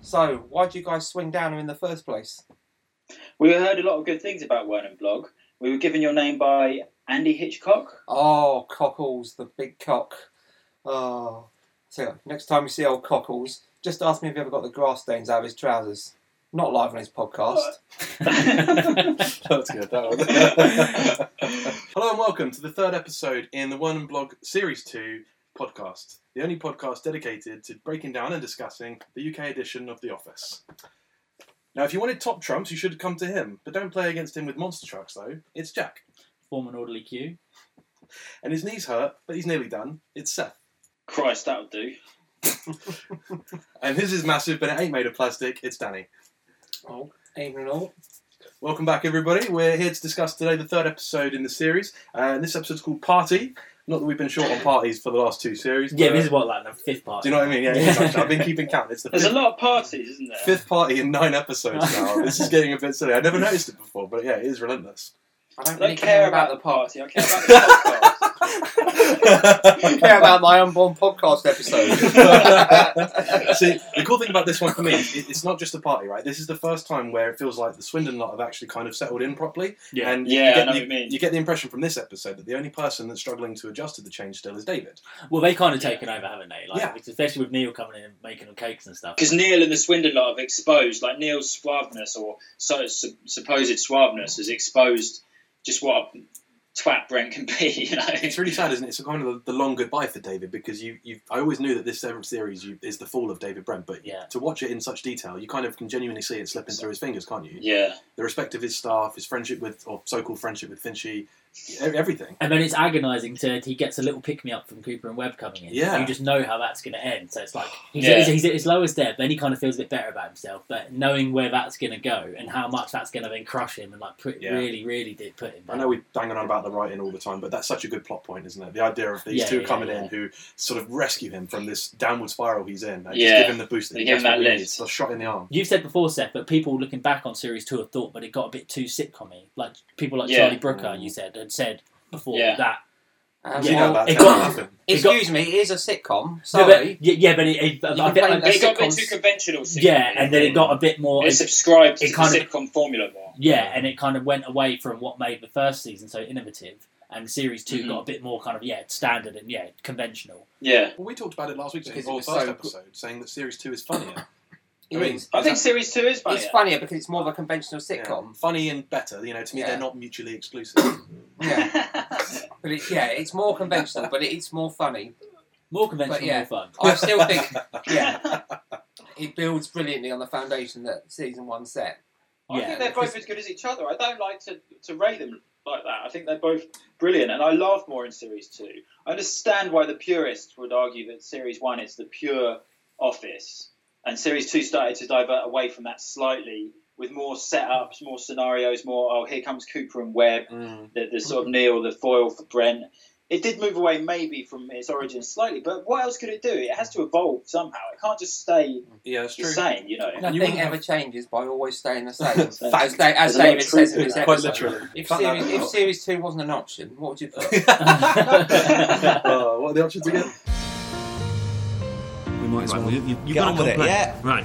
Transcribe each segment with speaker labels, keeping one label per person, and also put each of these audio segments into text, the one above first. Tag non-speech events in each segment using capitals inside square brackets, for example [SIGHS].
Speaker 1: So, why would you guys swing down here in the first place?
Speaker 2: We heard a lot of good things about Wernham Blog. We were given your name by Andy Hitchcock.
Speaker 1: Oh, Cockles, the big cock. Oh. So, next time you see old Cockles, just ask me if he ever got the grass stains out of his trousers. Not live on his podcast.
Speaker 3: [LAUGHS] That's good.
Speaker 4: [LAUGHS]
Speaker 3: That one. Hello and welcome to the third episode in the One and Blog Series Two podcast, the only podcast dedicated to breaking down and discussing the UK edition of The Office. Now, if you wanted top trumps, you should have come to him, but don't play against him with monster trucks though. It's Jack,
Speaker 4: Form an orderly queue.
Speaker 3: and his knees hurt, but he's nearly done. It's Seth,
Speaker 2: Christ, that'll do.
Speaker 3: and his is massive, but it ain't made of plastic. It's Danny.
Speaker 1: Oh, even and all.
Speaker 3: Welcome back, everybody. We're here to discuss today the third episode in the series, uh, and this episode's called Party. Not that we've been short on parties for the last two series.
Speaker 4: Yeah,
Speaker 3: but-
Speaker 4: this is what like the fifth part.
Speaker 3: Do you know what I mean? Yeah, exactly. I've been keeping count. It's the
Speaker 2: There's a
Speaker 3: fifth,
Speaker 2: lot of parties, isn't there?
Speaker 3: fifth party in
Speaker 2: [LAUGHS]
Speaker 3: nine episodes now. this is getting a bit silly. I never noticed it before, but yeah, it is
Speaker 2: [LAUGHS]
Speaker 3: relentless.
Speaker 1: I don't
Speaker 2: I
Speaker 1: really
Speaker 2: don't care about the
Speaker 1: podcast.
Speaker 2: party. I care about the
Speaker 1: I
Speaker 2: [LAUGHS]
Speaker 1: care about my unborn podcast episode.
Speaker 3: [LAUGHS] See, the cool thing about this one for me is it- it's not just a party, right? This is the first time where it feels like the Swindon lot have actually kind of settled in properly.
Speaker 4: Yeah.
Speaker 3: and
Speaker 2: Yeah, I
Speaker 3: you get,
Speaker 2: know
Speaker 3: the,
Speaker 2: what you mean.
Speaker 3: get the impression from this episode that the only person that's struggling to adjust to the change still is David.
Speaker 4: Well, they kind of taken over, haven't they? Like,
Speaker 3: Yeah.
Speaker 4: especially with Neil coming in and making the cakes and stuff.
Speaker 2: Because Neil and the Swindon lot have exposed, like Neil's suaveness or so, su- supposed suaveness has exposed just what a twat Brent can be, [LAUGHS] you know.
Speaker 3: It's really sad, isn't it? It's kind of the, the long goodbye for David because you, you. I always knew that this seventh series you, is the fall of David Brent, but
Speaker 4: Yeah.
Speaker 3: to watch it in such detail, you kind of can genuinely see it slipping through his fingers, can't you?
Speaker 2: Yeah.
Speaker 3: The respect of his staff, his friendship with, or so-called friendship with Finchy, e- everything.
Speaker 4: And then it's agonising to he gets a little pick me up from Cooper and Webb coming in.
Speaker 3: Yeah.
Speaker 4: You just know how that's going to end. So
Speaker 2: [SIGHS]
Speaker 4: it's like he's,
Speaker 2: Yeah.
Speaker 4: he's, he's at his lowest ebb. Then he kind of feels a bit better about himself, but knowing where that's going to go and how much that's going to then crush him and like put
Speaker 3: Yeah.
Speaker 4: really, really did put him.
Speaker 3: I
Speaker 4: down.
Speaker 3: know we bang on about the writing all the time, but that's such a good plot point, isn't it? The idea of these
Speaker 4: Yeah,
Speaker 3: two
Speaker 4: yeah,
Speaker 3: coming
Speaker 4: yeah.
Speaker 3: in who sort of rescue him from this downward spiral he's in and
Speaker 2: Yeah.
Speaker 3: just give him the boost that
Speaker 2: They
Speaker 3: he
Speaker 2: give him that
Speaker 3: desperately
Speaker 2: lift.
Speaker 3: needs. It's a shot in the arm.
Speaker 4: You've said before, Seth, but people looking back on series two have thought, but it got a bit too sitcom-y. Like people like
Speaker 2: Yeah. Mm.
Speaker 4: Charlie Brooker, you said, had said before
Speaker 2: Yeah.
Speaker 4: that.
Speaker 1: Um,
Speaker 3: you
Speaker 1: [LAUGHS]
Speaker 3: know
Speaker 4: well,
Speaker 3: that's
Speaker 4: it
Speaker 3: how
Speaker 4: got-
Speaker 3: it happened.
Speaker 4: it got-
Speaker 1: excuse me, it is a sitcom.
Speaker 4: No,
Speaker 1: Sorry.
Speaker 4: but- yeah, yeah, but it, it,
Speaker 1: can
Speaker 4: I think,
Speaker 1: blame
Speaker 4: I
Speaker 1: that
Speaker 2: But it
Speaker 4: think
Speaker 2: got a bit
Speaker 1: sitcoms-
Speaker 2: too conventional. sitcom.
Speaker 4: yeah, and then it got a bit more.
Speaker 2: It subscribes
Speaker 4: it
Speaker 2: to the
Speaker 4: kind of-
Speaker 2: sitcom formula more.
Speaker 4: Yeah, and it kind of went away from what made the first season so innovative, and series 2
Speaker 3: Mm-hmm.
Speaker 2: Mhm.
Speaker 4: got a bit more kind of yeah standard and yeah conventional.
Speaker 2: Yeah.
Speaker 3: Well, we talked about it last week,
Speaker 1: Because
Speaker 3: because
Speaker 1: it was
Speaker 3: first
Speaker 1: so-
Speaker 3: episode, saying that series two is funnier.
Speaker 1: It
Speaker 3: I mean,
Speaker 1: is.
Speaker 2: I think series two is funny.
Speaker 1: it's funnier because it's more of a conventional
Speaker 3: Yeah.
Speaker 1: sitcom.
Speaker 3: Funny and better, you know, to me
Speaker 1: Yeah.
Speaker 3: they're not
Speaker 5: [COUGHS]
Speaker 3: mutually exclusive.
Speaker 1: Yeah,
Speaker 2: [LAUGHS]
Speaker 1: but it, yeah, it's more conventional, but it's more funny.
Speaker 4: More conventional,
Speaker 1: But yeah.
Speaker 4: more fun.
Speaker 1: I still think
Speaker 2: [LAUGHS]
Speaker 1: yeah. it builds brilliantly on the foundation that season one set.
Speaker 2: I
Speaker 4: Yeah,
Speaker 2: think they're
Speaker 4: because-
Speaker 2: both as good as each other. I don't like to, to rate them like that. I think they're both brilliant, and I laugh more in series two. I understand why the purists would argue that series one is the pure office, and series two started to divert away from that slightly with more setups, more scenarios, more oh here comes Cooper and Webb,
Speaker 3: Mm.
Speaker 2: the, the sort of Neil, the foil for Brent. It did move away maybe from its origin slightly, but what else could it do? It has to evolve somehow. It can't just stay
Speaker 3: Yeah, that's
Speaker 2: the
Speaker 3: true.
Speaker 2: same, you know.
Speaker 3: You
Speaker 1: Nothing
Speaker 3: wouldn't
Speaker 1: ever
Speaker 3: have-
Speaker 1: changes by always staying the same.
Speaker 2: So-
Speaker 1: as, Da- as
Speaker 2: There's a lot of
Speaker 1: David says
Speaker 2: truth
Speaker 1: in
Speaker 2: in
Speaker 1: his
Speaker 2: that.
Speaker 3: Quite
Speaker 1: episode.
Speaker 3: literally.
Speaker 1: If
Speaker 3: Cut that
Speaker 1: series,
Speaker 3: bit
Speaker 1: if
Speaker 3: out.
Speaker 1: series two wasn't an option, what would you put?
Speaker 3: [LAUGHS] Oh, what are the options again?
Speaker 6: We might as well. You, you
Speaker 5: Get on with it, yeah.
Speaker 6: Right.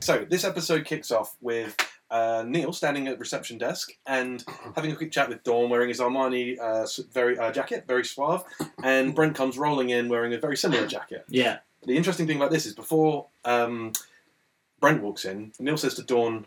Speaker 3: So this episode kicks off with uh, Neil standing at reception desk and having a quick chat with Dawn, wearing his Armani uh, s- very uh, jacket, very suave, and Brent comes rolling in wearing a very similar jacket.
Speaker 4: Yeah,
Speaker 3: The interesting thing about this is before um, Brent walks in, Neil says to Dawn,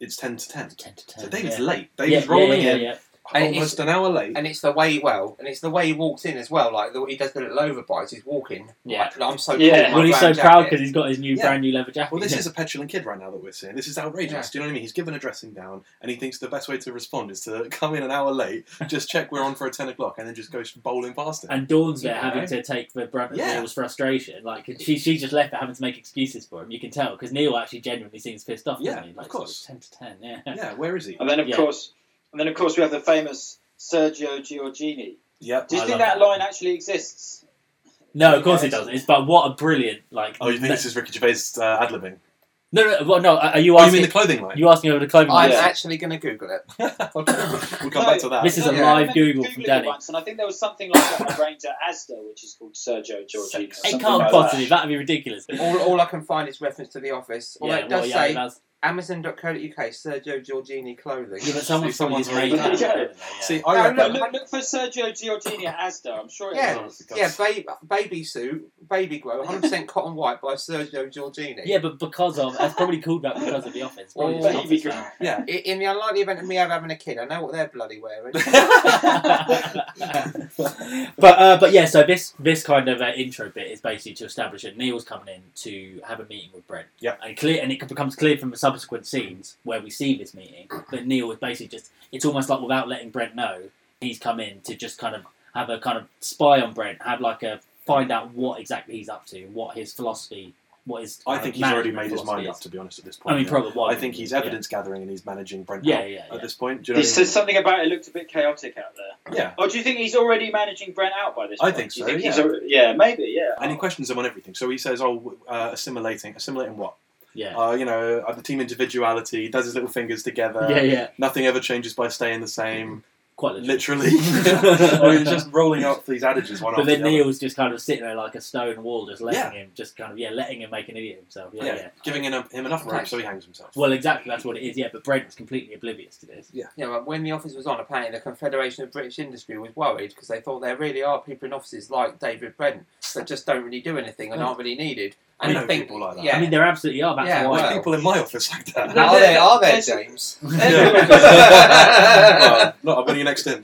Speaker 3: "It's ten to ten.
Speaker 4: ten to ten.
Speaker 3: So David's
Speaker 4: yeah.
Speaker 3: late. David's
Speaker 4: yeah,
Speaker 3: rolling
Speaker 4: yeah, yeah,
Speaker 3: in
Speaker 4: yeah.
Speaker 1: And it's-
Speaker 3: almost an hour late.
Speaker 1: And it's the way well, and it's the way he walks in as well. Like the, he does the little overbites. He's walking.
Speaker 4: Yeah.
Speaker 1: Like, I'm so
Speaker 2: Yeah.
Speaker 1: Cold, in my
Speaker 4: Well, he's
Speaker 1: brown
Speaker 4: so proud
Speaker 1: jacket.
Speaker 4: because he's got his new
Speaker 3: Yeah.
Speaker 4: brand new leather jacket.
Speaker 3: Well, this
Speaker 4: yeah.
Speaker 3: is a petulant kid right now that we're seeing. This is outrageous.
Speaker 1: Yeah.
Speaker 3: Do you know what I mean? He's given a dressing down, and he thinks the best way to respond is to come in an hour late, just check we're on for a ten o'clock, and then just go bowling past him.
Speaker 4: and Dawn's there
Speaker 1: You
Speaker 4: having
Speaker 1: know.
Speaker 4: to take the brunt of
Speaker 3: Yeah.
Speaker 4: Neil's frustration. Like she, she just left it having to make excuses for him. You can tell because Neil actually genuinely seems pissed off.
Speaker 3: Yeah,
Speaker 4: doesn't he?
Speaker 3: of
Speaker 4: Like,
Speaker 3: course.
Speaker 4: Ten to ten. Yeah.
Speaker 3: yeah, where is he?
Speaker 2: And then of
Speaker 4: Yeah.
Speaker 2: course, and then of course we have the famous Sergio Giorgini.
Speaker 3: Yep.
Speaker 2: Do you
Speaker 4: I
Speaker 2: think
Speaker 4: love
Speaker 2: that,
Speaker 4: that.
Speaker 2: line actually exists?
Speaker 4: No, of course it
Speaker 2: Yeah.
Speaker 4: doesn't. It's, but what a brilliant like.
Speaker 3: Oh, you think this is Ricky Gervais uh, ad libbing?
Speaker 4: No, no, well, no. Are you
Speaker 3: Oh, you
Speaker 4: asking?
Speaker 3: mean the clothing line?
Speaker 4: you asking over the clothing?
Speaker 1: I'm
Speaker 4: line?
Speaker 2: Yeah.
Speaker 1: actually going to Google
Speaker 3: [LAUGHS]
Speaker 1: it.
Speaker 3: we'll come back to that.
Speaker 4: This is a
Speaker 2: No,
Speaker 1: live
Speaker 2: I remember
Speaker 4: Google from
Speaker 2: Googling it
Speaker 4: Danny.
Speaker 2: Once, and I think there was something like that range at Asda, which is called Sergio Giorgino.
Speaker 4: It
Speaker 2: something
Speaker 4: can't
Speaker 2: like
Speaker 4: possibly.
Speaker 2: that.
Speaker 4: That'd be ridiculous. Yeah,
Speaker 1: All, all I can find is reference to The Office. Although it does
Speaker 4: well, yeah,
Speaker 1: say
Speaker 4: that's,
Speaker 1: Amazon.co.uk Sergio Giorgini clothing.
Speaker 4: yeah, but someone's,
Speaker 3: See, someone's
Speaker 4: someone's made
Speaker 2: already
Speaker 4: that.
Speaker 2: done it.
Speaker 4: haven't they? Yeah.
Speaker 3: See, I
Speaker 1: No,
Speaker 3: reckon.
Speaker 2: No, look, look for Sergio Giorgini at Asda. I'm sure it
Speaker 1: Yeah.
Speaker 2: is.
Speaker 3: Oh, for
Speaker 1: yeah,
Speaker 3: God's
Speaker 1: baby, baby suit, baby grow, 100% cotton white by Sergio Giorgini.
Speaker 4: yeah, but because of that's probably called that because of the offense. Probably
Speaker 1: Or
Speaker 4: just an
Speaker 2: Baby
Speaker 4: offense
Speaker 2: girl.
Speaker 1: I- In the unlikely event of me ever having a kid, I know what they're bloody
Speaker 3: [LAUGHS]
Speaker 1: wearing.
Speaker 4: [LAUGHS] but uh, but yeah, so this this kind of uh, intro bit is basically to establish that Neil's coming in to have a meeting with Brent.
Speaker 3: Yep.
Speaker 4: And clear, and it becomes clear from the subsequent scenes where we see this meeting that Neil is basically just. It's almost like without letting Brent know, he's come in to just kind of have a kind of spy on Brent, have like a find out what exactly he's up to, what his philosophy, what his.
Speaker 3: [LAUGHS] I
Speaker 4: kind
Speaker 3: think
Speaker 4: of
Speaker 3: he's already
Speaker 4: management
Speaker 3: made his
Speaker 4: philosophy
Speaker 3: mind up.
Speaker 4: is.
Speaker 3: To be honest, at this point,
Speaker 4: I mean,
Speaker 3: yeah.
Speaker 4: probably.
Speaker 3: I think he's
Speaker 4: yeah.
Speaker 3: evidence gathering and he's managing Brent.
Speaker 4: Yeah,
Speaker 3: out
Speaker 4: yeah, yeah.
Speaker 3: At this point, do you know?
Speaker 2: There's
Speaker 3: What I, mean?
Speaker 2: something about it looked a bit chaotic out there.
Speaker 3: Yeah.
Speaker 2: Or do you think he's already managing Brent out by this
Speaker 3: I
Speaker 2: point?
Speaker 3: think
Speaker 2: Do you
Speaker 3: so,
Speaker 2: Think he's
Speaker 3: yeah.
Speaker 2: al- yeah, maybe, yeah.
Speaker 3: And he questions him on everything. So he says, "Oh, uh, assimilating, assimilating what?
Speaker 4: Yeah.
Speaker 3: Uh, you know, uh, the team individuality. Does his little fingers together.
Speaker 4: yeah, yeah,
Speaker 3: Nothing ever changes by staying the same.
Speaker 4: quite literally. [LAUGHS]
Speaker 3: Literally, [LAUGHS] I mean, just rolling out these adages one
Speaker 4: But
Speaker 3: after
Speaker 4: then
Speaker 3: the other.
Speaker 4: Neil's just kind of sitting there like a stone wall, just letting him, just kind of yeah, letting him make an idiot of himself. Yeah,
Speaker 3: yeah,
Speaker 4: yeah.
Speaker 3: giving him, him enough rope so he hangs himself.
Speaker 4: Well, exactly. That's what it is. Yeah, but Brent's completely oblivious to this.
Speaker 1: Yeah, but when the office was on, apparently the Confederation of British Industry was worried because they thought there really are people in offices like David Brent that just don't really do anything and aren't really needed.
Speaker 3: I
Speaker 1: And
Speaker 3: know
Speaker 1: I think,
Speaker 3: people like that.
Speaker 1: Yeah.
Speaker 4: I mean, there absolutely are. That's
Speaker 1: Yeah,
Speaker 4: why.
Speaker 3: Like
Speaker 1: well.
Speaker 3: people in my office like that.
Speaker 2: No,
Speaker 3: [LAUGHS]
Speaker 1: are there? Are there,
Speaker 2: there's-
Speaker 4: [LAUGHS]
Speaker 1: James? [LAUGHS]
Speaker 3: Well, not when you're next in.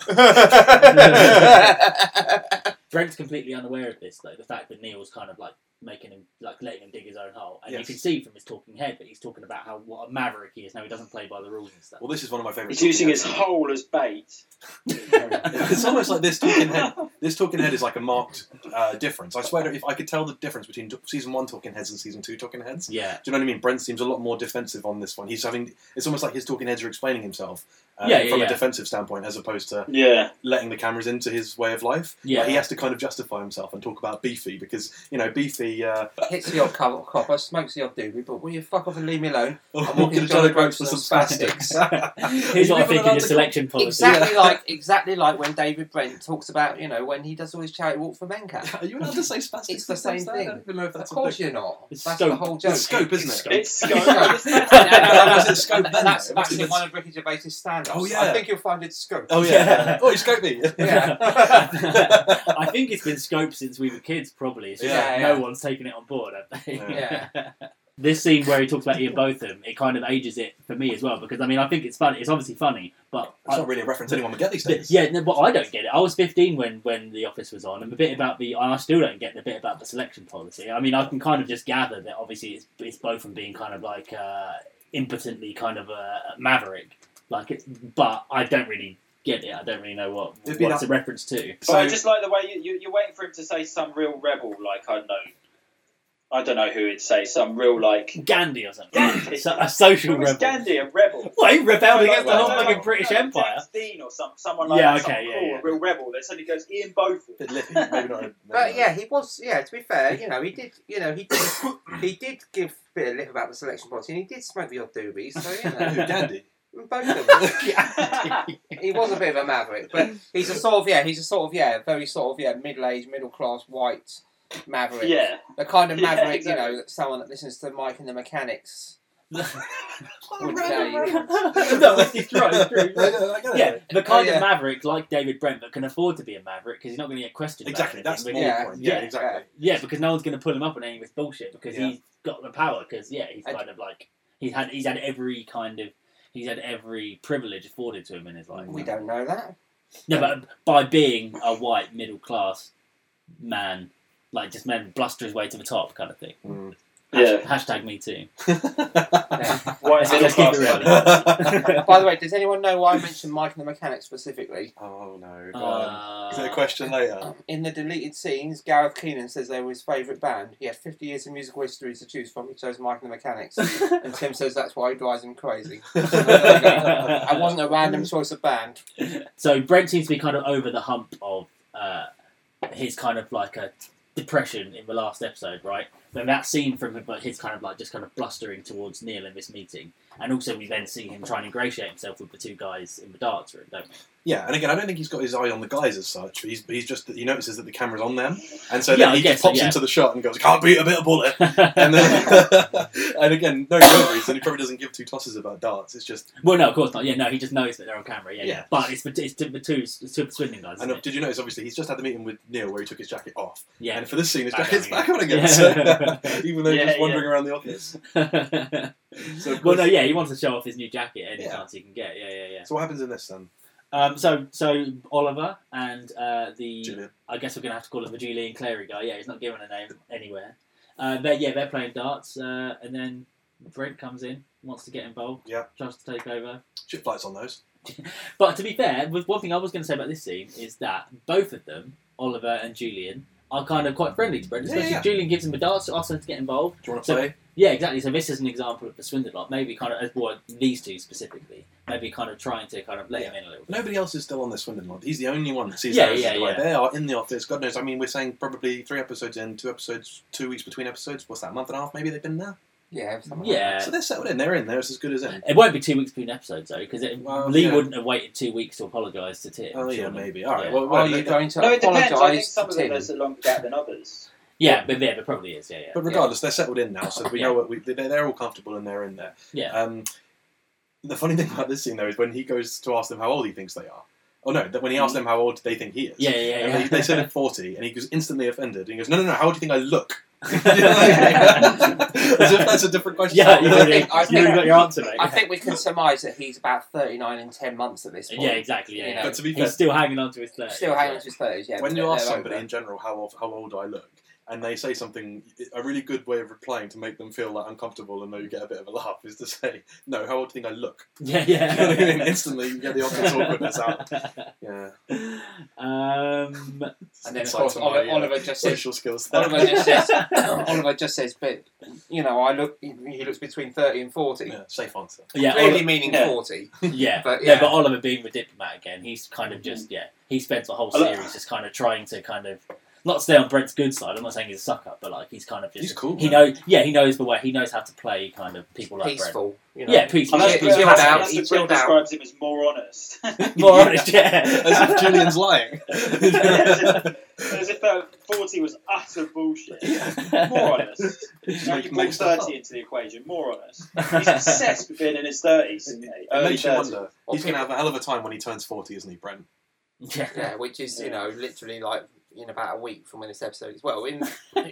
Speaker 4: Brent's completely unaware of this, though. The fact that Neil's kind of like making him, like letting him dig his own hole, and you
Speaker 3: Yes.
Speaker 4: can see from his talking head that he's talking about how what a maverick he is. Now he doesn't play by the rules and stuff.
Speaker 3: Well, [LAUGHS] this is one of my favourite.
Speaker 2: He's using
Speaker 3: talking
Speaker 2: his
Speaker 3: heads.
Speaker 2: hole as bait.
Speaker 3: It's almost like this
Speaker 1: [LAUGHS]
Speaker 3: talking head. This talking head is like a marked uh, difference. I swear, to, if I could tell the difference between t- season one talking heads and season two talking heads, [LAUGHS]
Speaker 4: [LAUGHS] yeah,
Speaker 3: do you know what I mean? Brent seems a lot more defensive on this one. He's having. It's almost like his talking heads are explaining himself uh,
Speaker 4: Yeah, yeah,
Speaker 3: from a
Speaker 4: yeah.
Speaker 3: defensive standpoint, as opposed to
Speaker 2: Yeah.
Speaker 3: letting the cameras into his way of life.
Speaker 4: yeah.
Speaker 3: Like, he has to kind of justify himself and talk about Beefy because you know Beefy. Uh,
Speaker 1: Hits the old co- copper, smokes the old doobie, but will you fuck off and leave me alone?
Speaker 3: [LAUGHS] I'm
Speaker 1: walking down the road for some
Speaker 4: He's not
Speaker 3: Never
Speaker 4: thinking
Speaker 3: allowed
Speaker 4: of
Speaker 3: to-
Speaker 4: selection policy.
Speaker 1: Exactly like exactly like when David Brent talks about you know when he does all his charity walk for Menka.
Speaker 3: [LAUGHS] Are you allowed to say spastics?
Speaker 1: It's the
Speaker 3: in
Speaker 1: same
Speaker 3: Stan? I don't
Speaker 1: thing.
Speaker 3: even know if
Speaker 1: Of
Speaker 3: that's a
Speaker 1: course
Speaker 3: thing.
Speaker 1: you're not.
Speaker 4: It's
Speaker 1: that's the
Speaker 4: scope.
Speaker 1: whole joke.
Speaker 3: It's scope, isn't it?
Speaker 2: It's
Speaker 1: Scope.
Speaker 2: scope.
Speaker 1: [LAUGHS]
Speaker 4: [LAUGHS]
Speaker 1: No, no,
Speaker 3: That
Speaker 1: no,
Speaker 3: was
Speaker 1: no.
Speaker 3: it, scope then,
Speaker 1: That's,
Speaker 3: though.
Speaker 1: that's
Speaker 3: It
Speaker 1: in
Speaker 3: was-
Speaker 1: one of Ricky Gervais's stand-ups.
Speaker 3: Oh, yeah.
Speaker 1: I think you'll find it scope.
Speaker 3: Oh yeah.
Speaker 4: Yeah.
Speaker 3: oh, you scoped me.
Speaker 1: Yeah.
Speaker 4: I think it's been scoped since we were kids, probably. It's just
Speaker 3: Yeah,
Speaker 4: like
Speaker 1: yeah.
Speaker 4: no one's taken it on board, have they?
Speaker 1: Yeah.
Speaker 4: [LAUGHS] this scene where he talks about Ian Botham, it kind of ages it for me as well because I mean I think it's funny. It's obviously funny, but
Speaker 3: [LAUGHS] It's
Speaker 4: I-
Speaker 3: not really a reference anyone would get these
Speaker 4: but
Speaker 3: days.
Speaker 4: yeah, no, but I don't get it. I was 15 when when The Office was on, and the bit about the I still don't get the bit about the selection policy. I mean, I can kind of just gather that obviously it's it's Botham being kind of like uh, impotently kind of a maverick, like it's. But I don't really get it. I don't really know what
Speaker 3: It'd
Speaker 4: what
Speaker 3: be
Speaker 4: it's a reference to.
Speaker 2: But I
Speaker 3: So-
Speaker 2: just like the way you, you, you're waiting for him to say some real rebel, like, I don't know. I don't know who it'd say, some real,
Speaker 4: [LAUGHS]
Speaker 2: like.
Speaker 4: Gandhi or something. It's a, a social
Speaker 2: Who was
Speaker 4: rebel.
Speaker 2: Gandhi, a rebel?
Speaker 4: Well, he rebelled
Speaker 2: Like,
Speaker 4: against the
Speaker 2: like,
Speaker 4: whole
Speaker 2: like,
Speaker 4: fucking
Speaker 2: like,
Speaker 4: British
Speaker 2: like
Speaker 4: Empire.
Speaker 2: James [LAUGHS] Dean or some, someone like
Speaker 4: Yeah,
Speaker 2: that,
Speaker 4: okay,
Speaker 2: some
Speaker 4: yeah,
Speaker 2: cool,
Speaker 4: yeah.
Speaker 2: a real rebel. That suddenly goes Ian Botham.
Speaker 3: Bit lippy,
Speaker 2: [LAUGHS]
Speaker 3: maybe not. a-
Speaker 1: But
Speaker 3: maybe
Speaker 1: yeah,
Speaker 3: not.
Speaker 1: he was. Yeah, to be fair, you know, he did. You know, he did.
Speaker 3: [COUGHS]
Speaker 1: he did give a bit of lip about the selection policy, and he did smoke the odd doobie. So
Speaker 3: [LAUGHS]
Speaker 1: you
Speaker 3: Who, Gandhi?
Speaker 1: know, both of them.
Speaker 2: Gandhi.
Speaker 1: He was a bit of a maverick, but he's a sort of yeah, he's a sort of yeah, very sort of yeah, middle-aged, middle-class white maverick.
Speaker 2: yeah.
Speaker 1: the kind of
Speaker 2: [LAUGHS] Yeah,
Speaker 1: maverick,
Speaker 2: exactly.
Speaker 1: you know, that someone that listens to Mike and the Mechanics.
Speaker 3: Oh,
Speaker 1: Would
Speaker 3: random
Speaker 1: they-
Speaker 3: reference.
Speaker 4: [LAUGHS] [LAUGHS] No, it's true, it's
Speaker 3: [LAUGHS]
Speaker 4: true.
Speaker 3: No, no, I get it.
Speaker 4: yeah, the kind
Speaker 1: yeah.
Speaker 4: of maverick like David Brent that can afford to be a maverick because he's not going to get questioned.
Speaker 3: Exactly.
Speaker 4: about
Speaker 3: That's the
Speaker 4: anything.
Speaker 3: more
Speaker 1: Yeah,
Speaker 3: point. Yeah,
Speaker 4: yeah,
Speaker 3: exactly.
Speaker 4: yeah, because no one's going to pull him up on any of his bullshit because
Speaker 3: Yeah.
Speaker 4: he's got the power. Because yeah, he's
Speaker 1: I-
Speaker 4: kind of like he's had he's had every kind of he's had every privilege afforded to him in his life.
Speaker 1: We don't know that.
Speaker 2: [LAUGHS]
Speaker 4: No, but by being a white middle class man, like just man bluster his way to the top kind of thing.
Speaker 3: Mm.
Speaker 4: Hashtag, hashtag me too.
Speaker 3: [LAUGHS]
Speaker 1: Yeah.
Speaker 2: Why is
Speaker 4: Let's
Speaker 2: middle
Speaker 4: keep it
Speaker 2: class?
Speaker 4: real.
Speaker 1: By the way, does anyone know why I mentioned Mike and the Mechanics specifically?
Speaker 3: oh no. go on.
Speaker 4: [LAUGHS] Uh,
Speaker 3: Is there a question
Speaker 4: [LAUGHS]
Speaker 2: Oh.
Speaker 3: later?
Speaker 1: In the deleted scenes, Gareth Keenan says they were his favourite band. He had 50 years of musical history to choose from. He chose Mike and the
Speaker 2: [LAUGHS]
Speaker 1: Mechanics.
Speaker 4: [LAUGHS]
Speaker 1: And Tim says that's why he drives him crazy. I wasn't a
Speaker 2: [LAUGHS]
Speaker 1: random choice of band.
Speaker 4: So Brent seems to be kind of over the hump of uh, his kind of like a depression in the last episode, right? When that scene from him, but his kind of like just kind of blustering towards Neil in this meeting, and also we then see him try and ingratiate himself with the two guys in the darts room, don't we?
Speaker 3: Yeah, and again, I don't think he's got his eye on the guys as such. He's, he's just he notices that the camera's on them, and so
Speaker 4: Yeah,
Speaker 3: then
Speaker 4: I
Speaker 3: he
Speaker 4: guess
Speaker 3: just
Speaker 4: so,
Speaker 3: pops
Speaker 4: yeah.
Speaker 3: into the shot and goes, "Can't beat a bit of bullet." And then,
Speaker 4: [LAUGHS]
Speaker 3: and again, no real reason. He probably doesn't give two tosses about darts. It's just.
Speaker 4: well, no, of course not. Yeah, no, he just knows that they're on camera. Yeah, yeah.
Speaker 3: Yeah.
Speaker 4: But it's it's to the two it's to the Swindon guys.
Speaker 3: And
Speaker 4: Isn't it?
Speaker 3: did you notice? Obviously, he's just had the meeting with Neil where he took his jacket off,
Speaker 4: Yeah.
Speaker 3: and for this scene, his
Speaker 4: Back
Speaker 3: jacket's
Speaker 4: on
Speaker 3: back on again.
Speaker 4: Yeah. [LAUGHS]
Speaker 3: So, even though
Speaker 2: Yeah,
Speaker 3: he's just
Speaker 2: yeah.
Speaker 3: wandering around the office. So, of
Speaker 4: well,
Speaker 3: course-
Speaker 4: no, yeah, he wants to show off his new jacket any
Speaker 3: Yeah.
Speaker 4: chance he can get. Yeah, yeah, yeah.
Speaker 3: So what happens in this then,
Speaker 4: Um, so, so Oliver and uh, the
Speaker 3: Julian?
Speaker 4: I guess we're gonna have to call it the Julian Clary guy. Yeah, he's not given a name anywhere. Uh, they yeah, they're playing darts, uh, and then Brent comes in, wants to get involved.
Speaker 3: Yeah.
Speaker 4: tries to take over.
Speaker 3: Shit flights on those.
Speaker 4: But to be fair, with one thing I was gonna say about this scene is that both of them, Oliver and Julian, are kind of quite friendly to Brent.
Speaker 3: Yeah,
Speaker 4: Especially
Speaker 3: yeah.
Speaker 4: Julian gives him a dart, so asks him to get involved.
Speaker 3: Do you want to
Speaker 4: So-
Speaker 3: play?
Speaker 4: Yeah, exactly. So this is an example of the swindle lot. Maybe kind of as well, these two specifically, maybe kind of trying to kind of let
Speaker 3: Yeah.
Speaker 4: him in a little.
Speaker 3: Nobody else is still on this Swindon lot. He's the only one that sees
Speaker 4: Yeah,
Speaker 3: that as
Speaker 4: yeah,
Speaker 3: the way.
Speaker 4: yeah.
Speaker 3: They are in the office. God knows. I mean, we're saying probably three episodes in, two episodes, two weeks between episodes. What's that? A month and a half? Maybe they've been there.
Speaker 1: Yeah, something like
Speaker 4: Yeah.
Speaker 3: so they're settled in. They're in. They're as good as in.
Speaker 4: It won't be two weeks between episodes though, because
Speaker 3: Well,
Speaker 4: Lee
Speaker 3: yeah.
Speaker 4: wouldn't have waited two weeks to apologise to Tim.
Speaker 3: Oh yeah,
Speaker 4: surely.
Speaker 3: maybe. All right.
Speaker 4: Yeah.
Speaker 3: Well,
Speaker 1: that.
Speaker 3: well,
Speaker 1: Are you
Speaker 3: they-
Speaker 1: going to
Speaker 2: No, it depends. I think
Speaker 1: apologise
Speaker 2: some
Speaker 1: to
Speaker 2: of them
Speaker 1: Tim?
Speaker 2: there's a longer gap than others.
Speaker 4: Yeah, but yeah, but probably is. Yeah, yeah.
Speaker 3: but regardless, they're settled in now, so we
Speaker 4: Yeah.
Speaker 3: know what we, they're, they're all comfortable and they're in there.
Speaker 4: Yeah.
Speaker 3: Um, the funny [LAUGHS] thing about this scene though is when he goes to ask them how old he thinks they are. Oh no, that when he asks them how old they think he is.
Speaker 4: Mm. yeah, yeah, yeah.
Speaker 3: And
Speaker 4: yeah.
Speaker 3: they, they [LAUGHS]
Speaker 4: [LAUGHS]
Speaker 3: said him forty, and he was instantly offended. And he goes, "No, no, no! How old do you think I look?" [LAUGHS] As if that's a different question.
Speaker 4: yeah, you
Speaker 1: I
Speaker 3: [LAUGHS]
Speaker 4: already,
Speaker 1: think- I
Speaker 4: you already
Speaker 1: think-
Speaker 4: got your answer, mate.
Speaker 1: I think we can surmise that he's about 39 and 10 months at this point.
Speaker 4: yeah, exactly. Yeah,
Speaker 1: You
Speaker 4: yeah.
Speaker 1: know,
Speaker 3: But to be fair,
Speaker 4: he's still hanging on to his third.
Speaker 1: Still hanging on to his 30s, yeah.
Speaker 3: when
Speaker 1: but
Speaker 3: you
Speaker 1: they're
Speaker 3: ask
Speaker 1: over.
Speaker 3: somebody in general how old, how old I look, and they say something, a really good way of replying to make them feel like uncomfortable and know you get a bit of a laugh is to say, "No, how old do you think I look?"
Speaker 4: Yeah,
Speaker 3: [LAUGHS] You know what I mean?
Speaker 4: yeah. [LAUGHS]
Speaker 3: Instantly, you get the [LAUGHS] obvious awkwardness out. Yeah,
Speaker 1: [LAUGHS]
Speaker 4: um,
Speaker 1: And then, of
Speaker 3: Insight
Speaker 1: course,
Speaker 3: on
Speaker 1: Oliver,
Speaker 3: my, uh,
Speaker 1: Oliver just says,
Speaker 3: social skills. There.
Speaker 1: Oliver just says, Oliver just says, but, you know, I look, he he looks between 30 and 40.
Speaker 3: [LAUGHS] Yeah,
Speaker 1: [LAUGHS]
Speaker 3: safe answer.
Speaker 4: [LAUGHS] yeah,
Speaker 1: Clearly
Speaker 4: Oliver,
Speaker 1: meaning
Speaker 2: yeah.
Speaker 1: 40.
Speaker 4: yeah,
Speaker 1: But,
Speaker 4: yeah.
Speaker 1: yeah.
Speaker 4: But Oliver being the diplomat again, he's kind of just yeah. He spends the whole
Speaker 2: I like-
Speaker 4: series just kind of trying to kind of not stay on Brent's good side. I'm not saying he's a suck up, but like he's kind of just
Speaker 3: He's cool,
Speaker 4: He
Speaker 3: man.
Speaker 4: knows, yeah, he knows the way. He knows how to play kind of people like Brent.
Speaker 1: Peaceful. You know.
Speaker 4: Yeah, peaceful.
Speaker 1: And that's-
Speaker 4: Yeah,
Speaker 2: Unless
Speaker 1: he chilled out,
Speaker 2: unless
Speaker 1: he
Speaker 2: the
Speaker 1: chilled out.
Speaker 2: Brit describes him as more honest. [LAUGHS]
Speaker 4: More honest, yeah.
Speaker 3: [LAUGHS] As if
Speaker 1: [LAUGHS]
Speaker 3: Julian's lying.
Speaker 2: As if uh, 40 was utter
Speaker 1: [LAUGHS]
Speaker 2: bullshit. More
Speaker 4: [LAUGHS] peaceful.
Speaker 2: honest.
Speaker 3: Just
Speaker 2: Now
Speaker 3: make-
Speaker 2: you brought
Speaker 3: make stuff
Speaker 2: 30 into the equation. More honest. [LAUGHS] He's obsessed with being in his 30s. Isn't he?
Speaker 3: It
Speaker 2: Early
Speaker 3: makes you
Speaker 2: 30s.
Speaker 3: wonder.
Speaker 1: Or
Speaker 3: He's going
Speaker 1: people-
Speaker 3: to have a hell of a time when he turns 40, isn't he, Brent?
Speaker 1: Yeah, which is, you
Speaker 2: Yeah.
Speaker 1: know, literally like in about a week from when this episode is. Well, in,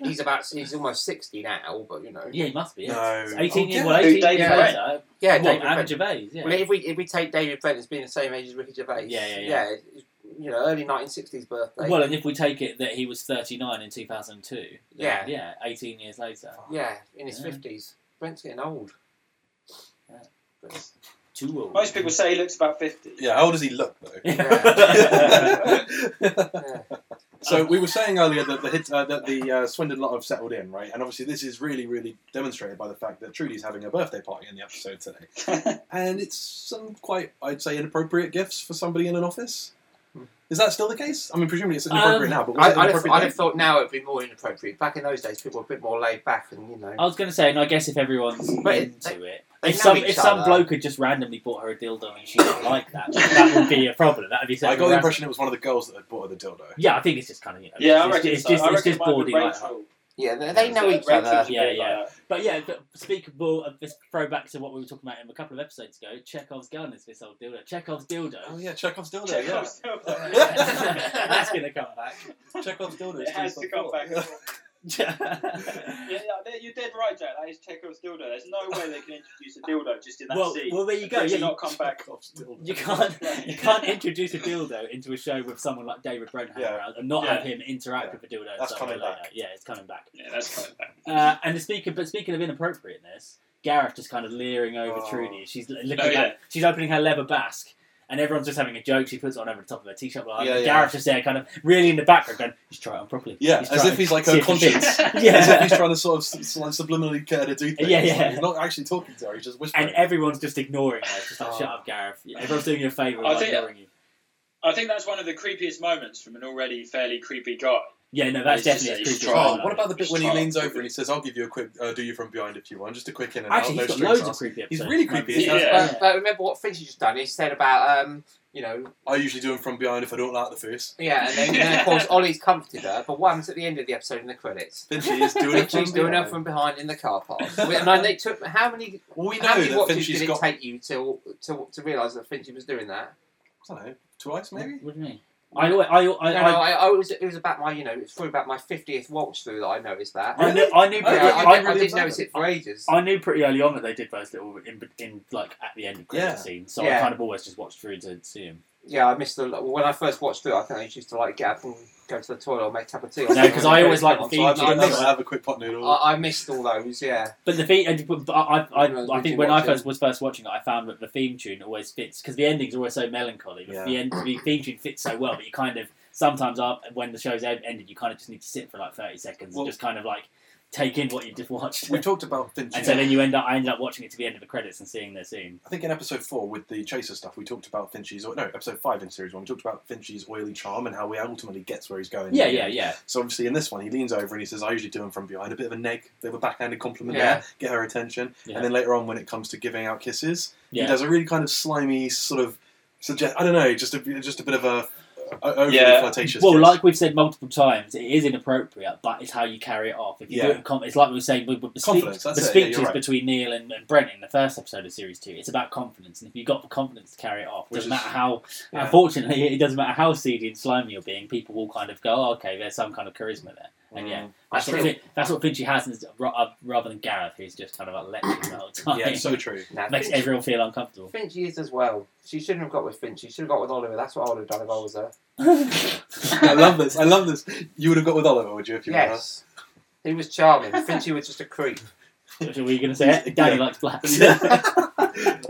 Speaker 1: he's about, he's almost 60 now, but, you know.
Speaker 4: Yeah, he must be.
Speaker 3: No.
Speaker 4: Yeah. It's 18
Speaker 3: Oh,
Speaker 4: years,
Speaker 3: yeah.
Speaker 4: well, 18
Speaker 2: David
Speaker 4: years
Speaker 1: Brent.
Speaker 4: later.
Speaker 1: Yeah,
Speaker 4: well,
Speaker 1: David
Speaker 4: Anna
Speaker 1: Brent.
Speaker 4: Gervais, yeah.
Speaker 1: Well, if we if we take David Brent as being the same age as Ricky Gervais,
Speaker 4: Yeah, yeah, yeah.
Speaker 1: it's- you know, early 1960s birthday.
Speaker 4: Well, and if we take it that he was 39 in 2002, then,
Speaker 1: Yeah.
Speaker 4: yeah, 18 years later.
Speaker 1: yeah, in his
Speaker 4: Yeah.
Speaker 1: 50s. Brent's getting old.
Speaker 4: Too old.
Speaker 2: Most
Speaker 4: [LAUGHS]
Speaker 2: people say he looks about 50. [LAUGHS]
Speaker 3: Yeah, how old does he look, though? [LAUGHS]
Speaker 1: Yeah.
Speaker 3: so we were saying earlier that the hit, uh, that the uh, Swindon lot have settled in, right? And obviously, this is really, really demonstrated by the fact that Trudy's having a birthday party in the episode today, and it's some quite, I'd say, inappropriate gifts for somebody in an office. Is that still the case? I mean, presumably it's inappropriate
Speaker 4: Um,
Speaker 3: now, but was
Speaker 1: I,
Speaker 3: it
Speaker 1: I'd, have,
Speaker 3: inappropriate
Speaker 1: I'd
Speaker 3: then?
Speaker 1: have thought now it'd be more inappropriate. Back in those days, people were a bit more laid back, and you know,
Speaker 4: I was going to say, and I guess if everyone's
Speaker 1: But it-
Speaker 4: into it,
Speaker 1: they
Speaker 4: if
Speaker 1: know
Speaker 4: some
Speaker 1: each
Speaker 4: if some
Speaker 1: other.
Speaker 4: bloke had just randomly bought her a dildo and she didn't like that, that would be a problem. That would be
Speaker 3: I
Speaker 4: something
Speaker 3: got the
Speaker 4: ra-
Speaker 3: impression it was one of the girls that had bought her the dildo.
Speaker 4: Yeah, I think it's just kind of you know.
Speaker 2: Yeah, I
Speaker 4: it's,
Speaker 2: reckon
Speaker 4: it's
Speaker 2: so.
Speaker 4: just
Speaker 2: I
Speaker 4: it's
Speaker 2: reckon
Speaker 4: just
Speaker 2: it might be
Speaker 4: bawdy like
Speaker 2: Rachel.
Speaker 1: yeah, they, they know
Speaker 2: So
Speaker 1: each other.
Speaker 2: Rachel's a
Speaker 4: Yeah,
Speaker 2: bit like
Speaker 4: yeah.
Speaker 2: that.
Speaker 4: But yeah, but speakable uh, of this throwback to what we were talking about in a couple of episodes ago, Chekhov's gun is this old dildo. Chekhov's dildo.
Speaker 3: Oh yeah, Chekhov's dildo.
Speaker 2: Check
Speaker 3: yeah.
Speaker 2: out still like
Speaker 4: [LAUGHS]
Speaker 2: that.
Speaker 4: That's gonna come back.
Speaker 3: Chekhov's dildo.
Speaker 2: It has to come
Speaker 4: [LAUGHS]
Speaker 2: back.
Speaker 4: Yeah.
Speaker 2: Yeah, yeah, you're dead right, Jack. That is Chekhov's dildo. There's no way they can introduce a dildo just in that
Speaker 4: Well,
Speaker 2: scene.
Speaker 4: well, there you go.
Speaker 2: Did
Speaker 4: Yeah,
Speaker 2: not come back.
Speaker 3: Chekhov's dildo.
Speaker 4: You
Speaker 2: [LAUGHS]
Speaker 4: can't you can't introduce a dildo into a show with someone like David Brent hanging
Speaker 3: Yeah.
Speaker 4: around and not
Speaker 2: Yeah.
Speaker 4: have him interact
Speaker 3: Yeah.
Speaker 4: with a dildo. in
Speaker 3: That's
Speaker 4: some
Speaker 3: coming
Speaker 4: way later.
Speaker 3: back.
Speaker 4: Yeah, it's coming back.
Speaker 2: Yeah, that's coming back.
Speaker 4: Uh, and the speaker, but speaking of inappropriateness, Gareth just kind of leering over
Speaker 3: Oh.
Speaker 4: Trudy. She's l- looking
Speaker 2: Oh,
Speaker 4: at,
Speaker 2: yeah.
Speaker 4: she's opening her leather basque, and everyone's just having a joke. She puts it on over the top of her t-shirt. Like,
Speaker 3: Yeah,
Speaker 4: and
Speaker 3: yeah.
Speaker 4: Gareth just there, kind of really in the background, going, "Just try it on properly."
Speaker 3: Yeah,
Speaker 4: Just
Speaker 3: as
Speaker 4: try
Speaker 3: if
Speaker 4: it.
Speaker 3: he's, like,
Speaker 4: See
Speaker 3: her
Speaker 4: if it
Speaker 3: conscience. [LAUGHS]
Speaker 4: fits."
Speaker 3: As if
Speaker 4: yeah.
Speaker 3: he's trying to sort of s- s- like subliminally care to do things.
Speaker 4: Yeah,
Speaker 3: It's like
Speaker 4: yeah.
Speaker 3: he's not actually talking to her, he's just whispering.
Speaker 4: and everyone's just ignoring her. It's just like,
Speaker 3: Oh.
Speaker 4: "Shut up, Gareth." Everyone's doing you a favour
Speaker 2: I
Speaker 4: by
Speaker 2: think-
Speaker 4: ignoring you.
Speaker 2: I think that's one of the creepiest moments from an already fairly creepy guy.
Speaker 4: Yeah, no,
Speaker 2: It's
Speaker 4: that's
Speaker 2: just-
Speaker 4: definitely a
Speaker 2: it's
Speaker 4: creature.
Speaker 2: trial.
Speaker 4: of
Speaker 3: Oh,
Speaker 4: the
Speaker 3: what about the bit when he
Speaker 2: Oh.
Speaker 3: leans over and he says, "I'll give you a quick, uh, do you from behind if you want, just a quick in and
Speaker 4: Actually,
Speaker 3: out."
Speaker 4: he's got
Speaker 3: no
Speaker 4: loads
Speaker 3: strings
Speaker 4: of creepy
Speaker 3: He's
Speaker 4: episodes.
Speaker 3: really creepy,
Speaker 4: Yeah.
Speaker 2: isn't he?
Speaker 4: Yeah.
Speaker 1: But, but remember what Fritz has just done? He said about, um, you know,
Speaker 3: asked. I usually do him from behind if I don't like the face.
Speaker 1: yeah, and then, and then of course Ollie's comforted her, but once at the end of the episode in the credits.
Speaker 3: Finchy is doing
Speaker 4: [LAUGHS]
Speaker 3: it.
Speaker 1: She's
Speaker 3: from
Speaker 1: doing her
Speaker 3: behind.
Speaker 1: from behind in the car park. and then they took how many
Speaker 3: Well, we know
Speaker 1: how many
Speaker 3: that
Speaker 1: watches
Speaker 3: Finchy's
Speaker 1: did
Speaker 3: got.
Speaker 1: it take you to to, to realise that Finchy was doing that?
Speaker 3: I don't know, twice maybe.
Speaker 4: What do you mean? I, alwa- I, I,
Speaker 1: no,
Speaker 4: I,
Speaker 1: no, I, I was it was about my you know it's probably about my fiftieth waltz through that I noticed that.
Speaker 4: I knew, I knew
Speaker 1: Yeah,
Speaker 4: pretty,
Speaker 1: I,
Speaker 3: Okay,
Speaker 4: I,
Speaker 1: I,
Speaker 3: really
Speaker 1: didn't
Speaker 3: observant.
Speaker 1: notice it for ages.
Speaker 4: I knew pretty early on that they did those little in, in like at the end of credit
Speaker 3: Yeah.
Speaker 4: scenes, so I
Speaker 1: Yeah.
Speaker 4: kind of always just watched through to see him.
Speaker 1: yeah, I missed the when I first watched through. I think I used to like get up and go to the toilet or make a cup of tea. or
Speaker 4: No,
Speaker 1: something
Speaker 4: 'cause
Speaker 1: when
Speaker 4: I
Speaker 1: the
Speaker 4: always
Speaker 1: credits
Speaker 4: like
Speaker 1: come on,
Speaker 4: the
Speaker 1: so I
Speaker 3: I
Speaker 4: Finchy.
Speaker 1: missed-
Speaker 3: never have a quick pot noodle.
Speaker 4: Uh,
Speaker 1: I, I missed all those. Yeah,
Speaker 4: But the theme, and- but I, I,
Speaker 1: Did
Speaker 4: I
Speaker 1: you
Speaker 4: think when I
Speaker 1: watch
Speaker 4: first
Speaker 1: it?
Speaker 4: was first watching it, I found that the theme tune always fits because the ending's always so melancholy. But
Speaker 3: Yeah.
Speaker 4: the end, the theme tune fits so well, but you kind of sometimes uh, when the show's end- ended, you kind of just need to sit for like thirty seconds
Speaker 3: Well-
Speaker 4: and just kind of like take in what you just watched. [LAUGHS]
Speaker 3: we talked about Finchy.
Speaker 4: and so then you end up, I ended up watching it to the end of the credits and seeing their scene.
Speaker 3: I think in episode four with the chaser stuff, we talked about Finchie's. No, episode five in series one, we talked about Finchie's oily charm and how he ultimately gets where he's going.
Speaker 4: Yeah, yeah, yeah.
Speaker 3: So obviously in this one, he leans over and he says, "I usually do him from behind." A bit of a neg, bit of a backhanded compliment
Speaker 1: Yeah.
Speaker 3: there, get her attention.
Speaker 4: Yeah.
Speaker 3: And then later on, when it comes to giving out kisses,
Speaker 4: Yeah.
Speaker 3: he does a really kind of slimy sort of suggest. I don't know, just a just a bit of a, a overly
Speaker 2: Yeah.
Speaker 3: flirtatious.
Speaker 4: Well,
Speaker 3: kiss.
Speaker 4: like we've said multiple times, it is inappropriate, but it's how you carry it off. If you do
Speaker 3: Yeah.
Speaker 4: it, in com- it's like we were saying with, with the, speech,
Speaker 3: Confidence,
Speaker 4: the
Speaker 3: that's it, yeah, you're
Speaker 4: speeches
Speaker 3: right.
Speaker 4: between Neil and, and Brent in the first episode of series two. It's about confidence, and if you've got the confidence to carry it off,
Speaker 3: Which
Speaker 4: doesn't
Speaker 3: is-
Speaker 4: matter how.
Speaker 3: yeah.
Speaker 4: Unfortunately, it doesn't matter how seedy and slimy you're being. People will kind of go, oh, "Okay, there's some kind of charisma there." And
Speaker 3: Mm,
Speaker 4: yeah,
Speaker 1: That's
Speaker 4: that's, what,
Speaker 1: true.
Speaker 4: Fin- that's what Finchy has, is, ra- uh, rather than Gareth, who's just kind of like lecturing the whole
Speaker 3: [LAUGHS]
Speaker 4: time.
Speaker 3: yeah, so true.
Speaker 1: Nah,
Speaker 4: [LAUGHS] makes
Speaker 1: Finch-
Speaker 4: everyone feel uncomfortable.
Speaker 1: Finchy is as well. She shouldn't have got with Finchy. She should have got with Oliver. That's what I would have done if I was her.
Speaker 3: I love this. I love this. You would have got with Oliver, would you? If you were her?
Speaker 1: Yes, he was charming. Finchy was just a creep. [LAUGHS]
Speaker 4: Were you going to say it?
Speaker 3: [LAUGHS]
Speaker 4: Daddy
Speaker 3: Yeah.
Speaker 4: likes blacks.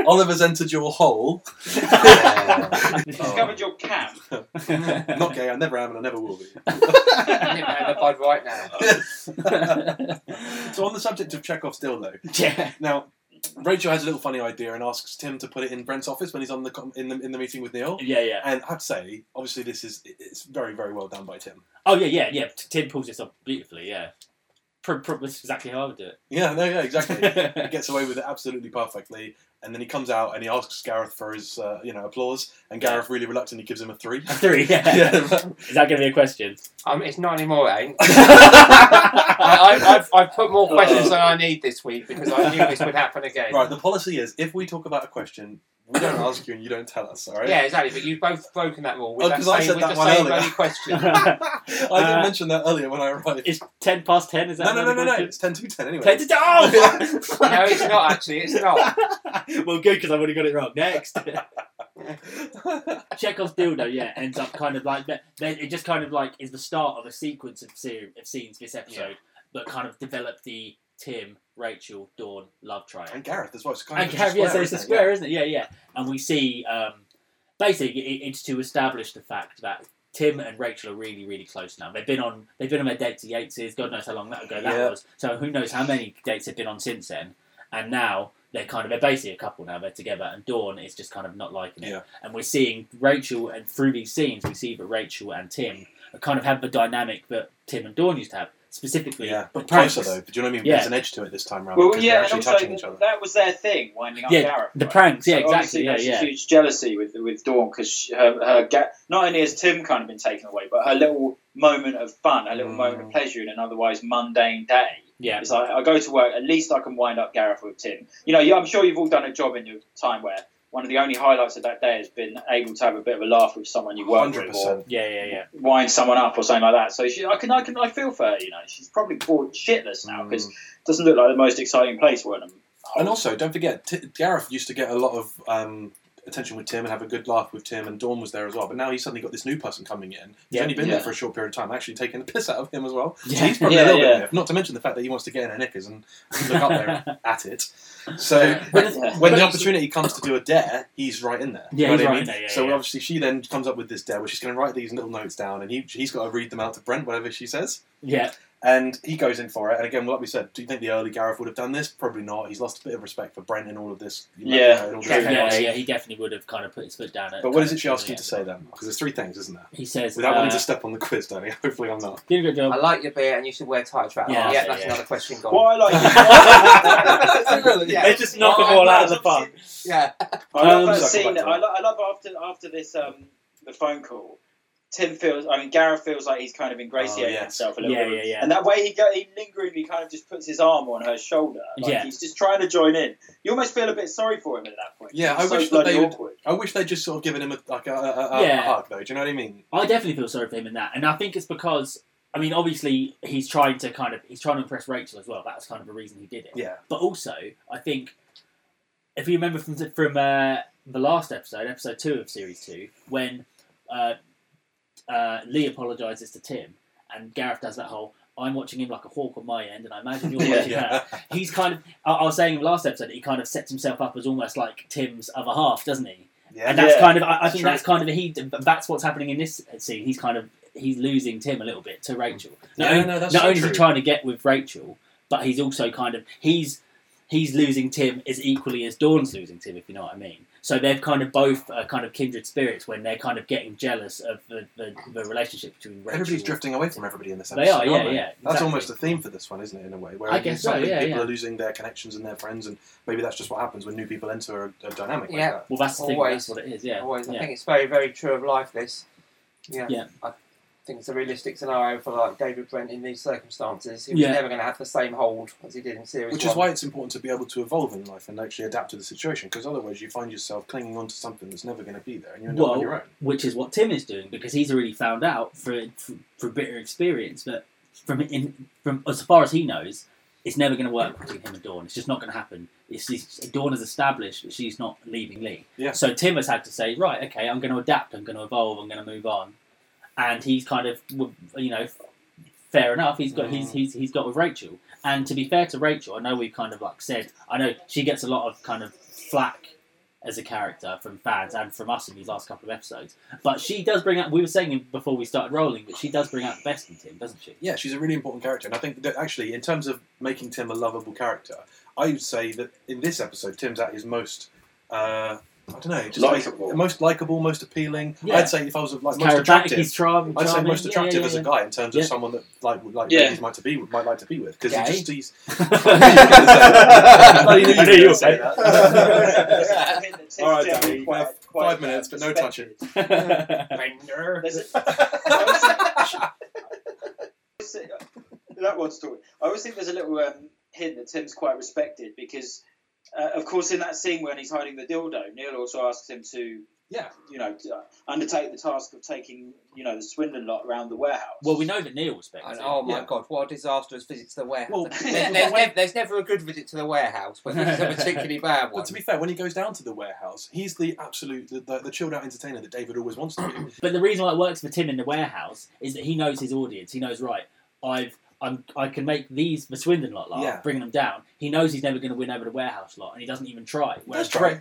Speaker 4: [LAUGHS]
Speaker 3: Oliver's entered your hole. [LAUGHS]
Speaker 2: Discovered your
Speaker 4: [LAUGHS]
Speaker 2: camp.
Speaker 3: I'm Oh. not gay. I never am, and I never will be.
Speaker 1: I'm in the bud right now.
Speaker 3: [LAUGHS] so on the subject of Chekhov's dildo,
Speaker 4: yeah.
Speaker 3: now Rachel has a little funny idea and asks Tim to put it in Brent's office when he's on the com- in the in the meeting with Neil.
Speaker 4: Yeah, yeah.
Speaker 3: And I have to say, obviously, this is it's very very well done by Tim.
Speaker 4: Oh yeah, yeah, yeah. T- Tim pulls this off beautifully. Yeah, pr- pr- that's exactly how I would do it.
Speaker 3: Yeah, no, yeah, exactly.
Speaker 4: [LAUGHS]
Speaker 3: he gets away with it absolutely perfectly, and then he comes out and he asks Gareth for his uh, you know applause, and Gareth really reluctantly gives him a three.
Speaker 4: [LAUGHS] A Three.
Speaker 3: [LAUGHS]
Speaker 4: Yeah.
Speaker 3: yeah.
Speaker 4: Is that going to be a question?
Speaker 1: Um, it's not anymore, eh?
Speaker 4: [LAUGHS]
Speaker 1: I,
Speaker 4: I,
Speaker 1: I, I've, I've put more questions than I need this week because I knew this would happen again.
Speaker 3: Right, the policy is if we talk about a question, we don't ask you and you don't tell us, alright?
Speaker 1: Yeah, exactly. But you've both broken that rule with
Speaker 3: Oh,
Speaker 1: that
Speaker 3: 'cause I
Speaker 1: same,
Speaker 3: said
Speaker 1: with
Speaker 3: that
Speaker 1: the
Speaker 3: one
Speaker 1: same
Speaker 3: earlier.
Speaker 1: bloody question.
Speaker 3: I didn't
Speaker 4: Uh,
Speaker 3: mention that earlier when I arrived.
Speaker 4: Is ten past ten? Is that
Speaker 3: No, no, no,
Speaker 4: another
Speaker 3: no, no.
Speaker 4: question?
Speaker 3: It's 10 to 10 anyway.
Speaker 4: Ten to
Speaker 3: [LAUGHS]
Speaker 4: oh! fuck.
Speaker 1: no, it's not actually. It's not.
Speaker 4: well, good because I've already got it wrong.
Speaker 3: [LAUGHS]
Speaker 4: Next, Chekhov's dildo. Yeah, ends up kind of like that. Then it just kind of like is the start of a sequence of, ser- of scenes this episode that kind of develop the Tim, Rachel, Dawn love triangle.
Speaker 3: and Gareth as well. It's kind
Speaker 4: And
Speaker 3: of
Speaker 4: have, yeah, so it's a
Speaker 3: isn't it?
Speaker 4: square, isn't it? Yeah, yeah. And we see, um, basically, it, it's to establish the fact that Tim and Rachel are really, really close now. They've been on, they've been on their dates to Yates's. God knows how long that ago that
Speaker 3: Yeah.
Speaker 4: was. So who knows how many dates they've been on since then? And now they're kind of they're basically a couple now. They're together, and Dawn is just kind of not liking it.
Speaker 3: Yeah.
Speaker 4: And we're seeing Rachel, and through these scenes, we see that Rachel and Tim are kind of have the dynamic that Tim and Dawn used to have. Specifically,
Speaker 3: Yeah,
Speaker 4: the
Speaker 3: but
Speaker 4: practice.
Speaker 3: closer though. Do you know what I mean?
Speaker 4: Yeah.
Speaker 3: There's an edge to it this time round.
Speaker 2: Well,
Speaker 3: because they're
Speaker 2: yeah, and
Speaker 3: actually
Speaker 2: also
Speaker 3: touching
Speaker 2: th-
Speaker 3: each other.
Speaker 2: that was their thing, winding up
Speaker 4: Yeah,
Speaker 2: Gareth.
Speaker 4: the
Speaker 2: right?
Speaker 4: pranks, yeah,
Speaker 2: So
Speaker 4: exactly,
Speaker 2: obviously
Speaker 4: yeah,
Speaker 2: there's a
Speaker 4: yeah.
Speaker 2: Huge jealousy with with Dawn because her, her ga- not only has Tim kind of been taken away, but her little moment of fun, her little
Speaker 3: Mm.
Speaker 2: moment of pleasure in an otherwise mundane day.
Speaker 4: Yeah,
Speaker 2: It's like I go to work. At least I can wind up Gareth with Tim. You know, you- I'm sure you've all done a job in your time where one of the only highlights of that day has been able to have a bit of a laugh with someone you work with, or
Speaker 3: 100%.
Speaker 4: yeah, yeah, yeah.
Speaker 2: wind someone up or something like that. So she, I can, I can, I feel for her. You know, she's probably bored shitless now because
Speaker 3: Mm.
Speaker 2: it doesn't look like the most exciting place for them. [LAUGHS]
Speaker 3: And also, don't forget, T- Gareth used to get a lot of um, attention with Tim and have a good laugh with Tim, and Dawn was there as well. But now he's suddenly got this new person coming in. He's
Speaker 4: Yeah.
Speaker 3: only been
Speaker 2: Yeah.
Speaker 3: there for a short period of time, actually taking the piss out of him as well. So
Speaker 4: Yeah.
Speaker 3: he's probably
Speaker 2: Yeah,
Speaker 3: a little
Speaker 2: yeah.
Speaker 3: bit nervous. Not to mention the fact that he wants to get in her knickers and [LAUGHS] look up there at it. So
Speaker 4: But the-
Speaker 3: when
Speaker 4: but
Speaker 3: the
Speaker 4: it's-
Speaker 3: opportunity comes to do a dare, he's right in there.
Speaker 4: Yeah,
Speaker 3: You know
Speaker 4: he's
Speaker 3: what I
Speaker 4: right
Speaker 3: mean?
Speaker 4: in there, yeah,
Speaker 3: so
Speaker 4: yeah.
Speaker 3: obviously she then comes up with this dare, where she's going to write these little notes down, and he, he's got to read them out to Brent, whatever she says.
Speaker 4: [LAUGHS] Yeah,
Speaker 3: And he goes in for it. And again, like we said, do you think the early Gareth would have done this? Probably not. He's lost a bit of respect for Brent and all of this. you know,
Speaker 2: Yeah,
Speaker 3: and all this
Speaker 2: true.
Speaker 3: chaos.
Speaker 4: Yeah, yeah, he definitely would have kind of put his foot down. At
Speaker 3: But what is
Speaker 4: kind
Speaker 3: it
Speaker 4: of
Speaker 3: she asked you
Speaker 4: killing
Speaker 3: to say
Speaker 4: everyone.
Speaker 3: then? Because there's three things, isn't there?
Speaker 4: He says,
Speaker 3: Without
Speaker 4: uh,
Speaker 3: wanting to step on the quiz, Danny. [LAUGHS] Hopefully, I'm not.
Speaker 4: did a good job.
Speaker 1: I like your beer and you should wear tight trousers.
Speaker 4: Yeah,
Speaker 1: Yeah,
Speaker 4: yeah,
Speaker 1: that's
Speaker 4: yeah.
Speaker 1: another question gone. [LAUGHS]
Speaker 2: What I
Speaker 3: [LAUGHS]
Speaker 2: like
Speaker 1: That's really-
Speaker 4: They just knock them
Speaker 2: Well,
Speaker 4: all
Speaker 2: I-
Speaker 4: out of the park.
Speaker 1: Yeah.
Speaker 2: I love
Speaker 4: Um,
Speaker 2: that
Speaker 3: so I
Speaker 2: scene.
Speaker 3: come back to
Speaker 2: I, lo- I love after after this um, the phone call. Tim feels. I mean, Gareth feels like he's kind of ingratiating
Speaker 3: Oh, yes.
Speaker 2: himself a little
Speaker 4: Yeah,
Speaker 2: bit.
Speaker 4: yeah, yeah.
Speaker 2: And that way he go, he lingeringly kind of just puts his arm on her shoulder. Like
Speaker 4: Yeah.
Speaker 2: He's just trying to join in. You almost feel a bit sorry for him at that point.
Speaker 3: Yeah,
Speaker 2: It's
Speaker 3: I
Speaker 2: so
Speaker 3: wish that
Speaker 2: bloody
Speaker 3: they would-
Speaker 2: awkward.
Speaker 3: I wish they'd just sort of given him a, like a, a, a,
Speaker 4: Yeah.
Speaker 3: a hug, though. Do you know what I mean?
Speaker 4: I definitely feel sorry for him in that, and I think it's because I mean, obviously he's trying to kind of he's trying to impress Rachel as well. That's kind of the reason he did it.
Speaker 3: Yeah.
Speaker 4: But also, I think if you remember from from uh, the last episode, episode two of series two, when uh, uh, Lee apologizes to Tim and Gareth does that whole. I'm watching him like a hawk on my end, and I imagine
Speaker 2: [LAUGHS]
Speaker 4: you're
Speaker 2: Yeah,
Speaker 3: [LAUGHS]
Speaker 4: watching her. He's kind of. I, I was saying in the last episode, that he kind of sets himself up as almost like Tim's other half, doesn't he?
Speaker 3: yeah.
Speaker 4: and that's
Speaker 2: Yeah.
Speaker 4: kind of I, I
Speaker 3: That's
Speaker 4: think
Speaker 3: true.
Speaker 4: that's kind of he that's what's happening in this scene he's kind of he's losing tim a little bit to rachel not,
Speaker 3: Yeah,
Speaker 4: only,
Speaker 3: no, that's
Speaker 4: not
Speaker 3: so
Speaker 4: only is he
Speaker 3: true.
Speaker 4: trying to get with rachel but he's also kind of he's he's losing tim as equally as dawn's losing tim if you know what i mean so they're kind of both uh, kind of kindred spirits when they're kind of getting jealous of the, the, the relationship between rachel
Speaker 3: Everybody's drifting away from everybody in this episode.
Speaker 4: they are yeah
Speaker 3: aren't they?
Speaker 4: yeah
Speaker 3: That's
Speaker 4: exactly.
Speaker 3: almost a theme for this one, isn't it? In a way, where
Speaker 4: I guess
Speaker 3: some
Speaker 4: so,
Speaker 3: pe-
Speaker 4: yeah,
Speaker 3: people
Speaker 4: yeah.
Speaker 3: are losing their connections and their friends, and maybe that's just what happens when new people enter a, a dynamic
Speaker 1: Yeah.
Speaker 3: like
Speaker 4: well that's the thing
Speaker 1: Always.
Speaker 4: that's what it is yeah
Speaker 1: Always. I
Speaker 4: yeah.
Speaker 1: think it's very, very true of life, this. Yeah.
Speaker 4: Yeah.
Speaker 1: I think it's a realistic scenario for like David Brent in these circumstances. He was
Speaker 4: Yeah.
Speaker 1: never going to have the same hold as he did in
Speaker 3: that.
Speaker 1: Series
Speaker 3: Which is why it's important to be able to evolve in life and actually adapt to the situation, because otherwise you find yourself clinging on to something that's never going to be there, and you end up
Speaker 4: Well,
Speaker 3: on your own.
Speaker 4: which is what Tim is doing because he's already found out for for, for bitter experience that from in from as far as he knows, it's never going to work between him and Dawn. It's just not going to happen. It's, it's, Dawn has established that she's not leaving Lee.
Speaker 3: Yeah.
Speaker 4: So Tim has had to say, right, okay, I'm going to adapt. I'm going to evolve. I'm going to move on. And he's kind of you know. Fair enough. He's got he's, he's he's got with Rachel, and to be fair to Rachel, I know we've kind of like said. I know she gets a lot of kind of flack as a character from fans and from us in these last couple of episodes. But she does bring out. We were saying before we started rolling, but she does bring out the best in Tim, doesn't she?
Speaker 3: Yeah, she's a really important character, and I think that actually, in terms of making Tim a lovable character, I would say that in this episode, Tim's at his most. Uh, I don't know, just like-
Speaker 2: Likeable.
Speaker 3: most likable, most appealing.
Speaker 4: Yeah.
Speaker 3: I'd say if I was like most
Speaker 4: He's charismatic.
Speaker 3: attractive,
Speaker 4: He's charm- charming.
Speaker 3: I'd say most
Speaker 4: yeah,
Speaker 3: attractive
Speaker 4: yeah,
Speaker 3: as a guy in terms
Speaker 4: Yeah.
Speaker 3: of someone that like would like
Speaker 2: Yeah.
Speaker 3: ladies might to be might like to be with because
Speaker 4: Gay.
Speaker 3: [LAUGHS] he just
Speaker 4: [LAUGHS]
Speaker 3: he's
Speaker 4: I
Speaker 1: knew you
Speaker 3: I
Speaker 1: were
Speaker 3: knew you
Speaker 1: gonna
Speaker 3: would
Speaker 1: say
Speaker 3: say [LAUGHS] that.
Speaker 2: I think that Tim's
Speaker 3: All right,
Speaker 2: generally
Speaker 3: Danny,
Speaker 2: quite-
Speaker 3: five-
Speaker 2: quite
Speaker 3: five minutes, but no touching.
Speaker 4: yeah.
Speaker 2: There's
Speaker 3: [LAUGHS]
Speaker 2: a- that one's talking. I always think there's a little um, hint that Tim's quite respected because, uh, of course, in that scene when he's hiding the dildo, Neil also asks him to,
Speaker 3: Yeah.
Speaker 2: you know, to uh, undertake the task of taking, you know, the Swindon lot around the warehouse.
Speaker 4: [LAUGHS] well, we know that Neil respects
Speaker 1: And,
Speaker 4: him.
Speaker 1: oh my
Speaker 3: Yeah.
Speaker 1: god, what a disastrous visit to the warehouse.
Speaker 3: Well,
Speaker 1: there's, there's, nev- there's never a good visit to the warehouse, but this is a particularly bad one.
Speaker 3: But to be fair, when he goes down to the warehouse, he's the absolute the, the, the chilled out entertainer that David always wants
Speaker 4: [CLEARS THROAT]
Speaker 3: to be.
Speaker 4: But the reason why it works for Tim in the warehouse is that he knows his audience. He knows, right, I've I'm, I can make these the Swindon lot laugh,
Speaker 3: Yeah.
Speaker 4: bring them down. He knows he's never going to win over the warehouse lot, and he doesn't even try. Whereas
Speaker 3: That's right.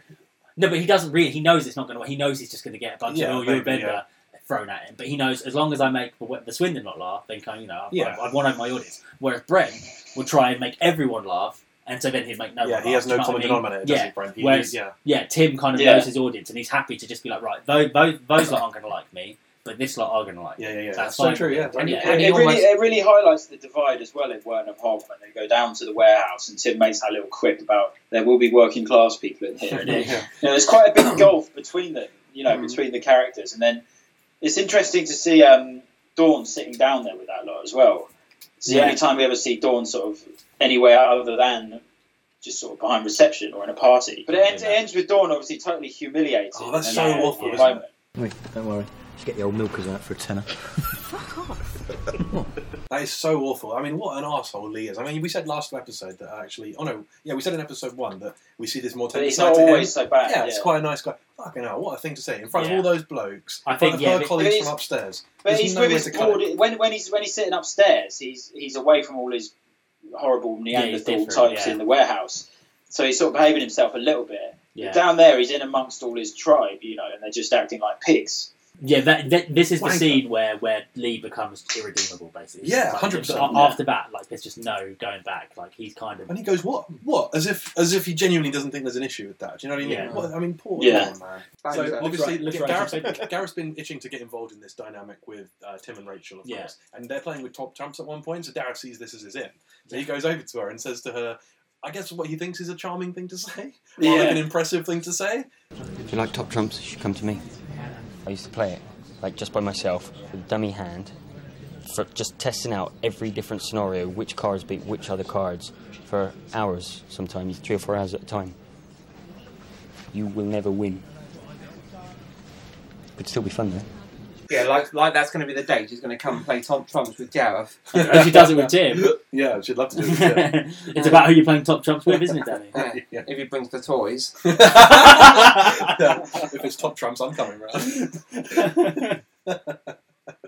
Speaker 4: No, but he doesn't really. He knows it's not going to. He knows he's just going to get a bunch
Speaker 3: Yeah,
Speaker 4: of oh, you're a
Speaker 3: maybe,
Speaker 4: bender thrown at him. But he knows as long as I make the, the Swindon not laugh, then kind of, you know I've,
Speaker 3: Yeah.
Speaker 4: I've, I've won over my audience. Whereas Brent will try and make everyone laugh, and so then he'd make no.
Speaker 3: yeah,
Speaker 4: one
Speaker 3: he
Speaker 4: laugh,
Speaker 3: has
Speaker 4: do
Speaker 3: no
Speaker 4: you know what
Speaker 3: common
Speaker 4: I mean?
Speaker 3: denominator, does he, Brent? He-
Speaker 4: Whereas-
Speaker 3: yeah.
Speaker 4: Yeah, Tim kind of
Speaker 2: Yeah.
Speaker 4: knows his audience, and he's happy to just be like, right, those those, those lot aren't going to like me, but this lot are going to like. me.
Speaker 3: Yeah, yeah, yeah.
Speaker 4: That's
Speaker 3: That's so
Speaker 4: fine.
Speaker 3: true. Yeah,
Speaker 1: And you-
Speaker 4: Yeah.
Speaker 2: it,
Speaker 1: he
Speaker 2: it really,
Speaker 1: almost-
Speaker 2: it really highlights the divide as well in Wern and Hob when they go down to the warehouse and Tim makes that little quip about there will be working class people in here. And it,
Speaker 3: yeah.
Speaker 2: you know, there's quite a
Speaker 3: [CLEARS THROAT]
Speaker 2: big gulf between them, you know,
Speaker 3: Hmm.
Speaker 1: Mm.
Speaker 2: between the characters. And then it's interesting to see um, Dawn sitting down there with that lot as well. It's the
Speaker 4: Yeah.
Speaker 2: only time we ever see Dawn sort of anywhere other than just sort of behind reception or in a party. But it ends, it ends with Dawn obviously totally humiliated.
Speaker 3: Oh, that's
Speaker 2: and
Speaker 4: so
Speaker 2: that-
Speaker 4: awful,
Speaker 3: isn't it?
Speaker 6: Wait, don't worry. Just get the old milkers out for a tenner.
Speaker 3: That is so awful. I mean, what an asshole Lee is. I mean, we said last episode that actually. Oh no, yeah, we said in episode one that we see this more.
Speaker 2: But it's
Speaker 3: side
Speaker 2: not
Speaker 3: to him.
Speaker 2: always so bad.
Speaker 3: yeah, it's quite a nice guy. Fucking hell, what a thing to say in front
Speaker 4: Yeah.
Speaker 3: of all those blokes.
Speaker 4: I
Speaker 3: in front
Speaker 4: think,
Speaker 3: of
Speaker 4: yeah,
Speaker 3: her
Speaker 4: but-
Speaker 3: colleagues
Speaker 2: but
Speaker 3: from upstairs.
Speaker 2: But
Speaker 3: There's
Speaker 2: he's
Speaker 3: no
Speaker 2: with
Speaker 3: way
Speaker 2: his
Speaker 3: to cut it.
Speaker 2: board, when when he's when he's sitting upstairs, he's he's away from all his horrible
Speaker 4: Yeah, he's
Speaker 2: Neanderthal
Speaker 4: different,
Speaker 2: types
Speaker 4: yeah.
Speaker 2: in the warehouse. So he's sort of behaving himself a little bit.
Speaker 4: Yeah.
Speaker 2: Down there, he's in amongst all his tribe, you know, and they're just acting like pigs.
Speaker 4: Yeah, that, that this is the
Speaker 3: Wanker.
Speaker 4: scene where where Lee becomes irredeemable, basically.
Speaker 3: Yeah,
Speaker 4: Like,
Speaker 3: 100%,
Speaker 4: a-
Speaker 3: yeah.
Speaker 4: After that, like there's just no going back. Like he's kind of
Speaker 3: And he goes, "What? What?" As if, as if he genuinely doesn't think there's an issue with that. Do you know what I mean?
Speaker 4: Yeah.
Speaker 3: What, I mean, poor
Speaker 2: Yeah.
Speaker 3: poor man.
Speaker 1: Banjo.
Speaker 3: So obviously,
Speaker 5: Let's
Speaker 3: Ga-
Speaker 5: write- let's
Speaker 3: Gareth's,
Speaker 5: write some
Speaker 3: Gareth's been [LAUGHS] itching to get involved in this dynamic with uh, Tim and Rachel, of
Speaker 4: Yeah.
Speaker 3: course, and they're playing with top trumps at one point. So Gareth sees this as his in, so he goes over to her and says to her, "I guess what he thinks is a charming thing to say,
Speaker 4: [LAUGHS]
Speaker 3: or like an impressive thing to say."
Speaker 7: If you like top trumps, you should come to me. I used to play it, like just by myself, with a dummy hand, for just testing out every different scenario, which cards beat which other cards, for hours sometimes, three or four hours at a time. You will never win. Could still be fun though.
Speaker 1: Yeah, like like that's going to be the date. He's going to come and play Tom Trumps with Gareth.
Speaker 4: and
Speaker 3: [LAUGHS]
Speaker 4: she does it with Tim.
Speaker 3: Yeah, she'd love to
Speaker 4: [LAUGHS]
Speaker 3: do it.
Speaker 4: it's about who you're playing top trumps with, isn't it, Danny?
Speaker 1: Yeah,
Speaker 3: Yeah.
Speaker 1: [LAUGHS] If he brings the toys.
Speaker 3: Yeah, if it's top trumps, I'm coming round.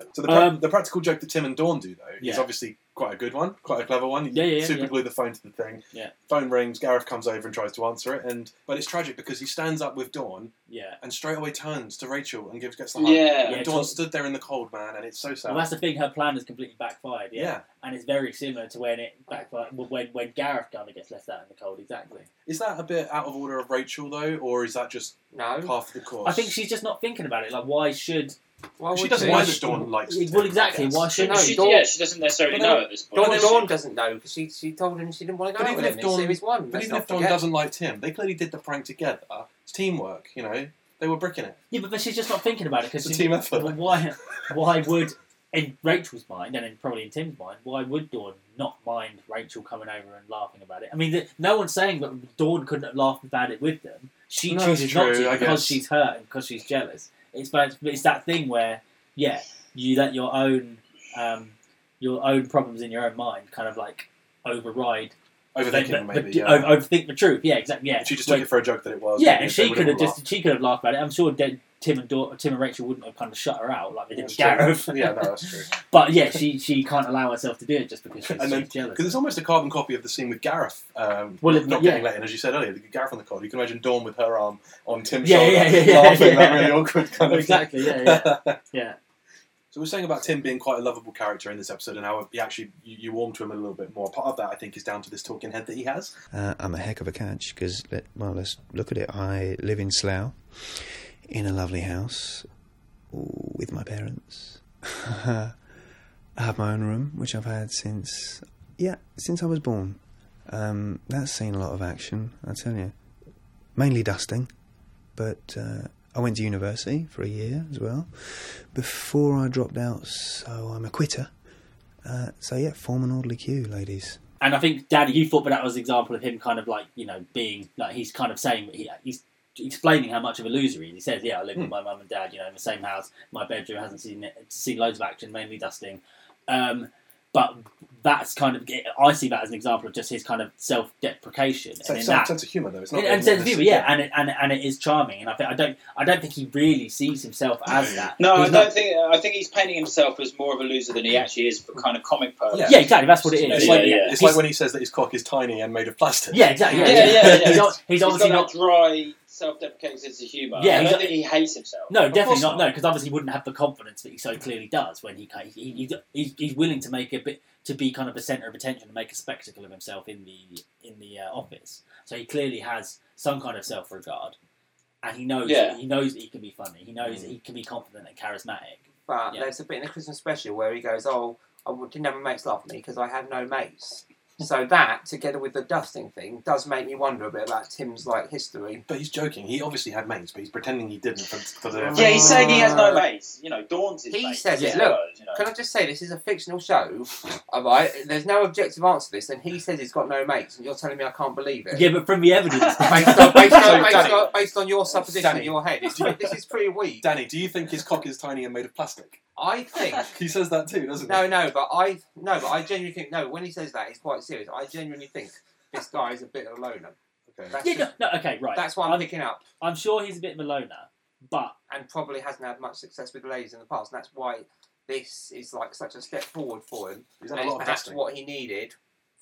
Speaker 3: [LAUGHS] so the, pra-
Speaker 4: Um,
Speaker 3: the practical joke that Tim and Dawn do though is
Speaker 4: Yeah.
Speaker 3: obviously quite a good one, quite a clever one. You
Speaker 4: Yeah, yeah, yeah,
Speaker 3: super
Speaker 4: yeah.
Speaker 3: glue the phone to the thing.
Speaker 4: Yeah.
Speaker 3: Phone rings. Gareth comes over and tries to answer it, and but it's tragic because he stands up with Dawn
Speaker 4: [LAUGHS] yeah.
Speaker 3: and straight away turns to Rachel and gives gets
Speaker 1: Uh-huh.
Speaker 3: the hug.
Speaker 2: yeah.
Speaker 3: And
Speaker 4: Yeah,
Speaker 3: Dawn
Speaker 4: Tom-
Speaker 3: stood there in the cold, man, and it's so sad.
Speaker 4: Well, that's the thing. Her plan has completely backfired.
Speaker 3: yeah.
Speaker 4: Yeah, and it's very similar to when it backfired when when Gareth kind of gets left out in the cold. Exactly.
Speaker 3: Is that a bit out of order of Rachel though, or is that just
Speaker 1: No.
Speaker 3: half the course?
Speaker 4: I think she's just not thinking about it. Like, why should?
Speaker 1: Why
Speaker 3: She
Speaker 1: would
Speaker 3: doesn't
Speaker 1: you?
Speaker 3: know
Speaker 4: why
Speaker 3: that
Speaker 4: should-
Speaker 3: Dawn likes.
Speaker 4: well,
Speaker 3: Tim, I
Speaker 4: exactly.
Speaker 3: guess.
Speaker 4: Why shouldn't
Speaker 1: No,
Speaker 4: she?
Speaker 2: she,
Speaker 1: Dawn-
Speaker 2: yeah, she doesn't necessarily
Speaker 1: But then-
Speaker 2: know at this point.
Speaker 1: Dawn
Speaker 3: Well,
Speaker 1: and
Speaker 3: she-
Speaker 1: Dawn doesn't know because she, she told him she didn't want to go
Speaker 3: But
Speaker 1: out
Speaker 3: even
Speaker 1: with
Speaker 3: if
Speaker 1: him
Speaker 3: Dawn-
Speaker 1: in series one.
Speaker 3: But
Speaker 1: Let's
Speaker 3: even if
Speaker 1: not
Speaker 3: Don
Speaker 1: forget.
Speaker 3: doesn't like Tim, they clearly did the prank together. It's teamwork, you know. They were bricking it.
Speaker 4: Yeah, but, but she's just not thinking about it because
Speaker 3: It's a team effort.
Speaker 4: Well, why? [LAUGHS] Why would in Rachel's mind and in, probably in Tim's mind, why would Dawn not mind Rachel coming over and laughing about it? I mean, th no one's saying that Dawn couldn't laugh about it with them. She
Speaker 3: No,
Speaker 4: chooses
Speaker 3: it's true,
Speaker 4: not to
Speaker 3: I
Speaker 4: because
Speaker 3: guess.
Speaker 4: she's hurt and because she's jealous. It's but but it's that thing where yeah, you let your own um, your own problems in your own mind kind of like override
Speaker 3: Overthinking,
Speaker 4: but- but-
Speaker 3: maybe.
Speaker 4: but
Speaker 3: yeah.
Speaker 4: over- overthink the truth. Yeah, exactly. Yeah,
Speaker 3: She just
Speaker 4: When-
Speaker 3: took it for a joke that it was.
Speaker 4: yeah,
Speaker 3: They-
Speaker 4: and
Speaker 3: they
Speaker 4: she
Speaker 3: would
Speaker 4: could have
Speaker 3: all
Speaker 4: just she could have laughed about it. I'm sure dead Tim and Dor- Tim and Rachel wouldn't have kind of shut her out like they did
Speaker 3: laughed.
Speaker 4: with Gareth.
Speaker 3: [LAUGHS] yeah, no, that's true.
Speaker 4: [LAUGHS] But yeah, she she can't allow herself to do it just because she's,
Speaker 3: And then-
Speaker 4: she's jealous.
Speaker 3: Because
Speaker 4: [LAUGHS]
Speaker 3: it's almost a carbon copy of the scene with Gareth. Um,
Speaker 4: Well, it-
Speaker 3: not
Speaker 4: yeah.
Speaker 3: getting let in, as you said earlier. Gareth on the cold. You can imagine Dawn with her arm on Tim's
Speaker 4: Yeah,
Speaker 3: shoulder,
Speaker 4: yeah, yeah, yeah,
Speaker 3: laughing that
Speaker 4: yeah.
Speaker 3: really awkward kind of
Speaker 4: exactly. Yeah,
Speaker 3: thing.
Speaker 4: yeah,
Speaker 3: [LAUGHS]
Speaker 4: yeah.
Speaker 3: So we're saying about Tim being quite a lovable character in this episode, and how he actually you, you warm to him a little bit more. Part of that, I think, is down to this talking head that he has.
Speaker 6: Uh, I'm a heck of a catch because, well, let's look at it. I live in Slough in a lovely house with my parents. [LAUGHS] I have my own room, which I've had since, yeah, since I was born. Um, that's seen a lot of action, I tell you. Mainly dusting, but uh, I went to university for a year as well before I dropped out, so I'm a quitter. Uh, so, yeah, form an orderly queue, ladies.
Speaker 4: And I think Daddy, you thought, but that was an example of him kind of like you know being like he's kind of saying he, he's explaining how much of a loser he is. He says, "Yeah, I live
Speaker 3: Hmm.
Speaker 4: with my mum and dad. You know, in the same house. My bedroom hasn't seen it, seen loads of action, mainly dusting." Um, but that's kind of I see that as an example of just his kind of self-deprecation.
Speaker 3: So,
Speaker 4: and in
Speaker 3: so,
Speaker 4: that,
Speaker 3: sense of humour, though. It's not
Speaker 4: and,
Speaker 3: really
Speaker 4: and sense of
Speaker 3: realistic.
Speaker 4: humour, yeah, and it, and and it is charming, and I think I don't I don't think he really sees himself as that.
Speaker 2: No, I
Speaker 4: He's
Speaker 2: don't think. I think he's painting himself as more of a loser than he actually is for kind of comic purpose.
Speaker 4: Yeah, exactly. That's what it
Speaker 2: Yeah,
Speaker 4: is.
Speaker 3: It's,
Speaker 4: Yeah,
Speaker 3: like,
Speaker 4: yeah.
Speaker 3: it's
Speaker 4: He's-
Speaker 3: like when he says that his cock is tiny and made of plastic.
Speaker 4: yeah, exactly. Yeah,
Speaker 2: Yeah,
Speaker 4: yeah.
Speaker 2: yeah, yeah.
Speaker 4: He's, al- he's
Speaker 2: He's
Speaker 4: obviously
Speaker 2: got
Speaker 4: not.
Speaker 2: that dry, self-deprecating sense of humour.
Speaker 4: Yeah,
Speaker 2: I
Speaker 4: he's
Speaker 2: don't
Speaker 4: not-
Speaker 2: think he hates himself.
Speaker 4: No,
Speaker 3: course
Speaker 4: definitely not.
Speaker 3: not.
Speaker 4: No, because obviously he wouldn't have the confidence that he so clearly does when he ca- he, he he's, he's willing to make a bit to be kind of the centre of attention and make a spectacle of himself in the in the uh, office. So he clearly has some kind of self regard, and he knows
Speaker 2: Yeah.
Speaker 4: he knows that he can be funny. He knows that he can be confident and charismatic.
Speaker 1: But
Speaker 4: Yeah.
Speaker 1: there's a bit in the Christmas special where he goes, "Oh, I didn't have my mates laugh at me because I had no
Speaker 4: [LAUGHS]
Speaker 1: mates." So that, together with the dusting thing, does make me wonder a bit about Tim's like history.
Speaker 3: But he's joking. He obviously had mates, but he's pretending he didn't for, for the.
Speaker 2: Yeah, he's saying he has no mates. You know, Dawn's his
Speaker 1: Uh, He
Speaker 2: mate,
Speaker 1: says
Speaker 2: his
Speaker 1: it, look,
Speaker 2: words, you know.
Speaker 1: Can I just say this is a fictional show, all right? There's no objective answer to this, and he says he's got no mates, and you're telling me I can't believe it.
Speaker 4: Yeah, but from the evidence,
Speaker 1: [LAUGHS] Based on, based
Speaker 3: So,
Speaker 1: on, based
Speaker 3: Danny-
Speaker 1: on, based on your supposition
Speaker 3: Danny.
Speaker 1: in your head, it's pretty- this is pretty weak.
Speaker 3: Danny, do you think his cock is tiny and made of plastic?
Speaker 1: I think [LAUGHS]
Speaker 3: He says that too, doesn't
Speaker 1: No, no, but I no, but I genuinely think no. When he says that, he's quite serious. I genuinely think this guy is a bit of a loner.
Speaker 3: he? Okay.
Speaker 1: That's,
Speaker 4: yeah, no,
Speaker 1: just-
Speaker 4: no, okay, right.
Speaker 1: that's what I'm picking up,
Speaker 4: I'm sure he's a bit of a loner, but
Speaker 1: and probably hasn't had much success with ladies in the past, and that's why this is like such a step forward for him.
Speaker 3: He's
Speaker 1: And
Speaker 3: had a
Speaker 1: it's
Speaker 3: lot of
Speaker 1: perhaps
Speaker 3: dusting.
Speaker 1: what he needed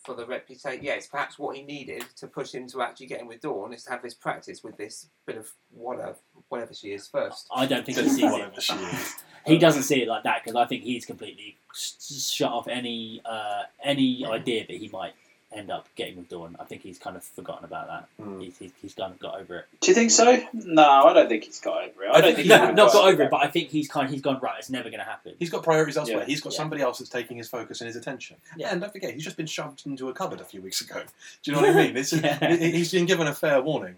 Speaker 1: for the reputation. Yeah, it's perhaps what he needed to push him to actually getting with Dawn is to have this practice with this bit of whatever, whatever she is first.
Speaker 4: I don't think he sees
Speaker 3: Whatever
Speaker 4: it.
Speaker 3: she is.
Speaker 4: He doesn't see it like that because I think he's completely s- shut off any uh, any idea that he might end up getting with Dawn. I think he's kind of forgotten about that.
Speaker 3: Hmm.
Speaker 4: He's, he's, he's kind of got over it.
Speaker 2: Do you think so? No, I don't think he's got over it. I,
Speaker 3: I
Speaker 2: don't think
Speaker 3: think he's
Speaker 2: he's
Speaker 4: No,
Speaker 3: haven't
Speaker 4: not got
Speaker 3: got
Speaker 4: over it, but I think he's kind. He's gone right. It's never going to happen.
Speaker 3: He's got priorities elsewhere.
Speaker 2: Yeah.
Speaker 3: He's got
Speaker 4: Yeah.
Speaker 3: somebody else that's taking his focus and his attention.
Speaker 4: Yeah.
Speaker 3: And don't forget, he's just been shoved into a cupboard a few weeks ago. Do you know what I mean? It's,
Speaker 4: [LAUGHS] Yeah.
Speaker 3: he- He's been given a fair warning.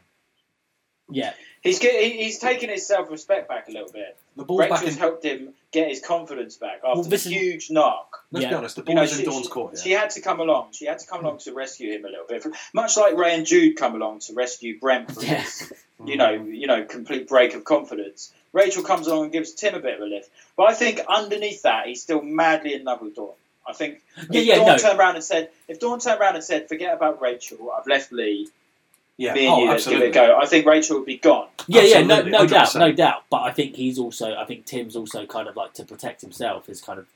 Speaker 4: Yeah,
Speaker 2: He's get, he- he's taken his self respect back a little bit.
Speaker 3: The ball's
Speaker 2: Rachel's
Speaker 3: back in.
Speaker 2: helped him get his confidence back after
Speaker 4: Well, this
Speaker 2: the
Speaker 4: is-
Speaker 2: huge knock.
Speaker 3: Let's be
Speaker 4: Yeah.
Speaker 3: honest, the ball
Speaker 2: You know,
Speaker 3: is in
Speaker 2: she-
Speaker 3: Dawn's court.
Speaker 2: She
Speaker 3: Yeah. Hmm.
Speaker 2: had to come along. She had to come along to rescue him a little bit, much like Ray and Jude come along to rescue Brent from
Speaker 4: Yeah.
Speaker 3: [LAUGHS]
Speaker 2: his, you know,
Speaker 3: Hmm.
Speaker 2: you know, complete break of confidence. Rachel comes along and gives Tim a bit of a lift, but I think underneath that, he's still madly in love with Dawn. I think if
Speaker 4: Yeah, yeah,
Speaker 2: Dawn
Speaker 4: no.
Speaker 2: turned around and said, if Dawn turned around and said, forget about Rachel, I've left Lee,
Speaker 3: Yeah.
Speaker 2: me and
Speaker 3: Oh,
Speaker 2: you, let's give it a
Speaker 3: absolutely.
Speaker 2: go. I think Rachel would be gone.
Speaker 4: yeah, yeah. No,
Speaker 3: Absolutely,
Speaker 4: no doubt,
Speaker 3: 100%.
Speaker 4: no doubt. But I think he's also. I think Tim's also kind of like to protect himself. Has kind of,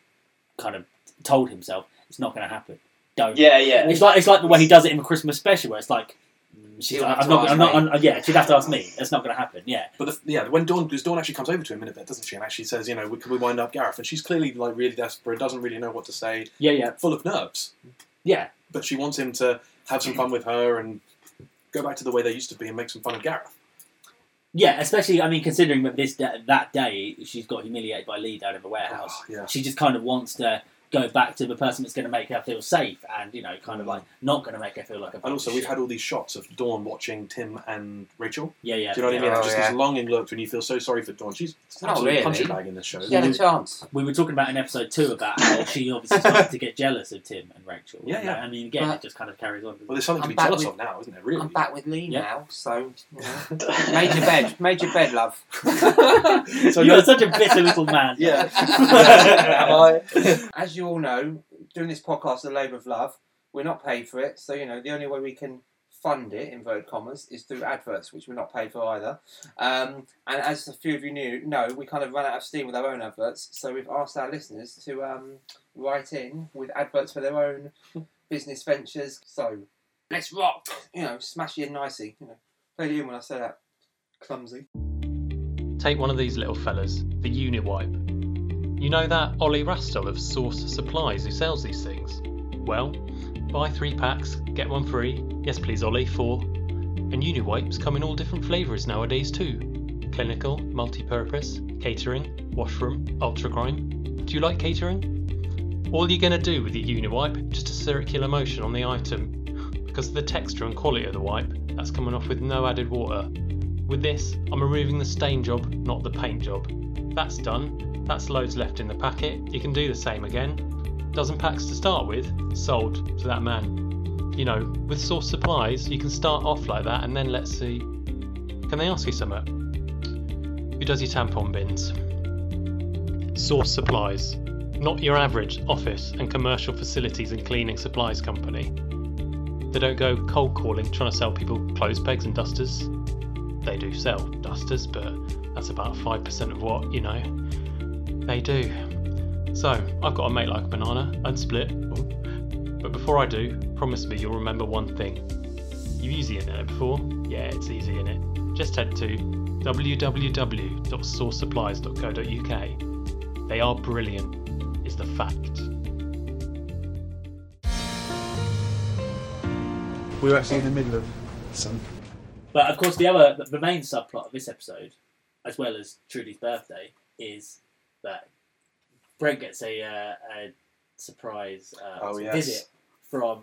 Speaker 4: kind of told himself it's not going to happen. Don't.
Speaker 2: Yeah, yeah.
Speaker 4: It's like it's like the way he does it in the Christmas special, where it's like, mm, she's
Speaker 1: You'll
Speaker 4: like,
Speaker 1: have to
Speaker 4: I'm not,
Speaker 1: ask
Speaker 4: I'm not,
Speaker 1: me.
Speaker 4: I'm- yeah, she'd have to ask me. It's not going to happen. Yeah,
Speaker 3: But the, yeah, when Dawn, because Dawn actually comes over to him in a bit, doesn't she? And actually says, you know, we, can we wind up Gareth? And she's clearly like really desperate, doesn't really know what to say,
Speaker 4: yeah, yeah,
Speaker 3: full of nerves.
Speaker 4: yeah.
Speaker 3: But she wants him to have some fun with her and go back to the way they used to be and make some fun of Gareth.
Speaker 4: Yeah, especially I mean, considering that this da- that day she's got humiliated by Lee down in the warehouse.
Speaker 3: Oh, yeah.
Speaker 4: She just kind of wants to go back to the person that's going to make her feel safe, and you know, kind of like not going to make her feel like a.
Speaker 3: Mm. And also, we've
Speaker 4: shit.
Speaker 3: had all these shots of Dawn watching Tim and Rachel.
Speaker 4: yeah, yeah.
Speaker 3: Do you know what I mean?
Speaker 1: Yeah.
Speaker 3: It's just
Speaker 1: Oh,
Speaker 3: these
Speaker 1: yeah.
Speaker 3: longing looks, and you feel so sorry for Dawn. She's an
Speaker 1: Oh,
Speaker 3: absolute
Speaker 1: really?
Speaker 3: punching bag in this show.
Speaker 1: She had a chance.
Speaker 4: We were talking about in episode two about
Speaker 3: [LAUGHS]
Speaker 4: how she obviously started to get jealous of Tim and Rachel.
Speaker 3: Yeah,
Speaker 4: You know,
Speaker 3: yeah.
Speaker 4: I mean, again,
Speaker 1: But-
Speaker 4: it just kind of carries on. doesn't
Speaker 3: Well, there's something to
Speaker 1: I'm
Speaker 3: be
Speaker 1: back
Speaker 3: jealous
Speaker 1: with-
Speaker 3: of now, isn't there? Really?
Speaker 1: I'm
Speaker 3: [LAUGHS]
Speaker 1: back with Lee
Speaker 4: Yeah.
Speaker 1: now, so you know. made
Speaker 2: [LAUGHS]
Speaker 1: your bed, made your bed, love.
Speaker 3: [LAUGHS]
Speaker 4: it?
Speaker 3: so
Speaker 1: [LAUGHS]
Speaker 4: You're
Speaker 3: you're-
Speaker 4: such a bitter little man.
Speaker 3: [LAUGHS] Yeah.
Speaker 1: As you all know, doing this podcast is a labour of love. We're not paid for it, so you know the only way we can fund it, inverted commas, is through adverts, which we're not paid for either. Um, and as a few of you knew, know, we kind of ran out of steam with our own adverts, so we've asked our listeners to um, write in with adverts for their
Speaker 2: [LAUGHS]
Speaker 1: own business ventures. So let's rock, you know, smashy and nicey. You know, play you in when I say that. Clumsy.
Speaker 5: Take one of these little fellas, the Uniwipe. You know that Ollie Rastel of Source Supplies who sells these things? Well, buy three packs, get one free. Yes, please, Ollie, four. And Uniwipes come in all different flavours nowadays too clinical, multi purpose, catering, washroom, ultra grime. Do you like catering? All you're going to do with your Uniwipe, just a circular motion on the item. Because of the texture and quality of the wipe, that's coming off with no added water. With this, I'm removing the stain job, not the paint job. That's done, that's loads left in the packet, you can do the same again. Dozen packs to start with, sold to that man. You know, with source supplies, you can start off like that and then let's see. Can they ask you something? Who does your tampon bins? Source supplies. Not your average office and commercial facilities and cleaning supplies company. They don't go cold calling trying to sell people clothes pegs and dusters they do sell dusters, but that's about 5% of what, you know, they do. So, I've got a mate like a banana, unsplit. Ooh. But before I do, promise me you'll remember one thing. You easy in it before? Yeah, it's easy in it. Just head to www.sourcesupplies.co.uk. They are brilliant, is the fact.
Speaker 8: We were actually in the middle of some
Speaker 4: But of course, the other the main subplot of this episode, as well as Trudy's birthday, is that Brent gets a uh, a surprise uh,
Speaker 3: Oh, yes.
Speaker 4: visit from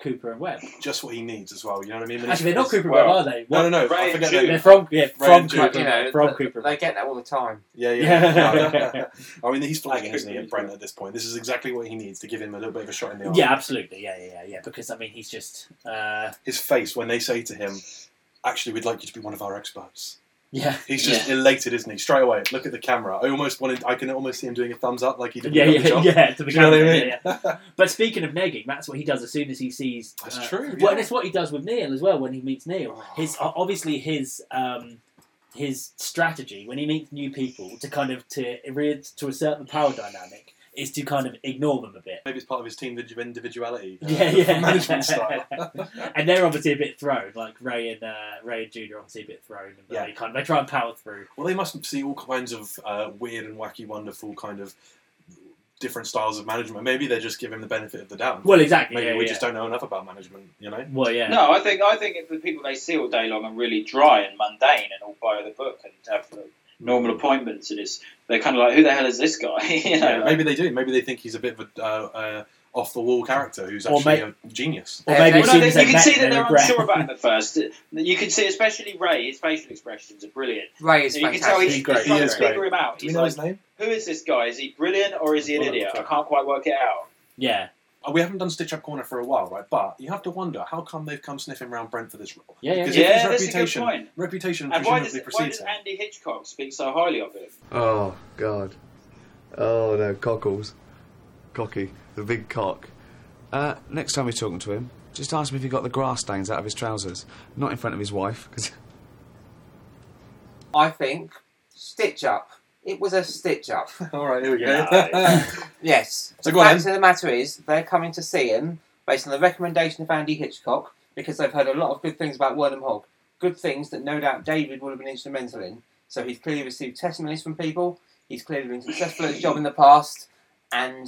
Speaker 4: Cooper and Webb.
Speaker 3: [LAUGHS] just what he needs as well. You know what I mean? And
Speaker 4: Actually, they're
Speaker 3: it's-
Speaker 4: not Cooper and
Speaker 3: well,
Speaker 4: Webb, are they?
Speaker 3: No, no, no.
Speaker 2: Ray
Speaker 3: I forget
Speaker 2: and
Speaker 3: their
Speaker 2: Jude.
Speaker 4: They're from yeah, from
Speaker 3: and
Speaker 4: Cooper,
Speaker 3: Jude,
Speaker 4: and Webb, from Cooper. and
Speaker 1: they
Speaker 4: Webb.
Speaker 1: get that all the time.
Speaker 3: Yeah, yeah.
Speaker 4: Yeah.
Speaker 3: I mean, he's flagging, isn't he,
Speaker 2: Cooper
Speaker 3: at
Speaker 2: is
Speaker 3: Brent at this point? This is exactly what he needs to give him a little bit of a shot in the arm.
Speaker 4: [LAUGHS]
Speaker 3: [LAUGHS]
Speaker 4: Yeah, absolutely. Yeah, yeah, yeah, yeah. Because I mean, he's just uh,
Speaker 3: His face when they say to him, "Actually, we'd like you to be one of our experts."
Speaker 4: yeah,
Speaker 3: He's just elated, isn't he? Straight away, look at the camera. I almost wanted. I can almost see him doing a thumbs up like he did.
Speaker 4: yeah,
Speaker 3: with the
Speaker 4: yeah,
Speaker 3: job.
Speaker 4: yeah. To the
Speaker 3: Do you know what I
Speaker 4: camera,
Speaker 3: mean?
Speaker 4: yeah, yeah. But speaking of negging, that's what he does as soon as he sees.
Speaker 3: That's
Speaker 4: uh,
Speaker 3: true.
Speaker 4: Well, and
Speaker 3: yeah. Oh.
Speaker 4: it's what he does with Neil as well when he meets Neil. His o- obviously his um, his strategy when he meets new people to kind of to re- to assert the power dynamic is to kind of ignore them a bit.
Speaker 3: Maybe it's part of his team individuality. uh,
Speaker 4: Yeah, yeah.
Speaker 3: [LAUGHS]
Speaker 4: [LAUGHS]
Speaker 3: Management style.
Speaker 4: And they're obviously a bit thrown, like Ray and uh, Ray and Jude are obviously a bit thrown, but
Speaker 3: Yeah.
Speaker 4: they kind of they try and power through.
Speaker 3: well, they must see all kinds of uh, weird and wacky, wonderful kind of different styles of management. Maybe they just give him the benefit of the doubt.
Speaker 4: Well, exactly.
Speaker 3: Maybe
Speaker 4: yeah,
Speaker 3: we
Speaker 4: yeah.
Speaker 3: just don't know enough about management, you know?
Speaker 4: Well, yeah.
Speaker 2: No, I think I think if the people they see all day long are really dry and mundane and all by the book and have the normal appointments and it's they're kind of like who the hell is this guy? [LAUGHS] you know,
Speaker 3: Yeah, maybe they do. Maybe they think he's a bit of a uh, uh, off the wall character who's
Speaker 4: Or
Speaker 3: actually a genius.
Speaker 4: Or
Speaker 2: Well,
Speaker 4: maybe as
Speaker 2: no,
Speaker 4: soon
Speaker 2: they-
Speaker 4: as they
Speaker 2: you can
Speaker 4: met,
Speaker 2: see that
Speaker 4: they
Speaker 2: they're
Speaker 4: regret.
Speaker 2: unsure about him at first. You can see, especially Ray, his facial expressions are brilliant.
Speaker 1: Ray is
Speaker 2: you can tell
Speaker 1: fantastic.
Speaker 2: he's,
Speaker 3: He's
Speaker 2: he's
Speaker 3: great.
Speaker 2: trying
Speaker 3: He
Speaker 2: to
Speaker 3: is
Speaker 2: figure him out.
Speaker 3: Do we
Speaker 2: He's
Speaker 3: know
Speaker 2: like,
Speaker 3: his name?
Speaker 2: who is this guy? Is he brilliant or is he an
Speaker 3: Well,
Speaker 2: idiot? I
Speaker 3: okay.
Speaker 2: can't quite work it out.
Speaker 4: Yeah,
Speaker 3: Uh, We haven't done Stitch Up Corner for a while, right? But you have to wonder how come they've come sniffing around Brent for this role.
Speaker 4: Yeah, yeah,
Speaker 3: because
Speaker 4: yeah.
Speaker 2: Yeah,
Speaker 3: If
Speaker 2: that's a
Speaker 3: his
Speaker 2: good
Speaker 3: reputation,
Speaker 2: point.
Speaker 3: reputation
Speaker 2: And why does,
Speaker 3: presumably
Speaker 2: why
Speaker 3: precedes
Speaker 2: does
Speaker 3: him.
Speaker 2: Andy Hitchcock speak so highly of him?
Speaker 9: Oh God. Oh no, cockles, cocky, the big cock. Uh, next time you're talking to him, just ask him if he got the grass stains out of his trousers, not in front of his wife, because [LAUGHS]
Speaker 1: I think stitch up. It was a stitch up. [LAUGHS]
Speaker 3: [LAUGHS] All right, here we go. [LAUGHS]
Speaker 2: Yeah.
Speaker 1: Yes.
Speaker 3: So
Speaker 1: The
Speaker 3: go on
Speaker 1: fact of the matter is, they're coming to see him based on the recommendation of Andy Hitchcock because they've heard a lot of good things about Wernham Hogg. Good things that no doubt David would have been instrumental in. So he's clearly received testimonies from people. He's clearly been successful at his job in the past, and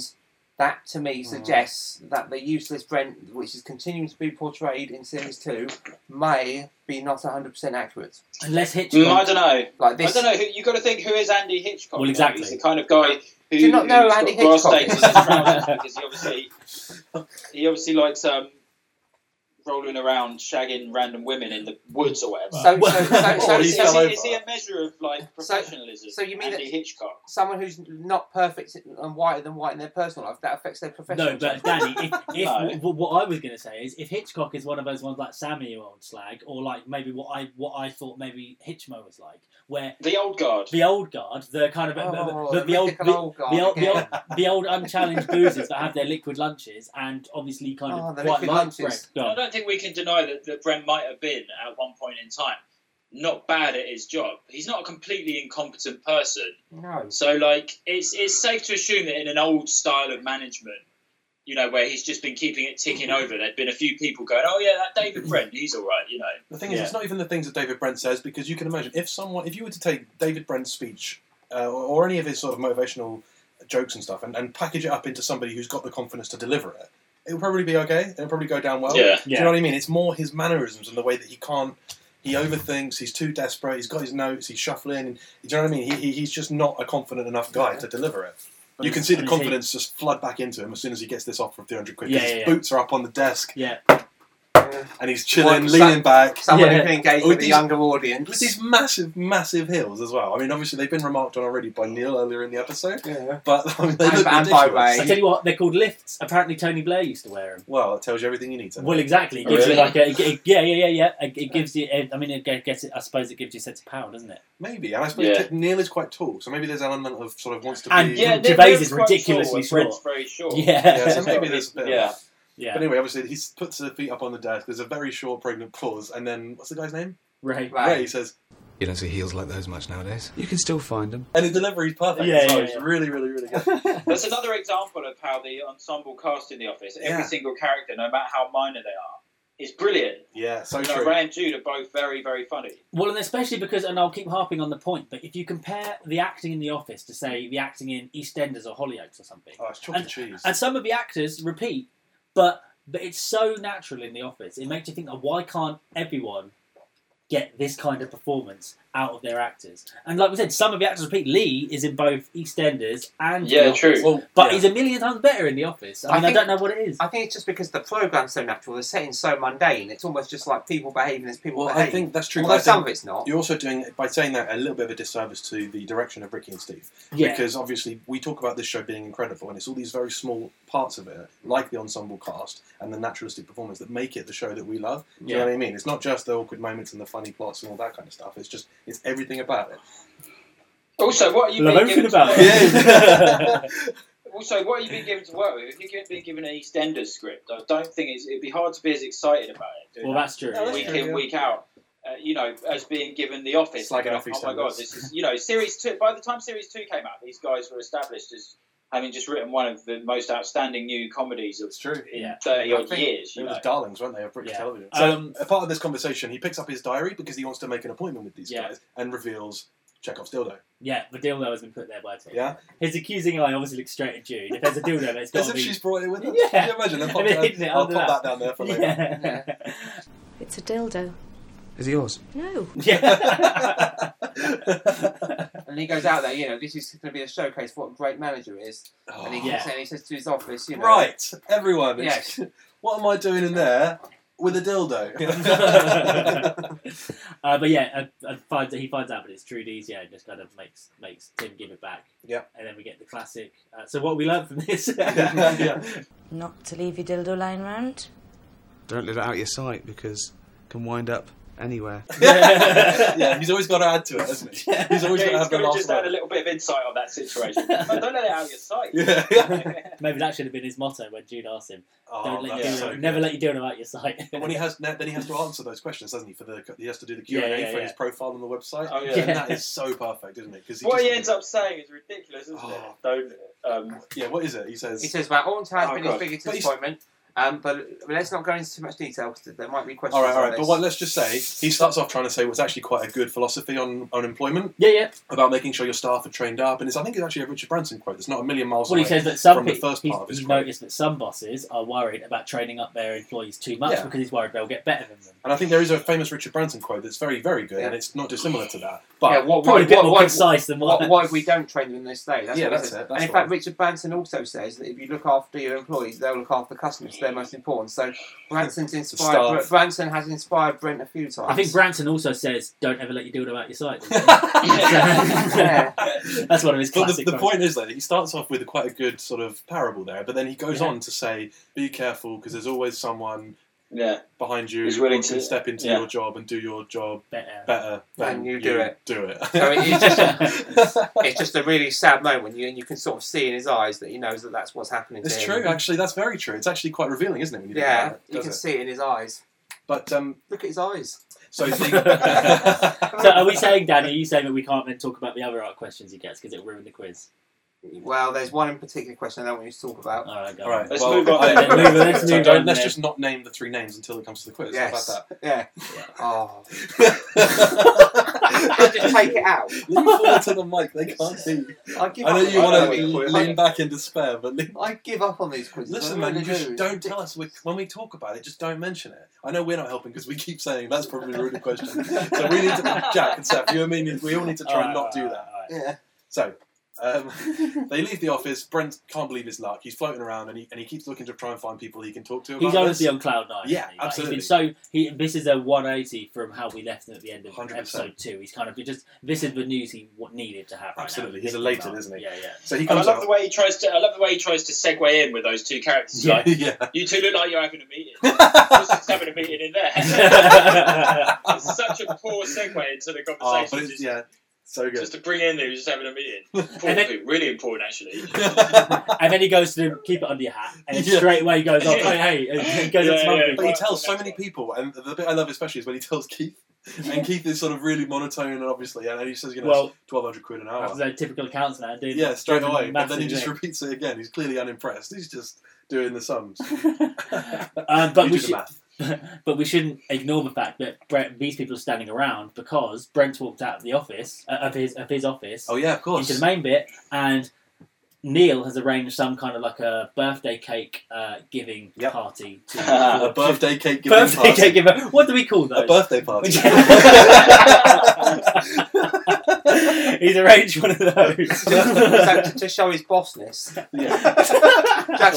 Speaker 1: that to
Speaker 3: Hmm.
Speaker 1: me suggests that the useless Brent, which is continuing to be portrayed in series two, may be not hundred percent accurate.
Speaker 4: unless
Speaker 2: Mm, I
Speaker 4: Hitchcock.
Speaker 2: don't know.
Speaker 1: Like
Speaker 2: I
Speaker 1: this,
Speaker 2: don't know. Who, you've got to think who is Andy Hitchcock?
Speaker 4: Well,
Speaker 2: though?
Speaker 4: exactly.
Speaker 2: He's the kind of guy
Speaker 1: Do
Speaker 2: who
Speaker 1: you not know
Speaker 2: who's
Speaker 1: Andy
Speaker 2: got grass
Speaker 1: Hitchcock
Speaker 2: stains
Speaker 1: is?
Speaker 2: in his trousers because he obviously he obviously likes um, rolling around shagging random women in the woods [LAUGHS] or whatever.
Speaker 1: So, so, so,
Speaker 3: Or
Speaker 1: so,
Speaker 3: he
Speaker 2: is, he,
Speaker 1: so,
Speaker 3: fell
Speaker 2: is he
Speaker 3: over.
Speaker 2: a measure of like professionalism?
Speaker 1: so you mean
Speaker 2: Andy
Speaker 1: that-
Speaker 2: Hitchcock?
Speaker 1: someone who's not perfect and whiter than white in their personal life, that affects their professional
Speaker 4: No,
Speaker 1: life.
Speaker 4: but Danny, if,
Speaker 3: [LAUGHS]
Speaker 4: if
Speaker 2: No.
Speaker 4: w- what I was going to say is, if Hitchcock is one of those ones like Sammy you old slag, or like maybe what I what I thought maybe Hitchmo was like, where
Speaker 2: The old guard.
Speaker 4: the old guard, the kind of
Speaker 1: Oh,
Speaker 4: the, the, the old
Speaker 1: mythical
Speaker 4: the,
Speaker 1: old guy
Speaker 4: the old, the,
Speaker 1: again.
Speaker 4: old, the old
Speaker 1: [LAUGHS]
Speaker 4: unchallenged boozers that have their liquid lunches and obviously kind
Speaker 1: Oh,
Speaker 4: of
Speaker 1: the
Speaker 4: quite
Speaker 1: liquid
Speaker 4: like
Speaker 1: lunches.
Speaker 4: Brent.
Speaker 2: I
Speaker 4: God.
Speaker 2: don't think we can deny that, that Brent might have been at one point in time not bad at his job. He's not a completely incompetent person.
Speaker 1: No.
Speaker 2: So like it's it's safe to assume that in an old style of management, you know, where he's just been keeping it ticking over, there'd been a few people going, Oh yeah, that David Brent, he's all right, you know.
Speaker 3: The thing is, it's not even the things that David Brent says because you can imagine if someone, if you were to take David Brent's speech uh, or, or any of his sort of motivational jokes and stuff, and, and package it up into somebody who's got the confidence to deliver it, it would probably be okay. It would probably go down well.
Speaker 2: Yeah.
Speaker 3: Do you know what I mean? It's more his mannerisms and the way that he can't. He overthinks. He's too desperate. He's got his notes. He's shuffling. And, do you know what I mean? He, he, he's just not a confident enough guy to deliver it. You can see the
Speaker 4: And he-
Speaker 3: confidence just flood back into him as soon as he gets this offer of 300 quid.
Speaker 4: Yeah,
Speaker 3: 'cause his
Speaker 4: yeah, yeah.
Speaker 3: boots are up on the desk
Speaker 4: Yeah,
Speaker 3: and he's chilling,
Speaker 1: Well,
Speaker 3: leaning back.
Speaker 1: Someone
Speaker 4: Yeah.
Speaker 1: who can engage
Speaker 3: Oh,
Speaker 1: with a
Speaker 3: these-
Speaker 1: younger
Speaker 3: With
Speaker 1: audience.
Speaker 3: these massive, massive heels as well. I mean, obviously they've been remarked on already by Neil earlier in the episode,
Speaker 1: Yeah.
Speaker 3: but I mean, they
Speaker 1: And-
Speaker 3: look
Speaker 1: and by
Speaker 3: ridiculous.
Speaker 1: way-
Speaker 4: I tell you what, they're called lifts. Apparently, Tony Blair used to wear them.
Speaker 3: Well, it tells you everything you need to know.
Speaker 4: Well, exactly. It gives you
Speaker 1: Oh,
Speaker 2: Really?
Speaker 4: like a it- yeah, yeah, yeah, yeah. It, it gives you. I mean, it gets. It, I suppose it gives you a sense of power, doesn't it?
Speaker 3: Maybe, and I suppose
Speaker 2: Yeah.
Speaker 3: Ti- Neil is quite tall, so maybe there's an element of sort of wants to
Speaker 4: And
Speaker 3: be.
Speaker 4: yeah,
Speaker 2: they're-
Speaker 4: Gervais
Speaker 2: they're
Speaker 4: is
Speaker 2: quite
Speaker 4: ridiculously
Speaker 2: short, and Brent's
Speaker 4: short.
Speaker 2: very short.
Speaker 3: Yeah, so
Speaker 4: Yeah,
Speaker 3: maybe there's a bit of
Speaker 2: Yeah.
Speaker 3: [LAUGHS] that. But
Speaker 4: [LAUGHS] yeah.
Speaker 3: anyway, obviously, he s- puts her feet up on the desk. There's a very short, pregnant pause, and then what's the guy's name?
Speaker 4: Right.
Speaker 1: Right.
Speaker 3: Ray says,
Speaker 9: you don't see heels like those much nowadays. You can still find them.
Speaker 3: and his delivery's perfect.
Speaker 4: Yeah,
Speaker 3: as well.
Speaker 4: yeah,
Speaker 3: it's
Speaker 4: yeah.
Speaker 3: really, really, really
Speaker 1: [LAUGHS]
Speaker 3: good.
Speaker 2: That's another example of how the ensemble cast in the office, every
Speaker 3: Yeah.
Speaker 2: single character, no matter how minor they are, is brilliant.
Speaker 3: yeah, so
Speaker 2: You know,
Speaker 3: true.
Speaker 2: Ray and Jude are both very, very funny.
Speaker 4: Well, and especially because, and I'll keep harping on the point, but if you compare the acting in The Office to say the acting in EastEnders or Hollyoaks or something,
Speaker 3: Oh, it's chalk and cheese.
Speaker 4: and some of the actors repeat, but but it's so natural in The Office. It makes you think, oh, why can't everyone get this kind of performance out of their actors? And like we said, some of the actors repeat. Lee is in both EastEnders and The
Speaker 2: Yeah,
Speaker 4: Office,
Speaker 2: true.
Speaker 3: Well,
Speaker 4: But
Speaker 3: yeah.
Speaker 4: he's a million times better in The Office. I
Speaker 1: I
Speaker 4: mean, I,
Speaker 1: think-
Speaker 4: don't know what it is.
Speaker 1: I think it's just because the program's so natural, the setting's so mundane. It's almost just like people behaving as people
Speaker 3: well,
Speaker 1: behave.
Speaker 3: I think that's true. but
Speaker 1: Although
Speaker 3: I think
Speaker 1: some of it's not.
Speaker 3: You're also doing, by saying that, a little bit of a disservice to the direction of Ricky and Steve.
Speaker 4: yeah.
Speaker 3: Because obviously, we talk about this show being incredible, and it's all these very small parts of it, like the ensemble cast and the naturalistic performance, that make it the show that we love. Do you know what I mean? It's not just the awkward moments and the funny plots and all that kind of stuff. It's just, it's everything about it.
Speaker 2: Also, what are you
Speaker 4: Love
Speaker 2: being
Speaker 4: everything
Speaker 2: given to
Speaker 4: about
Speaker 2: work-
Speaker 3: [LAUGHS]
Speaker 4: [LAUGHS] it.
Speaker 2: Also, what are you being given to work with? If you're being given an EastEnders script, I don't think it's, it'd be hard to be as excited about it.
Speaker 4: well, that's true.
Speaker 3: No, that's
Speaker 2: week
Speaker 3: true,
Speaker 2: in,
Speaker 3: yeah.
Speaker 2: week out. Uh, you know, as being given the office.
Speaker 3: Slagging off
Speaker 2: oh my
Speaker 3: EastEnders.
Speaker 2: god, this is you know series two. By the time series two came out, these guys were established as having just written one of the most outstanding new comedies of
Speaker 3: It's true.
Speaker 2: in
Speaker 4: [LAUGHS] Yeah.
Speaker 2: thirty
Speaker 3: I
Speaker 2: odd
Speaker 3: think
Speaker 2: years.
Speaker 3: They
Speaker 2: You
Speaker 3: were
Speaker 2: know?
Speaker 3: the darlings, weren't they, of British
Speaker 4: Yeah.
Speaker 3: television? So,
Speaker 4: Um,
Speaker 3: a part of this conversation, he picks up his diary because he wants to make an appointment with these
Speaker 4: Yeah.
Speaker 3: guys and reveals Chekhov's dildo.
Speaker 4: Yeah, the dildo has been put there by Tim.
Speaker 3: Yeah.
Speaker 4: His accusing eye obviously looks straight at Jude. If there's a dildo there, it's got
Speaker 3: As
Speaker 4: to
Speaker 3: if
Speaker 4: be.
Speaker 3: she's brought it with her.
Speaker 4: Yeah.
Speaker 3: Can you
Speaker 4: [LAUGHS]
Speaker 3: imagine? Then
Speaker 4: And
Speaker 3: pop
Speaker 4: then
Speaker 3: down-
Speaker 4: hidden it
Speaker 3: I'll
Speaker 4: under
Speaker 3: pop that down there for later.
Speaker 4: [LAUGHS] Yeah. [LAUGHS]
Speaker 10: It's a dildo.
Speaker 9: Is it yours?
Speaker 10: No.
Speaker 4: yeah. [LAUGHS]
Speaker 1: And he goes out there, you know, this is going to be a showcase for what a great manager is.
Speaker 3: Oh.
Speaker 1: And he,
Speaker 4: Yeah.
Speaker 1: keeps saying, he says to his office, you know,
Speaker 3: Right, everyone.
Speaker 1: Yes.
Speaker 3: [LAUGHS] What am I doing in there with
Speaker 2: [LAUGHS]
Speaker 3: a [LAUGHS] dildo?
Speaker 4: uh, but yeah, I, I find that he finds out, but it's Trudy's. Yeah, and just kind of makes makes Tim give it back.
Speaker 3: Yeah.
Speaker 4: and then we get the classic. Uh, so what we learned from this?
Speaker 3: [LAUGHS] Yeah.
Speaker 10: Not to leave your dildo lying round.
Speaker 9: Don't let it out of your sight because it can wind up anywhere.
Speaker 3: yeah, he's always got to add to it, hasn't he? He's always
Speaker 2: Yeah, he's
Speaker 3: got to have the
Speaker 2: got to
Speaker 3: last
Speaker 2: just add a
Speaker 3: word.
Speaker 2: little bit of insight on that
Speaker 3: [LAUGHS]
Speaker 2: situation. No, don't let it out of your sight.
Speaker 3: Yeah, yeah.
Speaker 4: [LAUGHS]
Speaker 3: [LAUGHS]
Speaker 4: Maybe that should have been his motto when Jude asked him,
Speaker 3: Oh,
Speaker 4: "Don't let
Speaker 3: that's
Speaker 4: your dildo,
Speaker 3: so good.
Speaker 4: [LAUGHS] never let your dildo out your sight."
Speaker 3: But
Speaker 4: [LAUGHS]
Speaker 3: when he has then he has to answer those questions, doesn't he? For the he has to do the Q and
Speaker 4: Yeah,
Speaker 3: A
Speaker 4: yeah,
Speaker 3: for
Speaker 4: yeah.
Speaker 3: his profile on the website.
Speaker 2: Oh, yeah.
Speaker 3: and
Speaker 4: Yeah.
Speaker 3: that is so perfect, isn't it?
Speaker 2: [LAUGHS]
Speaker 3: Because
Speaker 2: what he ends up saying is ridiculous, isn't
Speaker 3: Oh.
Speaker 2: it? Don't. Um,
Speaker 3: yeah, what is it? He says,
Speaker 1: He says about Orange has
Speaker 2: Oh,
Speaker 1: been
Speaker 2: God.
Speaker 1: his biggest
Speaker 3: But he's-
Speaker 1: disappointment, um, but let's not go into too much detail because there might be questions.
Speaker 3: "All right, all
Speaker 1: on
Speaker 3: right." But
Speaker 1: this.
Speaker 3: what, let's just say he starts off trying to say what's actually quite a good philosophy on on employment
Speaker 4: yeah, yeah.
Speaker 3: about making sure your staff are trained up, and it's I think it's actually a Richard Branson quote. It's not a million miles
Speaker 4: Well,
Speaker 3: away.
Speaker 4: he says that some
Speaker 3: from the
Speaker 4: people,
Speaker 3: first
Speaker 4: he's,
Speaker 3: part of his
Speaker 4: he's
Speaker 3: quote.
Speaker 4: noticed that some bosses are worried about training up their employees too much
Speaker 3: Yeah.
Speaker 4: because he's worried they'll get better than them.
Speaker 3: And I think there is a famous Richard Branson quote that's very, very good,
Speaker 1: Yeah.
Speaker 3: and it's not dissimilar to that. But
Speaker 1: yeah, what,
Speaker 4: Probably a
Speaker 1: what,
Speaker 4: bit
Speaker 1: what,
Speaker 4: more
Speaker 1: what,
Speaker 4: concise than what.
Speaker 1: what- why we don't train them in this day. That's
Speaker 3: Yeah,
Speaker 1: what he
Speaker 3: that's
Speaker 1: says.
Speaker 3: it, that's
Speaker 1: and in
Speaker 3: right.
Speaker 1: fact, Richard Branson also says that if you look after your employees, they'll look after customers. They're most important. So Branson's inspired.
Speaker 3: staff.
Speaker 1: Br- Branson has inspired Brent a few times.
Speaker 4: I think Branson also says, "Don't ever let your dildo out
Speaker 3: [LAUGHS]
Speaker 4: your sight."
Speaker 1: Yeah.
Speaker 4: That's one of his
Speaker 3: But the,
Speaker 4: classic.
Speaker 3: the
Speaker 4: quotes.
Speaker 3: point is that he starts off with quite a good sort of parable there, but then he goes
Speaker 4: Yeah.
Speaker 3: on to say, "Be careful, because there's always someone
Speaker 2: yeah.
Speaker 3: behind you
Speaker 2: Who's willing
Speaker 3: who can
Speaker 2: to-
Speaker 3: step into
Speaker 2: yeah.
Speaker 3: your job and do your job
Speaker 4: Better.
Speaker 3: better than
Speaker 1: Than you do it.
Speaker 3: Do it.
Speaker 1: So it is
Speaker 3: [LAUGHS]
Speaker 4: just-
Speaker 1: it's just a really sad moment, you, and you can sort of see in his eyes that he knows that that's what's happening. to
Speaker 3: It's
Speaker 1: him.
Speaker 3: true, actually. That's very true. It's actually quite revealing, isn't it? When you think
Speaker 1: Yeah,
Speaker 3: about it,
Speaker 1: you can
Speaker 3: does it?
Speaker 1: see it in his eyes.
Speaker 3: But um,
Speaker 1: Look at his eyes.
Speaker 2: [LAUGHS]
Speaker 3: so [LAUGHS]
Speaker 4: So, are we saying, Danny? Are you saying that we can't then talk about the other art questions he gets because it will ruin the quiz?
Speaker 1: Well, there's one in particular question I don't want you to talk about.
Speaker 4: All right, go.
Speaker 3: all right,
Speaker 2: Let's
Speaker 3: well,
Speaker 2: move on.
Speaker 3: I-
Speaker 4: Let's move on, let's
Speaker 3: so
Speaker 4: move
Speaker 3: don't-
Speaker 4: on
Speaker 3: let's
Speaker 4: then.
Speaker 3: just not name the three names until it comes to the quiz. How
Speaker 1: Yes.
Speaker 3: about
Speaker 1: Yeah. Oh. I'll
Speaker 3: that?
Speaker 1: just take it out.
Speaker 3: lean forward to the mic. They can't see.
Speaker 1: I give
Speaker 3: I know
Speaker 1: up
Speaker 3: you
Speaker 1: on
Speaker 3: want
Speaker 1: these
Speaker 3: to
Speaker 1: quizzes.
Speaker 3: lean back in despair, but lean.
Speaker 1: I give up on these quizzes.
Speaker 3: Listen,
Speaker 1: I
Speaker 3: man,
Speaker 1: really
Speaker 3: you just
Speaker 1: do.
Speaker 3: don't [LAUGHS] tell us we- when we talk about it. Just don't mention it. I know we're not helping because we keep saying that's probably a rude question. So we need to, Jack and Seth, you and me, need- we all need to try and not do that.
Speaker 1: [LAUGHS] Yeah.
Speaker 3: So um, they leave the office. Brent can't believe his luck. He's floating around and he, and he keeps looking to try and find people he can talk to. About
Speaker 4: He's honestly
Speaker 3: this.
Speaker 4: on cloud nine.
Speaker 3: Yeah,
Speaker 4: isn't he? Like,
Speaker 3: absolutely.
Speaker 4: He's been so he, this is a 180 from how we left him at the end of
Speaker 3: 100%.
Speaker 4: episode two. He's kind of just this is the news he w- needed to have. Right
Speaker 3: Absolutely.
Speaker 4: now.
Speaker 3: He's
Speaker 4: thinking
Speaker 3: elated,
Speaker 4: about.
Speaker 3: isn't he?
Speaker 4: Yeah, yeah.
Speaker 3: So he
Speaker 2: And I
Speaker 3: comes
Speaker 2: love
Speaker 3: out.
Speaker 2: the way he tries to. I love the way he tries to segue in with those two characters. He's
Speaker 4: Yeah.
Speaker 3: [LAUGHS]
Speaker 2: like,
Speaker 3: yeah.
Speaker 2: you two look like you're having a
Speaker 3: [LAUGHS]
Speaker 2: meeting. We're just having a meeting in there.
Speaker 4: [LAUGHS]
Speaker 3: [LAUGHS]
Speaker 2: it's such a poor segue into the conversation.
Speaker 3: oh, but it's,
Speaker 2: just,
Speaker 3: yeah, so good.
Speaker 4: [LAUGHS]
Speaker 2: just to bring in that we're just having a meeting. Important,
Speaker 4: then-
Speaker 2: thing, really important,
Speaker 3: [LAUGHS]
Speaker 2: actually.
Speaker 3: but
Speaker 4: And then he goes to keep it under your hat, and then
Speaker 3: [LAUGHS] Yeah.
Speaker 4: straight away he goes, "Oh, hey,
Speaker 3: [LAUGHS]
Speaker 4: hey!" He goes
Speaker 2: Yeah,
Speaker 4: up to mum.
Speaker 2: yeah.
Speaker 3: he tells so many people, and the bit I love especially is when he tells Keith.
Speaker 4: [LAUGHS]
Speaker 3: And Keith is sort of really monotone, and obviously, and he says, you know,
Speaker 4: Well,
Speaker 3: twelve hundred quid an hour.
Speaker 4: That's a typical accounts man, dude.
Speaker 3: Yeah, straight away. But then he
Speaker 4: Massive
Speaker 3: just
Speaker 4: thing.
Speaker 3: repeats it again. He's clearly unimpressed. He's just doing the sums. [LAUGHS]
Speaker 4: um,
Speaker 3: You
Speaker 4: [LAUGHS] but
Speaker 3: do
Speaker 4: we
Speaker 3: the
Speaker 4: should,
Speaker 3: math.
Speaker 4: but we shouldn't ignore the fact that Brent, these people are standing around because Brent walked out of the office uh, of his of his office
Speaker 3: Oh yeah, of course.
Speaker 4: into the main bit, and Neil has arranged some kind of like a birthday cake uh, giving
Speaker 3: Yep.
Speaker 4: party. To,
Speaker 3: [LAUGHS] a birthday cake giving
Speaker 4: [LAUGHS] birthday
Speaker 3: party.
Speaker 4: cake giving. What do we call
Speaker 3: a
Speaker 4: those?
Speaker 3: birthday
Speaker 4: [LAUGHS]
Speaker 3: party. [LAUGHS]
Speaker 4: He's arranged one of
Speaker 1: [LAUGHS]
Speaker 4: those.
Speaker 1: so to, to show his bossness.
Speaker 3: [LAUGHS] yeah.
Speaker 1: Jack's,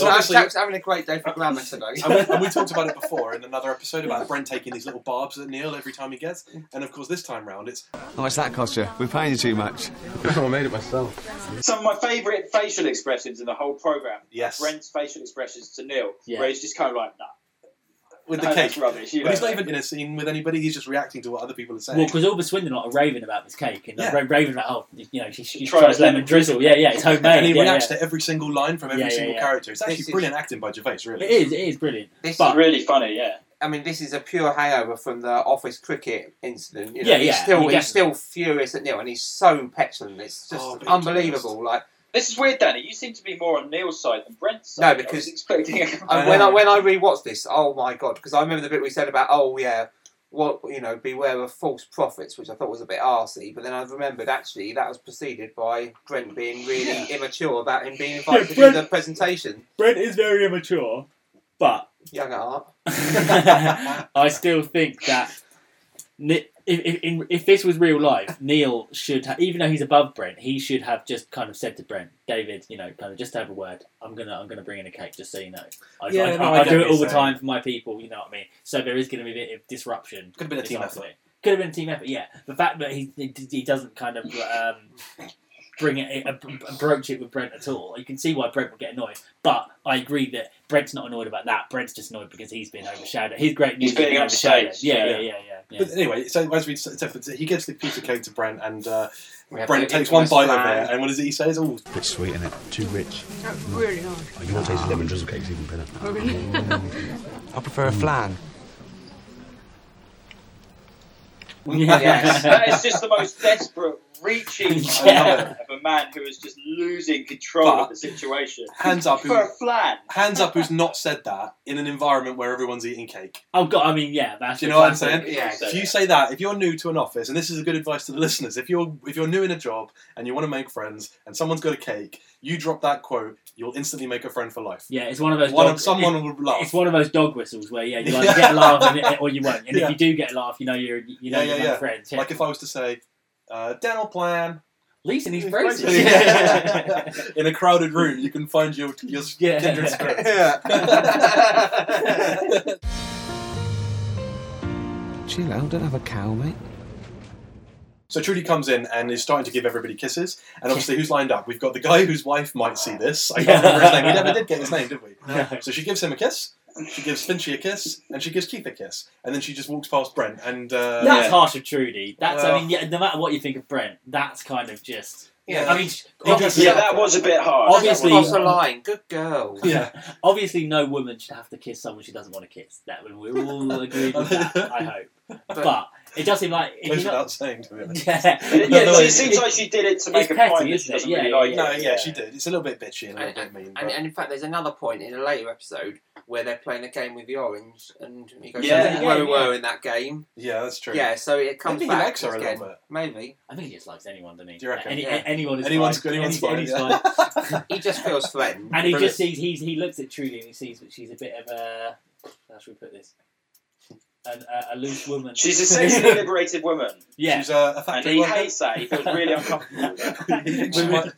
Speaker 3: Well, obviously- Um,
Speaker 1: Jack's having a great day for grammar today.
Speaker 3: and, we, and we talked about it before in another episode about Brent taking these little barbs at Neil every time he gets. And of course, this time round, it's
Speaker 9: How much that cost you? We're paying you too much.
Speaker 8: [LAUGHS] I made it myself.
Speaker 2: Some of my favourite facial expressions in the whole program.
Speaker 3: yes
Speaker 2: Brent's facial expressions to Neil,
Speaker 4: Yeah.
Speaker 2: where he's just kind of like, nah,
Speaker 3: with the
Speaker 2: no, that's
Speaker 3: cake.
Speaker 2: rubbish. You
Speaker 3: But he's
Speaker 2: know.
Speaker 3: not even in a scene with anybody. He's just reacting to what other people are saying.
Speaker 4: Well, because all the Swindon lot are raving about this cake and
Speaker 3: Yeah.
Speaker 4: ra- raving about, oh, you know, she, she
Speaker 2: Tries
Speaker 4: tries
Speaker 2: lemon
Speaker 4: lemon drizzle. Yeah, yeah, it's homemade.
Speaker 3: and he
Speaker 4: yeah,
Speaker 3: reacts
Speaker 4: yeah.
Speaker 3: to every single line from every
Speaker 4: Yeah, yeah,
Speaker 3: single
Speaker 4: yeah.
Speaker 3: character. It's actually
Speaker 1: This is-
Speaker 3: brilliant acting by Gervais, really.
Speaker 4: It is, it is brilliant.
Speaker 1: This
Speaker 4: But-
Speaker 1: is,
Speaker 2: It's really funny, yeah.
Speaker 1: I mean, this is a pure hangover from the office cricket incident. You know,
Speaker 4: Yeah,
Speaker 1: he's
Speaker 4: yeah,
Speaker 1: Still, he's still
Speaker 4: definitely.
Speaker 1: furious at Neil, and he's so petulant. It's just
Speaker 3: Oh, but he's
Speaker 1: unbelievable. Like
Speaker 2: This is weird, Danny. You seem to be more on Neil's side than Brent's
Speaker 1: No,
Speaker 2: side. I
Speaker 1: because-
Speaker 2: was expecting.
Speaker 1: And when I when I rewatched this, oh my god! Because I remember the bit we said about oh yeah, what you know, beware of false prophets, which I thought was a bit arsey. But then I remembered actually that was preceded by Brent being really
Speaker 2: Yeah.
Speaker 1: immature about him being invited
Speaker 4: Yeah, Brent-
Speaker 1: to the presentation.
Speaker 4: Brent is very immature, but
Speaker 1: Young at heart.
Speaker 4: [LAUGHS] I still think that Ne- if, if, in- if this was real life, Neil should, ha- even though he's above Brent, he should have just kind of said to Brent, David, you know, kind of just have a word. I'm gonna, I'm gonna bring in a cake, just so you know. I,
Speaker 3: Yeah,
Speaker 4: I,
Speaker 3: no,
Speaker 4: I-
Speaker 3: I
Speaker 4: I
Speaker 3: get
Speaker 4: do
Speaker 3: what
Speaker 4: it all
Speaker 3: you're
Speaker 4: the
Speaker 3: saying.
Speaker 4: time for my people. You know what I mean. So there is gonna be a bit of disruption.
Speaker 3: Could have been a
Speaker 4: this
Speaker 3: team
Speaker 4: afternoon. Could have been a team effort. Yeah, the fact that he he- he doesn't kind of. Um, Bring it, uh, approach it with Brent at all. You can see why Brent would get annoyed, but I agree that Brent's not annoyed about that. Brent's just annoyed because he's been overshadowed. His great news
Speaker 2: He's being
Speaker 4: been overshadowed.
Speaker 2: upstaged.
Speaker 3: Yeah.
Speaker 4: Yeah, yeah, yeah, yeah. yeah.
Speaker 3: But anyway, so as we said, he gives the piece of cake to Brent, and uh,
Speaker 1: We have
Speaker 3: Brent
Speaker 1: the
Speaker 3: takes one bite
Speaker 1: infamous
Speaker 3: of
Speaker 1: flag.
Speaker 3: it, and what does it he says? Oh,
Speaker 8: bit sweet in it. Too rich.
Speaker 11: That's really nice.
Speaker 8: Oh, you want to taste the lemon drizzle cake's even better.
Speaker 9: I prefer a flan.
Speaker 4: [LAUGHS]
Speaker 3: [LAUGHS]
Speaker 1: Yes.
Speaker 2: that is just the most desperate, reaching
Speaker 4: Yeah.
Speaker 2: of a man who is just losing control
Speaker 3: But-
Speaker 2: of the situation.
Speaker 3: hands up, who,
Speaker 2: For a flan.
Speaker 3: hands up, who's not said that in an environment where everyone's eating cake?
Speaker 4: [LAUGHS] Oh god, I mean, yeah, that's.
Speaker 3: Do you
Speaker 4: the
Speaker 3: know what I'm
Speaker 4: classic.
Speaker 3: saying?
Speaker 1: Yeah.
Speaker 3: If you say that, if you're new to an office, and this is a good advice to the [LAUGHS] listeners, if you're if you're new in a job and you want to make friends, and someone's got a cake, you drop that quote, you'll instantly make a friend for life.
Speaker 4: Yeah, it's one of those.
Speaker 3: One
Speaker 4: dog,
Speaker 3: of, someone will laugh.
Speaker 4: It's one of those dog whistles where yeah, you
Speaker 3: [LAUGHS]
Speaker 4: either get a laugh and it- or you won't, and
Speaker 3: Yeah.
Speaker 4: if you do get a laugh, you know you're you know
Speaker 3: Yeah, yeah,
Speaker 4: you're
Speaker 3: yeah.
Speaker 4: my friends. Yeah.
Speaker 3: Like if I was to say, uh, dental plan. [LAUGHS]
Speaker 4: least in these phrases.
Speaker 3: Yeah. [LAUGHS] in a crowded room, you can find your your
Speaker 4: Yeah.
Speaker 3: kindred spirits.
Speaker 1: Yeah. [LAUGHS]
Speaker 9: Chill out, don't have a cow, mate.
Speaker 3: So Trudy comes in and is starting to give everybody kisses. And obviously, who's lined up? We've got the guy whose wife might see this. I can't remember his name. We never did get his name, did we?
Speaker 4: [LAUGHS] No.
Speaker 3: So she gives him a kiss. She gives Finchy a kiss, and she gives Keith a kiss, and then she just walks past Brent. And uh,
Speaker 4: That's
Speaker 2: Yeah.
Speaker 4: harsh of Trudy. That's I
Speaker 3: Well-
Speaker 4: mean, yeah, no matter what you think of Brent, that's kind of just.
Speaker 1: Yeah.
Speaker 4: I mean,
Speaker 3: He just-
Speaker 4: obviously,
Speaker 2: Yeah, that was a bit hard.
Speaker 4: Obviously-
Speaker 1: Cross the line. Good
Speaker 3: [LAUGHS]
Speaker 1: girl.
Speaker 3: [LAUGHS] yeah,
Speaker 4: obviously, no woman should have to kiss someone she doesn't want to kiss. That we're all agreed with that. I hope,
Speaker 1: But-
Speaker 4: but it does seem like if
Speaker 3: goes
Speaker 4: you're not-
Speaker 3: without saying. To be honest.
Speaker 4: [LAUGHS] yeah,
Speaker 2: It, it- it
Speaker 3: No, no, it's-
Speaker 2: seems like she did it to make a
Speaker 4: petty,
Speaker 2: point that
Speaker 4: isn't
Speaker 2: she doesn't
Speaker 4: it? Yeah,
Speaker 2: really like
Speaker 4: yeah,
Speaker 3: No,
Speaker 2: it.
Speaker 3: yeah, she did. It's a little bit bitchy and a little bit mean.
Speaker 1: And,
Speaker 3: But
Speaker 1: and in fact, there's another point in a later episode where they're playing a game with the orange, and he goes,
Speaker 2: Yeah.
Speaker 1: yeah, whoa,
Speaker 4: Yeah,
Speaker 1: whoa, in that game.
Speaker 3: yeah, that's true.
Speaker 1: Yeah, so it comes
Speaker 3: Maybe he
Speaker 1: back
Speaker 3: likes her a
Speaker 1: again.
Speaker 3: little bit.
Speaker 1: Maybe
Speaker 4: I think he just likes anyone, doesn't he?
Speaker 3: Do you reckon?
Speaker 4: Any,
Speaker 1: Yeah.
Speaker 4: Anyone is
Speaker 3: Anyone's
Speaker 4: fine.
Speaker 3: good. Anyone's
Speaker 4: Any-
Speaker 3: fine.
Speaker 4: any's
Speaker 3: [LAUGHS] yeah.
Speaker 1: he just feels threatened.
Speaker 4: And he
Speaker 3: Brilliant.
Speaker 4: just sees he's he looks at Trudy and he sees that she's a bit of a how should we put this? An, a, a loose woman.
Speaker 2: She's a
Speaker 4: [LAUGHS]
Speaker 2: sexually liberated woman,
Speaker 4: yeah.
Speaker 3: She's uh, a, a
Speaker 2: and
Speaker 3: factory
Speaker 2: he
Speaker 3: worker.
Speaker 2: hates that. He feels really uncomfortable.
Speaker 4: [LAUGHS]
Speaker 2: with
Speaker 3: [LAUGHS]
Speaker 2: that.
Speaker 3: She might-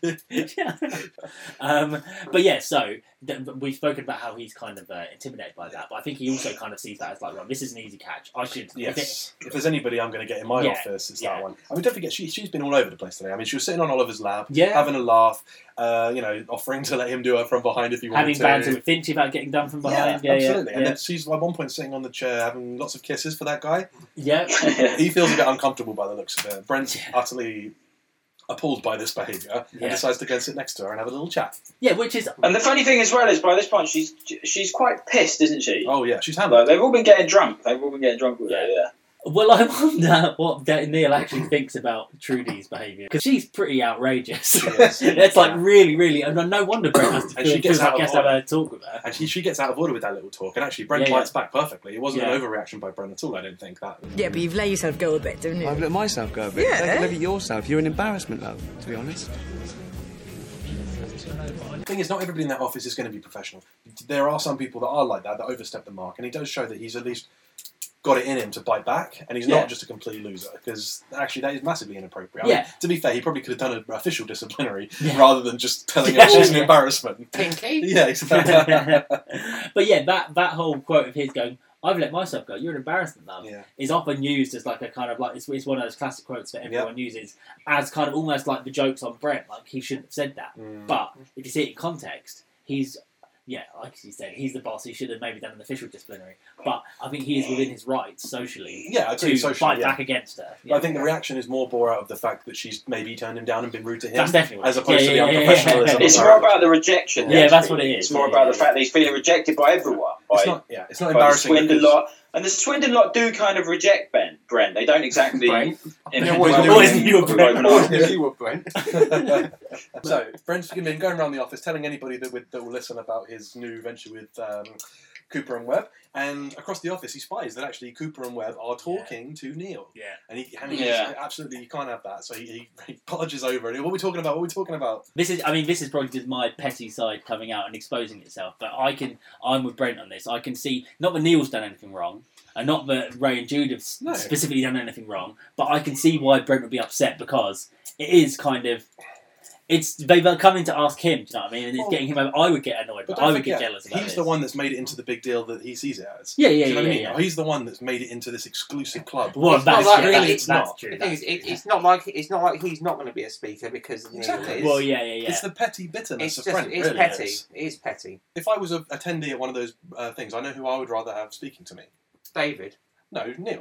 Speaker 4: yeah. [LAUGHS] Um, but yeah, so th- we've spoken about how he's kind of uh, intimidated by that, but I think he also kind of sees that as like, well, this is an easy catch. I should.
Speaker 3: Yes. If there's anybody I'm going to get in my
Speaker 4: Yeah,
Speaker 3: office, it's that
Speaker 4: yeah.
Speaker 3: one. I mean, don't forget, she, she's been all over the place today. I mean, she was sitting on Oliver's lap,
Speaker 4: Yeah.
Speaker 3: having a laugh, uh, you know, offering to let him do her from behind if he wanted
Speaker 4: Having
Speaker 3: to.
Speaker 4: banter with Finch about getting done from behind.
Speaker 3: yeah,
Speaker 4: Yeah, yeah,
Speaker 3: absolutely.
Speaker 4: Yeah,
Speaker 3: And then she's at one point sitting on the chair having lots of kisses for that guy.
Speaker 4: yeah.
Speaker 3: He feels a bit uncomfortable by the looks of it. Brent's
Speaker 4: Yeah.
Speaker 3: utterly appalled by this behaviour
Speaker 4: Yeah.
Speaker 3: and decides to go and sit next to her and have a little chat.
Speaker 4: Yeah, which is
Speaker 2: and the funny thing as well is, by this point, she's she's quite pissed, isn't she?
Speaker 3: Oh, yeah, she's
Speaker 2: Like,
Speaker 3: hammered.
Speaker 2: they've all been getting drunk. They've all been getting drunk all day. Yeah.
Speaker 4: Well, I wonder what De- Neil actually thinks about Trudy's behaviour because she's pretty outrageous.
Speaker 3: She is.
Speaker 4: [LAUGHS] it's like really, really, and no wonder Brent has to
Speaker 3: And she
Speaker 4: feel-
Speaker 3: gets
Speaker 4: feels like
Speaker 3: out of
Speaker 4: he has to have
Speaker 3: order.
Speaker 4: a talk with her.
Speaker 3: And she, she gets out of order with that little talk. And actually, Brent
Speaker 4: Yeah, yeah.
Speaker 3: bites back perfectly. It wasn't
Speaker 4: Yeah.
Speaker 3: an overreaction by Brent at all, I don't think. That
Speaker 11: Yeah, but you've let yourself go a bit, don't you?
Speaker 9: I've let myself go a bit.
Speaker 11: Yeah.
Speaker 9: Don't look at yourself. You're an embarrassment, though, to be honest.
Speaker 3: The thing is, not everybody in that office is going to be professional. There are some people that are like that, that overstep the mark, and he does show that he's at least got it in him to bite back, and he's
Speaker 4: Yeah.
Speaker 3: not just a complete loser, because actually that is massively inappropriate. I
Speaker 4: Yeah.
Speaker 3: mean, to be fair, he probably could have done an official disciplinary
Speaker 4: Yeah.
Speaker 3: rather than just telling
Speaker 4: Yeah.
Speaker 3: her
Speaker 4: [LAUGHS]
Speaker 3: she's an
Speaker 4: Yeah.
Speaker 3: embarrassment.
Speaker 1: Pinky.
Speaker 3: [LAUGHS] Yeah, exactly.
Speaker 4: [LAUGHS] but yeah, that that whole quote of his going, "I've let myself go. You're an embarrassment, love,"
Speaker 3: Yeah.
Speaker 4: is often used as like a kind of like it's, it's one of those classic quotes that
Speaker 3: Yep.
Speaker 4: everyone uses as kind of almost like the jokes on Brent, like he shouldn't have said that. But if you see it in context, he's yeah, like you said, he's the boss. He should have maybe done an official disciplinary, but I think he is within his rights socially
Speaker 3: yeah, I agree.
Speaker 4: to
Speaker 3: Social,
Speaker 4: fight
Speaker 3: yeah.
Speaker 4: back against her.
Speaker 3: But I think the reaction is more bore out of the fact that she's maybe turned him down and been rude to him,
Speaker 4: That's definitely what
Speaker 3: as
Speaker 4: it is.
Speaker 3: opposed
Speaker 4: Yeah,
Speaker 3: to the
Speaker 4: yeah, yeah,
Speaker 3: unprofessionalism.
Speaker 4: yeah.
Speaker 2: It's
Speaker 3: of
Speaker 2: more
Speaker 3: that.
Speaker 2: about the rejection.
Speaker 4: Yeah,
Speaker 2: that
Speaker 4: that's
Speaker 2: he's
Speaker 4: what it
Speaker 2: feeling.
Speaker 4: is.
Speaker 2: It's more
Speaker 4: Yeah,
Speaker 2: about
Speaker 4: yeah,
Speaker 2: the
Speaker 4: yeah.
Speaker 2: fact that he's feeling rejected by everyone. By,
Speaker 3: It's not. Yeah, it's not
Speaker 2: by the
Speaker 3: embarrassing. because-
Speaker 2: swindler, And the Swindon lot do kind of reject Ben, Brent. They don't exactly. [LAUGHS]
Speaker 1: Brent.
Speaker 2: in-
Speaker 1: Yeah, always knew- always knew you were Brent.
Speaker 3: [LAUGHS]
Speaker 1: Always knew you were Brent.
Speaker 3: so Brent's been going around the office telling anybody that, would, that will listen about his new venture with um, Cooper and Webb. And across the office, he spies that actually Cooper and Webb are talking to Neil.
Speaker 4: [LAUGHS] Yeah.
Speaker 3: And he, and he
Speaker 2: Yeah.
Speaker 3: absolutely you can't have that. So he, [LAUGHS] he, he barges over and he, what are we talking about? What are we talking about?
Speaker 4: This is, I mean, this is probably just my petty side coming out and exposing itself. But I can, I'm with Brent on this. I can see not that Neil's done anything wrong, and not that Ray and Jude have s
Speaker 3: No.
Speaker 4: specifically done anything wrong, but I can see why Brent would be upset because it is kind of, it's they've been coming to ask him. Do you know what I mean? And it's
Speaker 3: Well-
Speaker 4: getting him. Over. I would get annoyed.
Speaker 3: But
Speaker 4: But
Speaker 3: don't
Speaker 4: I would
Speaker 3: forget,
Speaker 4: get jealous. About
Speaker 3: he's
Speaker 4: this.
Speaker 3: the one that's made it into the big deal that he sees it as.
Speaker 4: Yeah, yeah,
Speaker 3: Do you know
Speaker 4: yeah,
Speaker 3: what I mean?
Speaker 4: yeah.
Speaker 3: He's the one that's made it into this exclusive club.
Speaker 4: Well,
Speaker 1: It's
Speaker 4: that's,
Speaker 1: not like
Speaker 4: yeah,
Speaker 1: really,
Speaker 4: that's,
Speaker 1: it's
Speaker 4: that's
Speaker 1: not-
Speaker 4: true.
Speaker 1: The
Speaker 4: that's
Speaker 1: thing is, it,
Speaker 4: true.
Speaker 1: it's not like it's not like he's not going to be a speaker because Neil
Speaker 3: Exactly.
Speaker 1: is.
Speaker 4: well, yeah, yeah, yeah.
Speaker 3: It's the petty bitterness
Speaker 1: it's
Speaker 3: of
Speaker 1: just
Speaker 3: Brent.
Speaker 1: it's
Speaker 3: really.
Speaker 1: petty.
Speaker 3: It's-
Speaker 1: It is petty.
Speaker 3: If I was a attendee at one of those uh, things, I know who I would rather have speaking to me.
Speaker 1: David,
Speaker 3: No, [LAUGHS] Neil.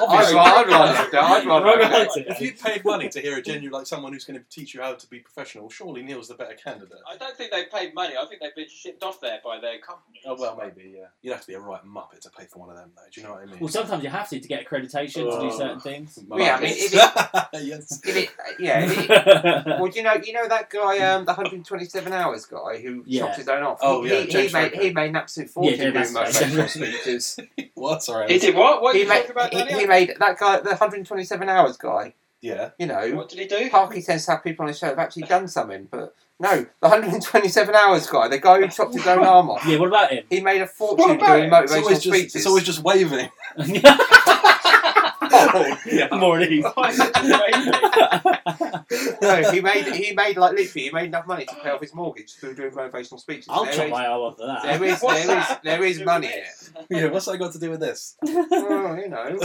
Speaker 1: I'd
Speaker 3: Obviously.
Speaker 1: rather, I'd rather, I'd rather
Speaker 4: Right.
Speaker 1: have
Speaker 3: If you'd paid money to hear a genuine, like someone who's going to teach you how to be professional, surely Neil's the better candidate.
Speaker 2: I don't think they paid money. I think they've been shipped off there by their company.
Speaker 3: Oh well, maybe yeah. You'd have to be a right muppet to pay for one of them, though. Do you know what I mean? [LAUGHS]
Speaker 4: well, sometimes you have to to get accreditation to do
Speaker 3: Oh.
Speaker 4: certain things.
Speaker 1: Yeah, I mean,
Speaker 3: [LAUGHS]
Speaker 1: if
Speaker 3: yes.
Speaker 1: If it, uh, yeah.
Speaker 4: [LAUGHS]
Speaker 3: [LAUGHS]
Speaker 1: if it- well, you know, you know that guy, um, the 127 hours guy who
Speaker 4: Yeah.
Speaker 1: chopped his own off.
Speaker 3: Oh,
Speaker 1: he,
Speaker 3: yeah,
Speaker 1: he, he
Speaker 3: James
Speaker 1: made
Speaker 3: Franco.
Speaker 1: he made an absolute fortune
Speaker 4: Yeah,
Speaker 1: doing
Speaker 4: James
Speaker 1: motivational
Speaker 4: Franco.
Speaker 1: speeches.
Speaker 3: What? Sorry.
Speaker 2: He did what? What
Speaker 1: he,
Speaker 2: did you
Speaker 1: made,
Speaker 2: talk about
Speaker 1: he,
Speaker 2: earlier?
Speaker 1: he made that guy, the 127 hours guy.
Speaker 3: Yeah.
Speaker 1: You know,
Speaker 2: What did he do?
Speaker 1: Parky tends to have people on his show who've actually done something, but no, the 127 hours guy, the guy who chopped his own arm off.
Speaker 4: yeah, what about him?
Speaker 1: He made a fortune
Speaker 2: about
Speaker 1: doing
Speaker 2: it?
Speaker 1: motivational
Speaker 3: It's always just
Speaker 1: speeches.
Speaker 3: it's always
Speaker 1: [LAUGHS]
Speaker 3: just waving. [LAUGHS]
Speaker 4: Oh, More [LAUGHS] at ease.
Speaker 1: no, [LAUGHS] he made he made like literally he made enough money to pay off his mortgage through doing motivational speeches.
Speaker 4: I'll
Speaker 1: There
Speaker 4: chop
Speaker 1: is-
Speaker 4: my arm off for that.
Speaker 1: There is
Speaker 2: What's
Speaker 1: there is
Speaker 2: that?
Speaker 1: there is
Speaker 2: [LAUGHS] Do
Speaker 1: money in it.
Speaker 2: this.
Speaker 3: yeah. What's that got to do
Speaker 1: [LAUGHS]
Speaker 3: with this?
Speaker 1: well, you
Speaker 2: [LAUGHS]
Speaker 1: know,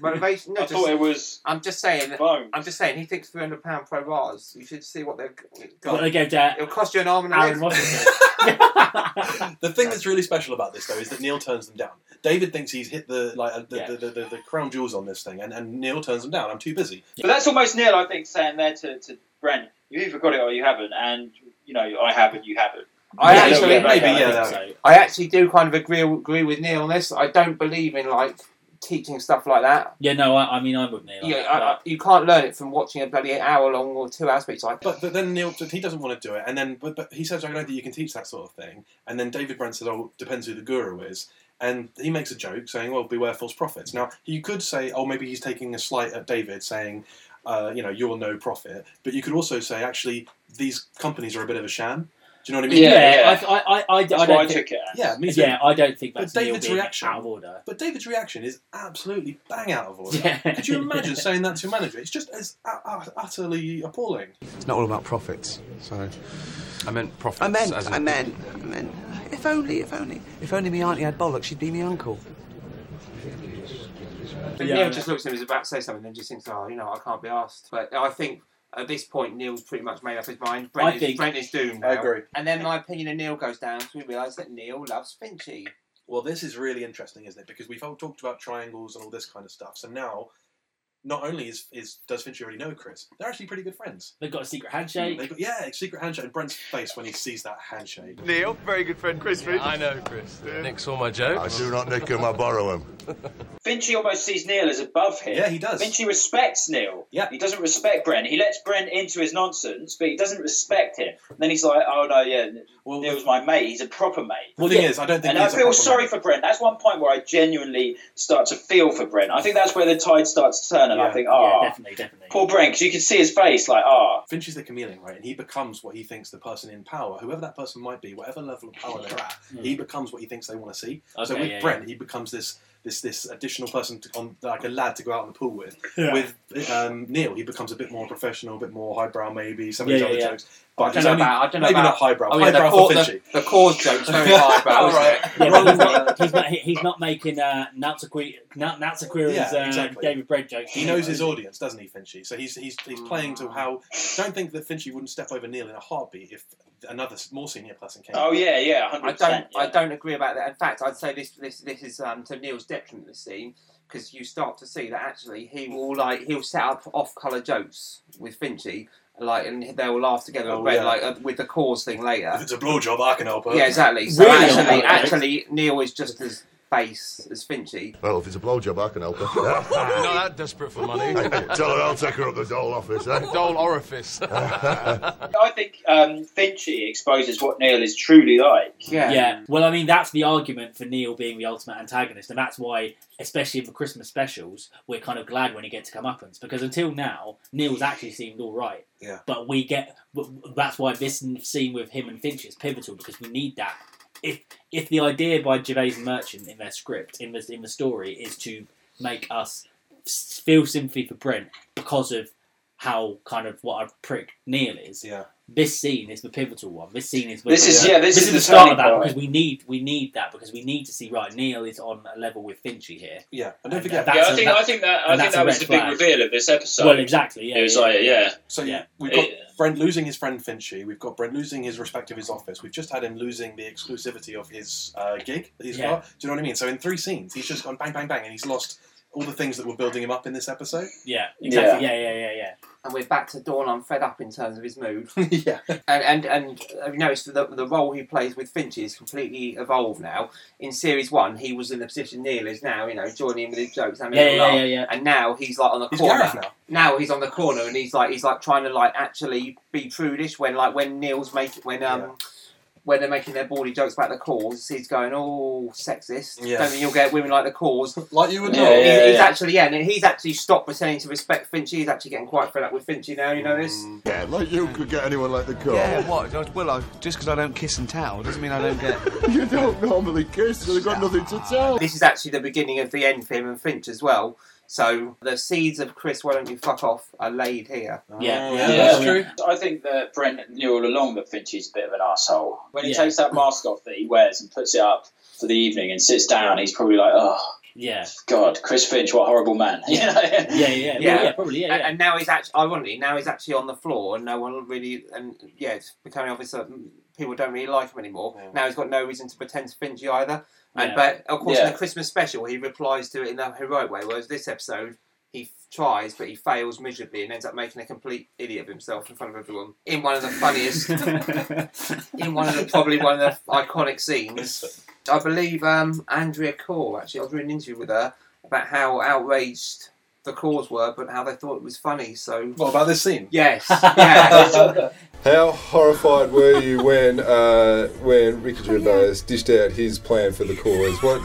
Speaker 1: motivation. No,
Speaker 2: I thought
Speaker 1: just,
Speaker 2: it was
Speaker 1: I'm just saying.
Speaker 2: phone.
Speaker 1: I'm just saying. He thinks 300 pound pro bars. You should see what they've g-
Speaker 4: What
Speaker 1: got.
Speaker 4: they gave to
Speaker 1: It'll cost you an arm and a
Speaker 4: Aaron
Speaker 1: leg.
Speaker 4: Rodgers.
Speaker 3: The thing that's really special about this though is that Neil turns them down. David thinks he's hit the like uh, the,
Speaker 4: Yeah.
Speaker 3: the, the, the, the crown jewels on this thing, and, and Neil turns them down. I'm too busy.
Speaker 2: But that's almost Neil, I think, saying there to, to Brent, you've either got it or you haven't, and, you know, I haven't, you haven't.
Speaker 1: I
Speaker 3: Yeah,
Speaker 1: actually,
Speaker 3: yeah, maybe,
Speaker 4: I think
Speaker 3: yeah,
Speaker 4: so.
Speaker 1: I actually do kind of agree agree with Neil on this. I don't believe in like teaching stuff like that.
Speaker 4: Yeah, no, I, I mean, I'm with Neil. on
Speaker 1: Yeah,
Speaker 4: that,
Speaker 1: I, I, you can't learn it from watching a bloody hour long or two hour speech. Like,
Speaker 3: But, but then Neil he doesn't want to do it, and then but, but he says I know that you can teach that sort of thing, and then David Brent says oh depends who the guru is, and he makes a joke saying well beware false prophets. Now you could say oh maybe he's taking a slight at David saying. Uh, you know, you're no prophet, but you could also say actually these companies are a bit of a sham. Do you know what I mean?
Speaker 2: Yeah,
Speaker 4: yeah,
Speaker 2: yeah.
Speaker 4: I, I, I, I, I
Speaker 2: That's why I
Speaker 4: don't think,
Speaker 2: took it.
Speaker 3: yeah, me too.
Speaker 4: yeah, I don't think
Speaker 3: But
Speaker 4: that's Neil
Speaker 3: David's
Speaker 4: being
Speaker 3: reaction-
Speaker 4: out of order. [LAUGHS]
Speaker 3: But David's reaction is absolutely bang out of order.
Speaker 4: Yeah. [LAUGHS]
Speaker 3: Could you imagine saying that to a manager? It's just it's u- u- utterly appalling.
Speaker 9: It's not all about profits. So
Speaker 8: I meant profits.
Speaker 9: I meant,
Speaker 8: as in-
Speaker 9: I meant, I meant. If only, if only, if only me auntie had bollocks, she'd be me uncle.
Speaker 1: But
Speaker 4: Yeah, I
Speaker 1: Neil
Speaker 4: know.
Speaker 1: just looks at him as about to say something and just thinks, oh, you know, I can't be asked. But I think at this point, Neil's pretty much made up his mind. Brent,
Speaker 4: I
Speaker 1: is,
Speaker 4: think-
Speaker 1: Brent is doomed.
Speaker 3: I
Speaker 1: now.
Speaker 3: agree.
Speaker 1: And then my opinion of Neil goes down because we realise that Neil loves Finchy.
Speaker 3: Well, this is really interesting, isn't it? Because we've all talked about triangles and all this kind of stuff. So now, not only is, is does Finch already know Chris, they're actually pretty good friends.
Speaker 4: They've got a secret handshake.
Speaker 3: They got yeah, a secret handshake. And Brent's face when he sees that handshake.
Speaker 9: Neil, very good friend, Chris.
Speaker 5: I know, Chris. Nick saw my joke.
Speaker 8: I do not nick him, I borrow him.
Speaker 2: Vinci almost sees Neil as above him.
Speaker 3: Yeah, he does.
Speaker 2: Vinci respects Neil.
Speaker 3: Yeah.
Speaker 2: He doesn't respect Brent. He lets Brent into his nonsense, but he doesn't respect him. And then he's like, oh, no, yeah,
Speaker 3: Well,
Speaker 2: Neil's my mate. He's a proper mate.
Speaker 3: The thing is, I don't think
Speaker 2: And I
Speaker 3: he's a
Speaker 2: feel
Speaker 3: proper
Speaker 2: sorry
Speaker 3: mate.
Speaker 2: for Brent. That's one point where I genuinely start to feel for Brent. I think that's where the tide starts to turn, and
Speaker 3: Yeah,
Speaker 2: I think,
Speaker 4: yeah,
Speaker 2: ah,
Speaker 4: definitely, definitely.
Speaker 2: poor Brent, 'cause you can see his face, like, ah.
Speaker 3: Finch is the chameleon, right? And he becomes what he thinks the person in power, whoever that person might be, whatever level of power they're at,
Speaker 2: Hmm.
Speaker 3: he becomes what he thinks they want to see. so
Speaker 4: Okay,
Speaker 3: with
Speaker 4: yeah,
Speaker 3: Brent, he becomes this this this additional person to, on like a lad to go out on the pool with. With um, Neil, he becomes a bit more professional, a bit more highbrow, maybe some of
Speaker 4: Yeah,
Speaker 3: these other
Speaker 4: yeah, yeah.
Speaker 3: jokes.
Speaker 1: I
Speaker 3: But
Speaker 1: don't
Speaker 3: he's
Speaker 1: know
Speaker 3: only,
Speaker 1: about- I don't know
Speaker 3: maybe
Speaker 1: about- Oh,
Speaker 3: not highbrow.
Speaker 1: I mean, the,
Speaker 3: highbrow for
Speaker 1: cause,
Speaker 3: Finchy.
Speaker 1: the, the cause joke's very high, bro.
Speaker 3: All
Speaker 1: isn't
Speaker 3: right.
Speaker 1: it?
Speaker 4: Yeah, but he's
Speaker 3: Well,
Speaker 4: not, he's not, he- he's not making uh, Natsuquira
Speaker 3: Yeah,
Speaker 4: Natsuquira's uh,
Speaker 3: exactly.
Speaker 4: David Brent jokes.
Speaker 3: He knows his audience, doesn't he, Finchy? So he's he's, he's playing to how. Don't think that Finchy wouldn't step over Neil in a heartbeat if another more senior person came.
Speaker 2: Oh, yeah, yeah, 100%.
Speaker 1: I don't.
Speaker 2: yeah.
Speaker 1: I don't agree about that. In fact, I'd say this. This. This is um, to Neil's detriment. This scene because you start to see that actually he will like he'll set up off-color jokes with Finchy, like and they will laugh together.
Speaker 3: Oh,
Speaker 1: but,
Speaker 3: yeah.
Speaker 1: Like uh, with the cause thing later.
Speaker 3: If it's a blowjob, I can help her.
Speaker 1: Yeah, exactly. So
Speaker 4: Really?
Speaker 1: actually,
Speaker 4: Yeah.
Speaker 1: actually, Neil is just as base as Finchy.
Speaker 8: Well, if it's a blowjob, I can help her. [LAUGHS] Not
Speaker 12: that desperate for money.
Speaker 8: Tell her I'll take her up the dole office, eh?
Speaker 12: Dole
Speaker 9: [LAUGHS]
Speaker 12: orifice.
Speaker 2: I think um, Finchy exposes what Neil is truly like.
Speaker 4: Yeah. Well, I mean, that's the argument for Neil being the ultimate antagonist, and that's why, especially for Christmas specials, we're kind of glad when he gets comeuppance because until now, Neil's actually seemed all right.
Speaker 3: Yeah.
Speaker 4: But we get but that's why this n- scene with him and Finch is pivotal because we need that. If if the idea by Gervais and Merchant in their script in the in the story is to make us s- feel sympathy for Brent because of how kind of what a prick Neil is.
Speaker 3: Yeah.
Speaker 4: This scene is the pivotal one. This scene is.
Speaker 2: This is- yeah, this is
Speaker 4: is
Speaker 2: the
Speaker 4: the start
Speaker 2: turning
Speaker 4: of that
Speaker 2: point.
Speaker 4: because we need we need that because we need to see right. Neil is on a level with Finchy here.
Speaker 3: Yeah,
Speaker 4: and don't
Speaker 2: Yeah, I think I think that I think that was the big reveal of this episode.
Speaker 4: Well, exactly. Yeah,
Speaker 2: it was
Speaker 4: yeah,
Speaker 2: like
Speaker 4: yeah.
Speaker 2: yeah.
Speaker 3: So
Speaker 4: Yeah.
Speaker 3: we've got Brent losing his friend Finchy. We've got Brent losing his respect of his office. We've just had him losing the exclusivity of his uh, gig that he's
Speaker 4: Yeah.
Speaker 3: got. Do you know what I mean? So in three scenes, he's just gone bang, bang, bang, and he's lost all the things that were building him up in this episode.
Speaker 2: [LAUGHS]
Speaker 4: Yeah,
Speaker 1: exactly.
Speaker 4: Yeah, yeah, yeah, yeah.
Speaker 1: And we're back to Dawn. I'm fed up in terms of his mood.
Speaker 3: yeah.
Speaker 1: And and and I've noticed that the, the role he plays with Finchy is completely evolved now. In series one, he was in the position Neil is now. You know, joining in with his jokes, having a
Speaker 4: Yeah, yeah,
Speaker 1: laugh.
Speaker 4: yeah, yeah.
Speaker 1: And now he's like on the
Speaker 3: He's
Speaker 1: corner.
Speaker 3: Gareth now.
Speaker 1: Now he's on the corner, and he's like he's like trying to like actually be prudish when like when Neil's making when um. When they're making their bawdy jokes about the cause, he's going, "Oh, sexist!
Speaker 3: Yeah.
Speaker 1: Don't think you'll get women like the cause."
Speaker 3: Like you would
Speaker 2: Yeah,
Speaker 3: know.
Speaker 2: yeah,
Speaker 1: he's, he's
Speaker 2: yeah.
Speaker 1: actually yeah, and he's actually stopped pretending to respect Finchy. He's actually getting quite fed up with Finchy now. You know this.
Speaker 3: Mm.
Speaker 8: Yeah, like you could get anyone like the cop.
Speaker 9: Yeah, what? I- Well, I, just because I don't kiss and towel doesn't mean I don't get.
Speaker 8: [LAUGHS] You don't normally kiss, so they've got nothing to tell.
Speaker 1: This is actually the beginning of the end for him and Finch as well. So the seeds of Chris, why don't you fuck off, are laid here.
Speaker 4: Yeah,
Speaker 3: Oh,
Speaker 4: yeah,
Speaker 3: that's
Speaker 4: yeah.
Speaker 3: true.
Speaker 2: I think that Brent knew all along that Finchie's a bit of an asshole. When he
Speaker 4: Yeah.
Speaker 2: takes that mask off that he wears and puts it up for the evening and sits down, he's probably like, oh
Speaker 4: Yeah,
Speaker 2: God, Chris Finch, what a horrible man. [LAUGHS]
Speaker 4: yeah, yeah, yeah,
Speaker 1: Yeah.
Speaker 4: Well, yeah probably, yeah,
Speaker 1: And,
Speaker 4: yeah.
Speaker 1: and now he's actually, ironically, now he's actually on the floor, and no one really, and yeah, it's becoming obvious that people don't really like him anymore.
Speaker 3: Yeah.
Speaker 1: Now he's got no reason to pretend to Finchy either. And
Speaker 4: Yeah.
Speaker 1: but of course, in
Speaker 2: Yeah.
Speaker 1: the Christmas special, he replies to it in a heroic way. Whereas this episode, he f- tries, but he fails miserably and ends up making a complete idiot of himself in front of everyone in one of the
Speaker 4: [LAUGHS]
Speaker 1: funniest in one of the probably one of the iconic
Speaker 4: [LAUGHS]
Speaker 1: scenes. I believe um, Andrea Core actually. I was doing an interview with her about how outraged the cores were, but how they thought it was funny. So
Speaker 3: What about this scene?
Speaker 1: yes, yeah,
Speaker 13: How horrified were you when uh, when Ricky Gervais dished out his plan for the cause? What?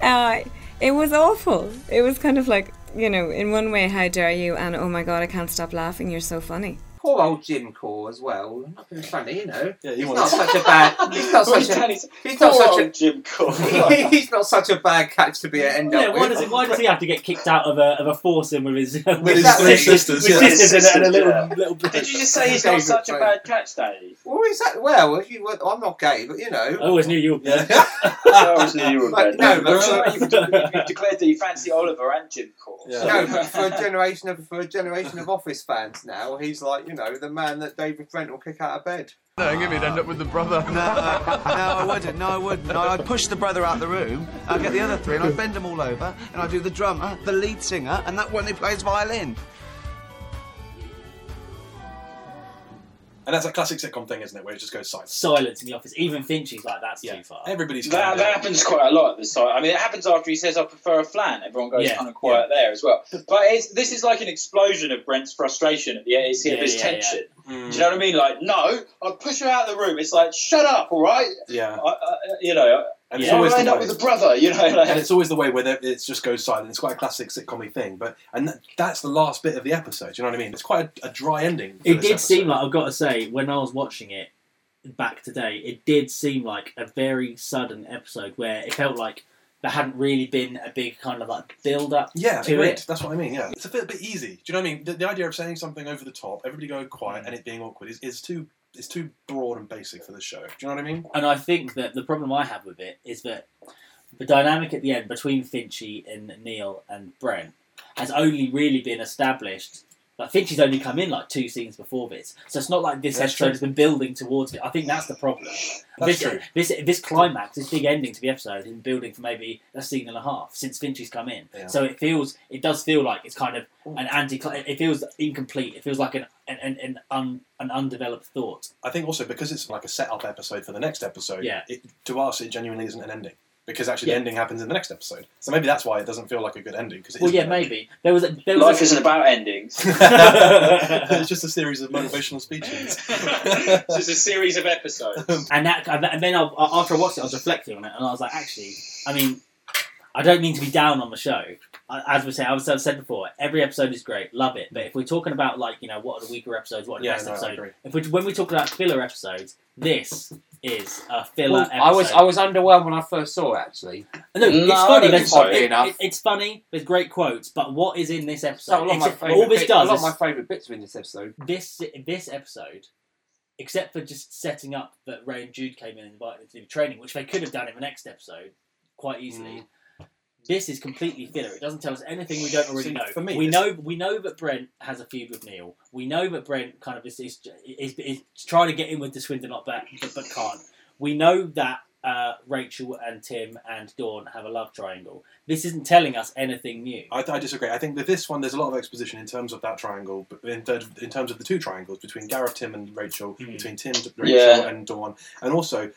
Speaker 11: Uh, it was awful. It was kind of like, you know, in one way, how dare you, and oh my god, I can't stop laughing, you're so funny.
Speaker 1: poor old Jim Core as well. Not been funny, you know.
Speaker 3: Yeah,
Speaker 1: He's
Speaker 3: you
Speaker 1: not
Speaker 3: want
Speaker 1: such a bad. He's not
Speaker 2: Well,
Speaker 1: such
Speaker 2: he's done
Speaker 1: a.
Speaker 2: his-
Speaker 1: He's not
Speaker 2: Poor
Speaker 1: such a.
Speaker 2: old Jim Cole.
Speaker 1: [LAUGHS] he's not such a bad catch to be at end
Speaker 4: Yeah,
Speaker 1: up
Speaker 4: why
Speaker 1: with.
Speaker 4: does he, why does he have to get kicked out of a of a foursome with his [LAUGHS] with
Speaker 1: his three
Speaker 3: sisters,
Speaker 4: with
Speaker 3: yeah.
Speaker 4: sisters and, a- and a little
Speaker 2: Yeah.
Speaker 4: little brother?
Speaker 2: Did you just say he's not such a bad catch, Dave?
Speaker 1: Well, is that well? If you were, I'm not gay, but you
Speaker 4: I
Speaker 1: know.
Speaker 4: always knew you. Were
Speaker 3: Yeah.
Speaker 2: I always knew you were
Speaker 1: But no,
Speaker 2: bad.
Speaker 1: but
Speaker 2: Sorry,
Speaker 1: for,
Speaker 2: you've you've declared that you fancy Oliver and Jim Cole.
Speaker 3: Yeah.
Speaker 1: no, but for a generation of for a generation of Office fans now, he's like you know the man that David Brent will kick out of bed.
Speaker 8: No, I'm gonna end up with the brother.
Speaker 9: No, I wouldn't. No, I wouldn't. No, I'd push the brother out the room. I'd get the other three and I'd bend them all over. And I'd do the drummer, the lead singer, and that one who plays violin.
Speaker 3: And that's a classic sitcom thing, isn't it? Where it just goes silent.
Speaker 4: silence in the office. Even Finchie's like that's too far.
Speaker 3: Everybody's
Speaker 2: That, that happens quite a lot at the site. I mean, it happens after he says, "I prefer a flan." Everyone goes
Speaker 4: Yeah,
Speaker 2: kind of quiet there as well. But it's, this is like an explosion of Brent's frustration at the end
Speaker 4: Yeah,
Speaker 2: of his
Speaker 4: yeah, Hmm.
Speaker 2: tension.
Speaker 3: Mm.
Speaker 2: Do you know what I mean? Like, no, I push her out of the room. It's like, shut up, all right?
Speaker 3: Yeah.
Speaker 2: I, I, you know,
Speaker 3: And
Speaker 4: Yeah.
Speaker 3: it's
Speaker 2: why
Speaker 3: always
Speaker 2: would I end
Speaker 3: the
Speaker 2: up
Speaker 3: way.
Speaker 2: with a brother? You know,
Speaker 3: and
Speaker 2: like,
Speaker 3: it's always the way where it just goes silent. It's quite a classic sitcom thing, but and that, that's the last bit of the episode. Do you know what I mean? It's quite a, a dry ending. for
Speaker 4: It
Speaker 3: this
Speaker 4: did seem
Speaker 3: episode.
Speaker 4: like I've got to say when I was watching it back today, it did seem like a very sudden episode where it felt like there hadn't really been a big kind of like build up.
Speaker 3: Yeah,
Speaker 4: to
Speaker 3: agreed.
Speaker 4: it.
Speaker 3: That's what I mean. Yeah, it's a bit, bit easy. Do you know what I mean? The, the idea of saying something over the top, everybody going
Speaker 4: Mm.
Speaker 3: quiet, and it being awkward is, is too is too broad and basic for the show. Do you know what I mean?
Speaker 4: And I think that the problem I have with it is that the dynamic at the end between Finchie and Neil and Brent has only really been established I think she's only come in like two scenes before this, so it's not like this
Speaker 14: That's
Speaker 4: episode
Speaker 14: true.
Speaker 4: has been building towards it. I think that's the problem.
Speaker 14: That's
Speaker 4: this,
Speaker 14: true.
Speaker 4: This this climax, this big ending to the episode, has been building for maybe a scene and a half since Finchie's come in.
Speaker 14: Yeah.
Speaker 4: So it feels, it does feel like it's kind of an anti. It feels incomplete. It feels like an an an, an, un, an undeveloped thought.
Speaker 3: I think also because it's like a setup episode for the next episode,
Speaker 4: Yeah.
Speaker 3: it, to us it genuinely isn't an ending. Because actually
Speaker 4: Yeah.
Speaker 3: the ending happens in the next episode. So maybe that's why it doesn't feel like a good ending. Cause it
Speaker 4: Well,
Speaker 3: isn't
Speaker 4: yeah,
Speaker 3: an ending.
Speaker 4: maybe there was. A, there was
Speaker 2: Life
Speaker 4: a-
Speaker 2: isn't about
Speaker 4: [LAUGHS]
Speaker 2: endings. [LAUGHS]
Speaker 3: [LAUGHS] it's just a series of motivational
Speaker 4: [LAUGHS]
Speaker 3: speeches.
Speaker 2: it's just a series of episodes.
Speaker 4: and that and then I, after I watched it, I was reflecting on it, and I was like, actually, I mean, I don't mean to be down on the show. I, as we say, as I've said before, every episode is great, love it. But if we're talking about like you know what are the weaker episodes, what are the
Speaker 3: Yeah,
Speaker 4: best
Speaker 3: no, I agree.
Speaker 4: episodes, if we, when we talk about filler episodes, this is a filler
Speaker 1: Well,
Speaker 4: episode.
Speaker 1: I was I was underwhelmed when I first saw it actually.
Speaker 4: No, it's
Speaker 1: No,
Speaker 4: funny.
Speaker 1: it's
Speaker 4: There's,
Speaker 1: funny
Speaker 4: it-
Speaker 1: enough.
Speaker 4: it- it's funny. There's great quotes, but what is in this episode?
Speaker 1: So a lot of my
Speaker 4: Except-
Speaker 1: favourite
Speaker 4: all this
Speaker 1: bit-
Speaker 4: does
Speaker 1: a lot
Speaker 4: is-
Speaker 1: of my favourite bits were in this episode.
Speaker 4: this this episode, except for just setting up that Ray and Jude came in and invited them to do training, which they could have done in the next episode quite easily. This is completely filler. It doesn't tell us anything we don't already
Speaker 3: Mm. See,
Speaker 4: know.
Speaker 3: for me,
Speaker 4: we
Speaker 3: this-
Speaker 4: know we know that Brent has a feud with Neil. We know that Brent kind of is is, is, is trying to get in with the Swindon lot, but but, but can't. We know that uh, Rachel and Tim and Dawn have a love triangle. This isn't telling us anything new.
Speaker 3: I, I disagree. I think with this one, there's a lot of exposition in terms of that triangle, but in, third, in terms of the two triangles between Gareth, Tim, and Rachel,
Speaker 4: Hmm.
Speaker 3: between Tim, Rachel,
Speaker 2: Yeah.
Speaker 3: and Dawn, and also.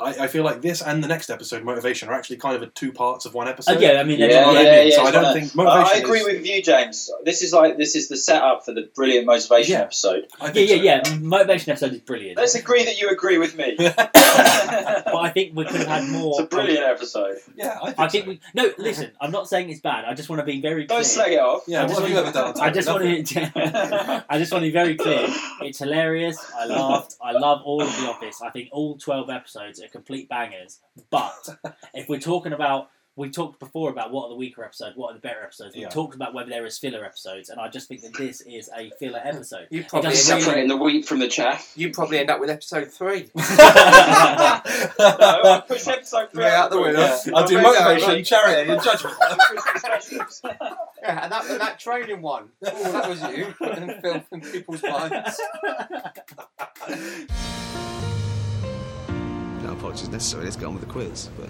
Speaker 3: I, I feel like this and the next episode, motivation, are actually kind of two parts of one episode.
Speaker 4: Uh, Oh, yeah, I mean,
Speaker 3: You know what I mean? so I don't think
Speaker 2: Uh, I
Speaker 3: motivation.
Speaker 2: agree
Speaker 3: is-
Speaker 2: with you, James. This is like this is the setup for the brilliant motivation
Speaker 3: Yeah.
Speaker 2: episode.
Speaker 3: I
Speaker 4: Yeah,
Speaker 3: think so.
Speaker 4: yeah, yeah. Motivation episode is brilliant.
Speaker 2: Let's agree that you agree with
Speaker 4: [LAUGHS]
Speaker 2: me. [LAUGHS]
Speaker 4: but I think we could have had more.
Speaker 2: It's a brilliant episode.
Speaker 3: Yeah, I think, [LAUGHS]
Speaker 4: I think we [LAUGHS] no. Listen, I'm not saying it's bad. I just want to be very clear.
Speaker 2: Don't slag it off.
Speaker 3: Yeah,
Speaker 4: I
Speaker 3: what
Speaker 4: just
Speaker 3: have you
Speaker 4: want-
Speaker 3: ever done?
Speaker 4: I just want to. [LAUGHS] I just want to be very clear. It's hilarious. I laughed. I love all of the Office. I think all twelve episodes are complete bangers. But if we're talking about, we talked before about what are the weaker episodes, what are the better episodes. We
Speaker 3: Yeah.
Speaker 4: talked about whether there is filler episodes, and I just think that this is a filler episode.
Speaker 1: You
Speaker 4: It
Speaker 1: probably
Speaker 4: doesn't really-
Speaker 1: separate
Speaker 2: the wheat from the chaff.
Speaker 1: You probably end up with episode three.
Speaker 2: No, I push episode three
Speaker 1: Right out the window.
Speaker 3: Yeah. I'll do
Speaker 1: Right
Speaker 3: motivation,
Speaker 1: out the-
Speaker 3: charity, and judgment.
Speaker 1: [LAUGHS] Yeah, and that, and that training one. [LAUGHS] Oh, that was you [LAUGHS] putting filth in people's minds.
Speaker 9: No apologies necessary. Let's get on with the quiz. But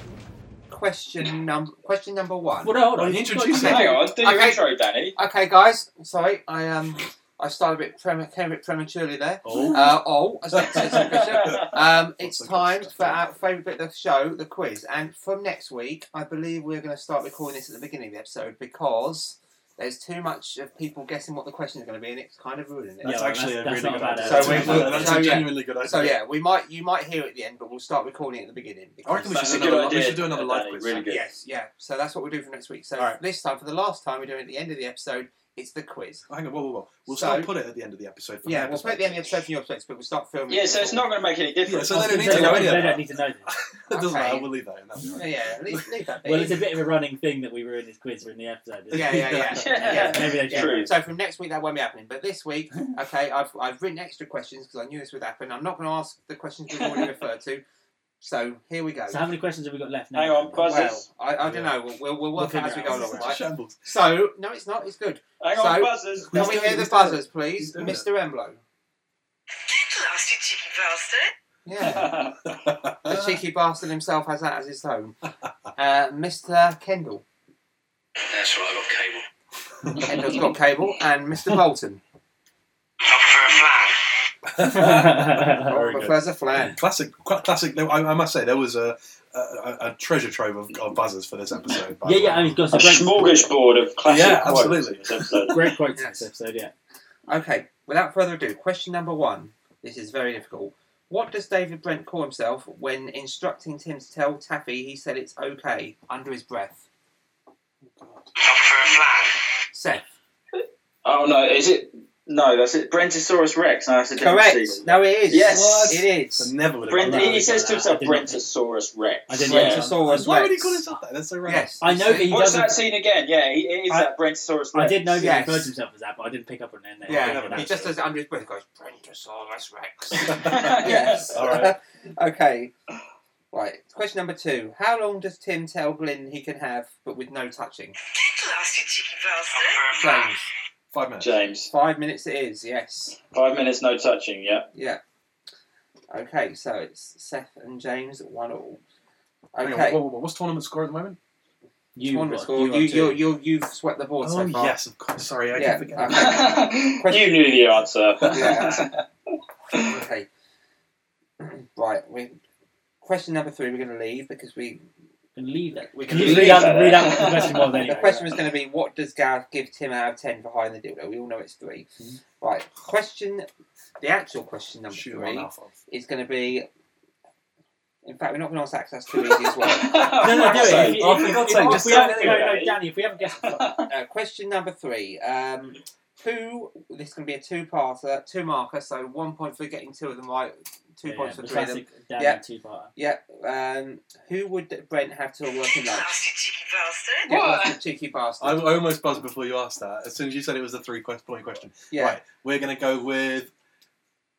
Speaker 1: Question number question number one.
Speaker 4: Well, no, hold on.
Speaker 1: Well, you
Speaker 4: You've got
Speaker 1: introduced
Speaker 4: to-
Speaker 1: it.
Speaker 2: Hang on, do your
Speaker 1: Okay.
Speaker 2: intro, [LAUGHS] Danny.
Speaker 1: Okay, guys. Sorry, I um, I started a bit prema- came a bit prematurely [LAUGHS] there.
Speaker 4: Oh.
Speaker 1: Uh, oh, as Nick says in Bishop. um, it's time for our favourite bit of the show, the quiz. And from next week, I believe we're going to start recording this at the beginning of the episode because there's too much of people guessing what the question is going to be, and it's kind of ruining it.
Speaker 3: That's
Speaker 4: Yeah,
Speaker 3: actually a
Speaker 4: that's-
Speaker 3: really
Speaker 4: that's
Speaker 3: good
Speaker 4: not
Speaker 3: idea.
Speaker 4: bad.
Speaker 3: So we-
Speaker 4: That's not bad.
Speaker 3: that's
Speaker 1: So, yeah.
Speaker 3: a genuinely good idea.
Speaker 1: So yeah, we might you might hear it at the end, but we'll start recording it at the beginning.
Speaker 3: I reckon we
Speaker 2: That's
Speaker 3: should,
Speaker 2: a
Speaker 3: do
Speaker 2: good
Speaker 3: another, we
Speaker 2: idea,
Speaker 3: should do another live
Speaker 2: Danny,
Speaker 3: quiz.
Speaker 2: really good.
Speaker 1: Yes, yeah. So that's what we'll do for next week. So
Speaker 3: Alright.
Speaker 1: this time, for the last time, we're doing it at the end of the episode. It's the quiz.
Speaker 3: Hang on, whoa, whoa, whoa. We'll
Speaker 1: So-
Speaker 3: still put it at the end of the episode. For
Speaker 1: Yeah,
Speaker 3: the
Speaker 1: we'll put it at the end of the episode from your perspective, but we'll start filming.
Speaker 2: Yeah,
Speaker 1: it
Speaker 2: so it's
Speaker 1: before.
Speaker 2: not going to make any difference. [LAUGHS]
Speaker 3: Yeah, so they don't need to
Speaker 4: They
Speaker 3: know
Speaker 4: don't-
Speaker 3: any of
Speaker 4: They
Speaker 3: that.
Speaker 4: don't need to know this.
Speaker 3: [LAUGHS] It doesn't
Speaker 1: Okay.
Speaker 3: matter. We'll leave that in. That'll be
Speaker 1: [LAUGHS]
Speaker 3: right.
Speaker 1: Yeah, leave, leave that.
Speaker 4: Well,
Speaker 1: be.
Speaker 4: it's a bit of a running thing that we ruin his quiz in the episode. isn't
Speaker 1: Yeah,
Speaker 4: it?
Speaker 1: yeah,
Speaker 4: [LAUGHS]
Speaker 1: yeah.
Speaker 2: Yeah.
Speaker 1: yeah.
Speaker 4: Maybe they
Speaker 1: Yeah.
Speaker 2: True.
Speaker 1: So from next week that won't be happening. But this
Speaker 4: [LAUGHS]
Speaker 1: week, okay, I've I've written extra questions because I knew this would happen. I'm not going to ask the questions we've
Speaker 4: [LAUGHS]
Speaker 1: already referred to. So here we go.
Speaker 4: So how many questions have we got left now?
Speaker 2: Hang on, buzz
Speaker 1: well,
Speaker 2: buzzers.
Speaker 1: I, I don't know. We'll, we'll, we'll work
Speaker 4: We'll
Speaker 1: it as we
Speaker 4: figure
Speaker 1: go
Speaker 4: it
Speaker 1: along,
Speaker 3: It's a
Speaker 1: right? [LAUGHS]
Speaker 4: [LAUGHS]
Speaker 3: shambles.
Speaker 1: So no, it's not. It's good.
Speaker 2: Hang on,
Speaker 1: So-
Speaker 2: buzzers.
Speaker 1: Can
Speaker 3: He's
Speaker 1: we
Speaker 3: doing
Speaker 1: hear
Speaker 3: it,
Speaker 1: the
Speaker 3: he's doing
Speaker 1: buzzers,
Speaker 3: it. He's
Speaker 1: please,
Speaker 3: doing it.
Speaker 1: Mr. Emblow?
Speaker 4: [LAUGHS]
Speaker 1: Yeah, the
Speaker 4: Ah.
Speaker 1: cheeky bastard himself has that as his
Speaker 4: [LAUGHS]
Speaker 1: home. Uh, Mr. Kendall.
Speaker 15: That's right, I got cable.
Speaker 1: Kendall's got cable, and Mr. Bolton.
Speaker 15: Up for a flag.
Speaker 4: Very
Speaker 1: But Where's a flan?
Speaker 3: Classic, qu- classic. no, I, I must say, there was a, a, a- a treasure trove of, of buzzers for this episode. by
Speaker 4: [LAUGHS] Yeah,
Speaker 3: the way.
Speaker 4: yeah, I mean, got
Speaker 2: A
Speaker 4: some great,
Speaker 2: smorgasbord of classic
Speaker 3: Yeah,
Speaker 2: quotes
Speaker 3: absolutely.
Speaker 2: in this episode.
Speaker 4: great quotes in
Speaker 1: Yes.
Speaker 4: this episode, yeah.
Speaker 1: Okay, without further ado, question number one. This is very difficult. What does David Brent call himself when instructing Tim to tell Taffy he said it's okay under his breath?
Speaker 15: Up for a flag.
Speaker 1: Seth.
Speaker 2: Oh no, is it? No, that's it. Brontosaurus Rex. No, that's a different
Speaker 1: Correct.
Speaker 2: season.
Speaker 1: No, it is.
Speaker 2: Yes.
Speaker 1: What? it
Speaker 3: So
Speaker 1: is.
Speaker 3: never would have.
Speaker 2: Brent,
Speaker 4: I
Speaker 3: done
Speaker 2: he
Speaker 4: didn't
Speaker 2: says to
Speaker 4: know that.
Speaker 2: himself,
Speaker 4: I didn't-
Speaker 2: Brontosaurus Rex.
Speaker 4: I didn't know
Speaker 2: yeah.
Speaker 4: that.
Speaker 1: Brontosaurus
Speaker 3: that. Why would he
Speaker 1: Rex.
Speaker 3: call himself that? That's so random. [LAUGHS]
Speaker 1: Yes.
Speaker 4: I know that he
Speaker 2: Watch
Speaker 4: doesn't.
Speaker 2: that scene again. Yeah, he- it is
Speaker 4: I-
Speaker 2: that Brontosaurus Rex.
Speaker 4: I did know that
Speaker 1: Yes.
Speaker 4: he referred to himself as that, but I didn't pick up on it.
Speaker 1: Yeah,
Speaker 3: never
Speaker 1: he
Speaker 3: mind.
Speaker 1: just does it under his breath. He goes, Brontosaurus
Speaker 3: [LAUGHS]
Speaker 1: Rex. [LAUGHS]
Speaker 2: yes.
Speaker 3: All [LAUGHS] right.
Speaker 1: okay. Right. Question number two. How long does Tim tell Glyn he can have, but with no touching?
Speaker 15: Up for a flag.
Speaker 1: James.
Speaker 3: Five minutes.
Speaker 2: James.
Speaker 1: Five minutes it is, yes.
Speaker 2: Five minutes, no touching,
Speaker 4: [LAUGHS]
Speaker 2: yeah.
Speaker 1: Yeah. Okay, so it's Seth and James at one all.
Speaker 3: Hang on,
Speaker 1: Okay.
Speaker 3: wha- wha- wha- what's tournament score at the moment?
Speaker 1: tournament score. You, you, you, you've swept the board
Speaker 3: Oh,
Speaker 1: so far.
Speaker 3: yes, of course. Sorry, I
Speaker 1: Yeah,
Speaker 3: keep forgetting.
Speaker 4: um,
Speaker 1: okay.
Speaker 2: You knew the [LAUGHS] answer.
Speaker 1: Yeah. [CLEARS THROAT] okay. [CLEARS THROAT] Right. We question number three. We're going to leave because we
Speaker 4: can leave it.
Speaker 1: We
Speaker 4: Can you read out- read out the question one then?
Speaker 1: The question was going to be, what does Gareth give Tim out of ten for hiding the dildo? We all know it's 3 Right. Question. The actual question number
Speaker 3: Mm-hmm. Shoot my
Speaker 1: three
Speaker 3: mouth
Speaker 1: is going to be. In fact, we're not going to answer that 'cause that's too easy as
Speaker 3: [LAUGHS]
Speaker 1: well.
Speaker 4: [LAUGHS] No, no, do it. If you-
Speaker 1: Oh, for
Speaker 4: if you-
Speaker 1: God's
Speaker 4: if
Speaker 1: sake,
Speaker 4: you-
Speaker 1: just
Speaker 4: if we
Speaker 1: say it
Speaker 4: haven't- no,
Speaker 1: anyway.
Speaker 4: no, Danny, if we haven't
Speaker 1: [LAUGHS]
Speaker 4: guessed-
Speaker 1: Uh, question number three. Um, who this can be a two-parter, two marker, so one point for getting two of them right, two
Speaker 4: Yeah,
Speaker 1: points
Speaker 4: the
Speaker 1: for three of them.
Speaker 4: classic Dan
Speaker 1: Yeah,
Speaker 4: two-parter.
Speaker 1: Yeah. Um, who would Brent have to work in lunch?
Speaker 15: bastard.
Speaker 1: Yeah, that's the cheeky bastard.
Speaker 3: I I almost buzzed before you asked that. As soon as you said it was a three quest- point question.
Speaker 1: Yeah.
Speaker 3: Right, we're going to go with.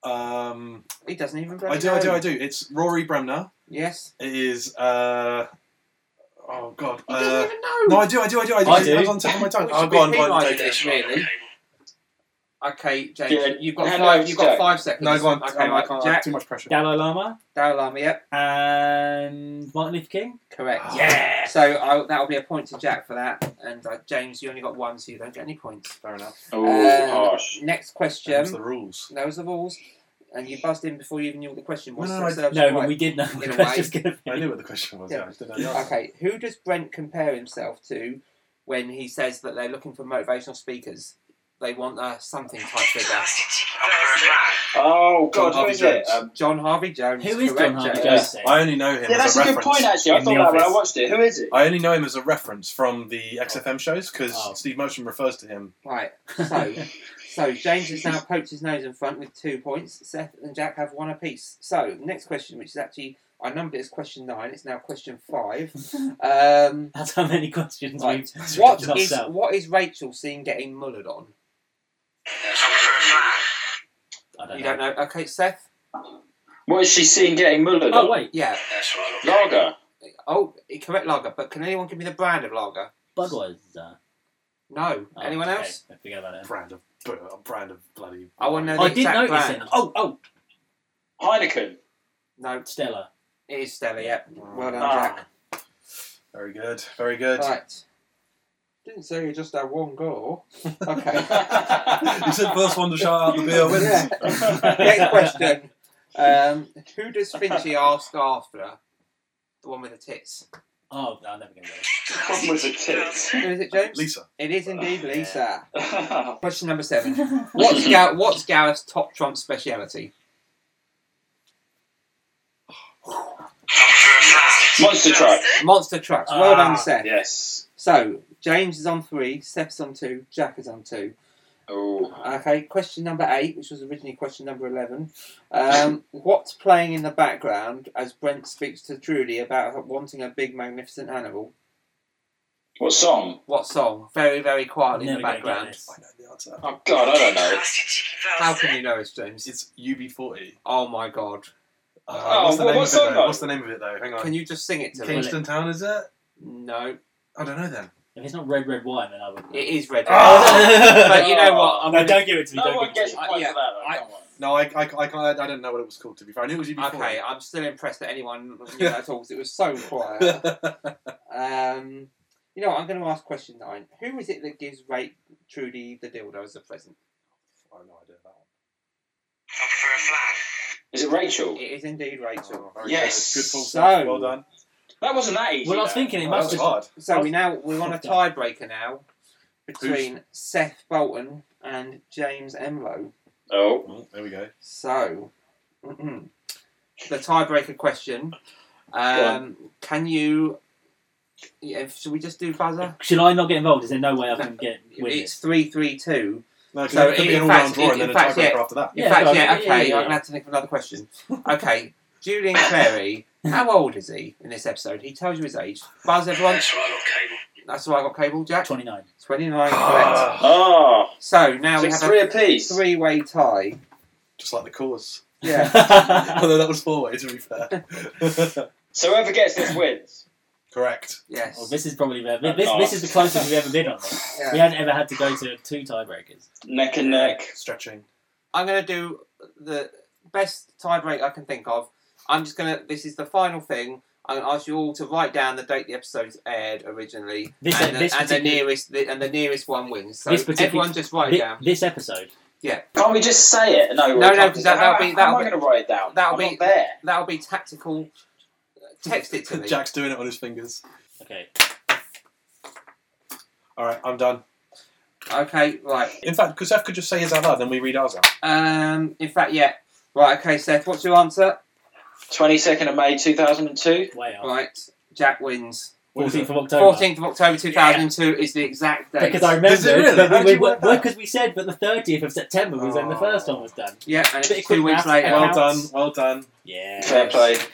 Speaker 3: Um,
Speaker 1: He doesn't even.
Speaker 3: I do, I do, I do. It's Rory Bremner.
Speaker 1: Yes.
Speaker 3: It is. Uh, oh God. He
Speaker 1: doesn't even know.
Speaker 3: No, I do, I do, I do. I,
Speaker 1: I
Speaker 3: do.
Speaker 1: do.
Speaker 3: I was on top of my tongue.
Speaker 1: We
Speaker 3: Oh,
Speaker 1: should
Speaker 3: go on,
Speaker 1: be
Speaker 3: go on.
Speaker 1: penalised
Speaker 3: Jake.
Speaker 1: for this, really. Okay, James,
Speaker 3: Yeah,
Speaker 1: you've got
Speaker 3: hand
Speaker 1: five.
Speaker 3: over
Speaker 1: You've
Speaker 3: to
Speaker 1: got
Speaker 3: Jake.
Speaker 1: five seconds.
Speaker 3: No, go on.
Speaker 1: Okay,
Speaker 3: I
Speaker 1: right,
Speaker 3: can't.
Speaker 1: Jack.
Speaker 3: Too much pressure.
Speaker 4: Dalai Lama.
Speaker 1: Dalai Lama. Yep.
Speaker 4: And Martin Luther King.
Speaker 1: Correct.
Speaker 3: Ah.
Speaker 4: Yeah.
Speaker 1: So I, that'll be a point to Jack for that. And uh, James, you only got one, so you don't get any points.
Speaker 3: Fair enough.
Speaker 2: Oh, harsh.
Speaker 1: Next question.
Speaker 3: Them's the rules.
Speaker 1: Those are the rules. And you buzzed in before you even knew what the question was.
Speaker 3: No,
Speaker 1: so
Speaker 3: no, I-
Speaker 1: it serves
Speaker 3: no,
Speaker 1: you
Speaker 3: but
Speaker 1: right,
Speaker 3: we did know what
Speaker 1: In a
Speaker 3: the question's
Speaker 1: way.
Speaker 4: gonna be.
Speaker 3: I knew what the question was. Yeah. I didn't know the answer.
Speaker 1: Okay, who does Brent compare himself to when he says that they're looking for motivational speakers? They want a something type figure. John
Speaker 2: Oh God, who
Speaker 1: Harvey
Speaker 2: is it?
Speaker 1: Jones.
Speaker 2: Um,
Speaker 1: John Harvey Jones.
Speaker 4: Who is
Speaker 1: correct,
Speaker 4: John Harvey
Speaker 1: James.
Speaker 4: Jones?
Speaker 3: I only know him.
Speaker 2: Yeah,
Speaker 3: as
Speaker 2: that's
Speaker 3: a
Speaker 2: a good
Speaker 3: reference
Speaker 2: point, actually. I
Speaker 3: in
Speaker 2: thought
Speaker 3: the
Speaker 2: that when I
Speaker 3: office.
Speaker 2: watched it. Who is it?
Speaker 3: I only know him as a reference from the XFM shows because Steve Motion refers to him. [LAUGHS]
Speaker 1: Right. So, so James has now poked his nose in front with two points. Seth and Jack have one apiece. So, next question, which is actually I numbered it as question nine. It's now question
Speaker 3: [LAUGHS]
Speaker 1: five. Um,
Speaker 4: That's how many questions
Speaker 1: right.
Speaker 4: we've
Speaker 1: What
Speaker 4: knocked
Speaker 1: is
Speaker 4: out.
Speaker 1: what is Rachel seen getting mullered on?
Speaker 4: I
Speaker 1: you don't know. Okay, Seth.
Speaker 2: What is she seeing getting mullered?
Speaker 1: Oh,
Speaker 2: on?
Speaker 1: wait. Yeah.
Speaker 2: lager.
Speaker 1: Oh, correct lager. But can anyone give me the brand of lager?
Speaker 4: Budweiser.
Speaker 1: No.
Speaker 4: Oh,
Speaker 1: Oh. anyone
Speaker 4: okay.
Speaker 1: else?
Speaker 4: Forget about it.
Speaker 3: Brand of, bur- brand of bloody.
Speaker 1: I want to know the
Speaker 4: I did
Speaker 1: exact
Speaker 4: notice
Speaker 1: brand.
Speaker 4: it. Oh, oh, [LAUGHS]
Speaker 2: Heineken. [LAUGHS]
Speaker 1: No,
Speaker 4: Stella.
Speaker 1: it is Stella. Yeah. Well done,
Speaker 3: Ah.
Speaker 1: Jack.
Speaker 3: Very good. Very good.
Speaker 1: Right. Didn't say you just had one
Speaker 4: [LAUGHS]
Speaker 1: goal. Okay.
Speaker 3: you said first one to shout out the beer wins.
Speaker 1: Yeah. [LAUGHS] Next question. Um, who does Finchy ask after? The one with the tits.
Speaker 4: [LAUGHS] Oh, no, I'm never going to
Speaker 2: One was a tip.
Speaker 1: Who is it, James?
Speaker 3: Lisa.
Speaker 1: It is indeed Lisa.
Speaker 2: oh,
Speaker 1: Question number seven. What's, Gar- what's Gareth's top Trump speciality?
Speaker 2: Monster truck.
Speaker 1: Monster trucks. Well
Speaker 2: Ah,
Speaker 1: done, Seth.
Speaker 2: Yes.
Speaker 1: So, James is on three, Seth's on two, Jack is on two.
Speaker 2: Oh.
Speaker 1: Okay, question number eight, which was originally question number 11. Um, what's playing in the background as Brent speaks to Trudy about wanting a big, magnificent animal?
Speaker 2: What song?
Speaker 1: What song? Very, very quietly in the
Speaker 4: Never gonna get
Speaker 1: background.
Speaker 4: this.
Speaker 2: Oh God, I don't know.
Speaker 1: How can you know it's James?
Speaker 3: It's UB40.
Speaker 1: Oh my god.
Speaker 3: Uh, what's, the
Speaker 2: what- what
Speaker 3: name of it,
Speaker 2: song
Speaker 3: though?
Speaker 2: though?
Speaker 3: what's the name of it though? Hang on.
Speaker 1: Can you just sing it to me?
Speaker 3: Kingston Town is it?
Speaker 1: No,
Speaker 3: I don't know then.
Speaker 4: If it's not red, red wine, then I would.
Speaker 1: it
Speaker 4: [LAUGHS]
Speaker 1: is Red.
Speaker 4: Oh.
Speaker 1: [LAUGHS] but you know what?
Speaker 4: [LAUGHS]
Speaker 1: I'm
Speaker 4: no,
Speaker 1: gonna-
Speaker 4: don't give it to me.
Speaker 2: No
Speaker 4: don't
Speaker 2: one
Speaker 4: give it
Speaker 2: gets
Speaker 4: to
Speaker 2: a
Speaker 4: me.
Speaker 2: point
Speaker 1: Uh, yeah,
Speaker 2: for that. though,
Speaker 1: I-
Speaker 2: don't worry.
Speaker 3: No, I, I, I, can't- I didn't know what it was called. To be fair, I knew it was UB40.
Speaker 1: Okay, uh, I'm still impressed that anyone knew that at all 'cause it was so
Speaker 3: [LAUGHS]
Speaker 1: quiet. Um, you know what? I'm going to ask question nine. Who is it that gives Ray Trudy the dildo as a present?
Speaker 3: I have no idea about that
Speaker 2: Is it Rachel?
Speaker 1: It is indeed Rachel.
Speaker 3: one. Very
Speaker 2: Yes.
Speaker 3: Good, good full
Speaker 1: So-
Speaker 3: stop. Well done.
Speaker 2: That wasn't that easy.
Speaker 4: Well, I was
Speaker 2: though.
Speaker 4: thinking it
Speaker 3: That
Speaker 4: must
Speaker 3: was
Speaker 4: have.
Speaker 3: hard.
Speaker 1: So we now we're on a tiebreaker now between Seth Bolton and James Emlow.
Speaker 2: Oh.
Speaker 3: Oh, there we go.
Speaker 1: So the tiebreaker question: um, Can you? Yeah, if- should we just do buzzer?
Speaker 4: Should I not get involved? Is there no way I
Speaker 1: [LAUGHS]
Speaker 4: can get win
Speaker 1: It's
Speaker 4: this?
Speaker 1: three, three, two.
Speaker 3: No, 'cause
Speaker 1: So
Speaker 3: it could
Speaker 1: in
Speaker 3: be an all-round
Speaker 1: fact-
Speaker 3: draw
Speaker 1: in
Speaker 3: and then a
Speaker 1: fact,
Speaker 3: tiebreaker
Speaker 1: yeah.
Speaker 3: after that.
Speaker 1: In
Speaker 4: Yeah,
Speaker 1: fact,
Speaker 4: go
Speaker 1: yeah,
Speaker 4: on.
Speaker 1: okay,
Speaker 4: Yeah, yeah,
Speaker 1: I'm
Speaker 4: yeah.
Speaker 1: gonna have to think of another question. Okay,
Speaker 4: [LAUGHS]
Speaker 1: Julian Clary, how old is he in this episode? He tells you his age. Buzz everyone.
Speaker 15: That's right, I got cable.
Speaker 1: That's why I got cable, Jack.
Speaker 4: Twenty Ah. nine.
Speaker 1: 29, correct.
Speaker 2: Oh.
Speaker 1: So now
Speaker 2: So
Speaker 1: we
Speaker 2: it's
Speaker 1: have
Speaker 2: three
Speaker 1: a
Speaker 2: apiece.
Speaker 1: three way tie.
Speaker 3: [LAUGHS] Just like the [LAUGHS] cause.
Speaker 1: Yeah.
Speaker 3: Although that was four way to be fair. [LAUGHS]
Speaker 2: So whoever gets this wins.
Speaker 3: Correct.
Speaker 1: Yes.
Speaker 4: [LAUGHS] [LAUGHS] Well, this is probably the, this, this, is the closest we've ever been on this.
Speaker 1: Yeah.
Speaker 4: We hadn't ever had to go to two tiebreakers.
Speaker 2: Neck and neck.
Speaker 3: Stretching.
Speaker 1: I'm going to do the best tiebreak I can think of. I'm just going to. This is the final thing. I'm going to ask you all to write down the date the episode's aired originally,
Speaker 4: This-
Speaker 1: and, the,
Speaker 4: this
Speaker 1: and the
Speaker 4: particular-
Speaker 1: nearest the, and the nearest one wins. So
Speaker 4: This particular-
Speaker 1: everyone just write it
Speaker 4: thi-
Speaker 1: down.
Speaker 4: This episode.
Speaker 1: Yeah.
Speaker 2: Can't we just say it? No, we
Speaker 1: no, no,
Speaker 2: can't
Speaker 1: because
Speaker 2: do that.
Speaker 1: that, that'll
Speaker 2: How-
Speaker 1: be
Speaker 2: how
Speaker 1: that'll
Speaker 2: am I
Speaker 1: be
Speaker 2: gonna write it down?
Speaker 1: That'll
Speaker 2: I'm
Speaker 1: be
Speaker 2: not there.
Speaker 1: That'll be tactical. Text it to me.
Speaker 3: Jack's doing it on his fingers.
Speaker 4: Okay.
Speaker 3: All right, I'm done.
Speaker 1: Okay, right.
Speaker 3: In fact, because Seth could just say his out loud, then we read ours out.
Speaker 1: Um. In fact, yeah. Right. Okay, Seth. What's your answer?
Speaker 2: 22nd of May 2002.
Speaker 4: Way off.
Speaker 1: Right. Jack wins.
Speaker 4: 14th of October.
Speaker 1: Fourteenth of October two thousand and two is the exact date.
Speaker 4: Because I remember
Speaker 3: Does it really? How do you work that? Oh.
Speaker 4: because we said that the 30th of September was when the first one was done.
Speaker 1: Yeah, and
Speaker 4: Bit of
Speaker 1: it's
Speaker 4: quick
Speaker 1: two weeks
Speaker 4: maths,
Speaker 1: later.
Speaker 4: yeah.
Speaker 3: Well
Speaker 4: Out.
Speaker 3: done, well done.
Speaker 4: Yeah.
Speaker 1: [LAUGHS]
Speaker 2: Fair play.
Speaker 4: Do you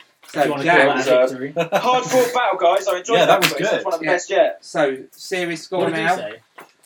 Speaker 1: So
Speaker 4: want to
Speaker 1: Jack.
Speaker 4: call
Speaker 2: was,
Speaker 4: that
Speaker 2: uh,
Speaker 4: a victory?
Speaker 2: [LAUGHS] Hard fought battle, guys. I enjoyed
Speaker 3: Yeah,
Speaker 2: that.
Speaker 3: that was
Speaker 2: quiz. That's
Speaker 3: good.
Speaker 2: one of the
Speaker 1: Yeah. [LAUGHS]
Speaker 2: best yet.
Speaker 1: So series score
Speaker 4: What did you
Speaker 1: now.
Speaker 4: say?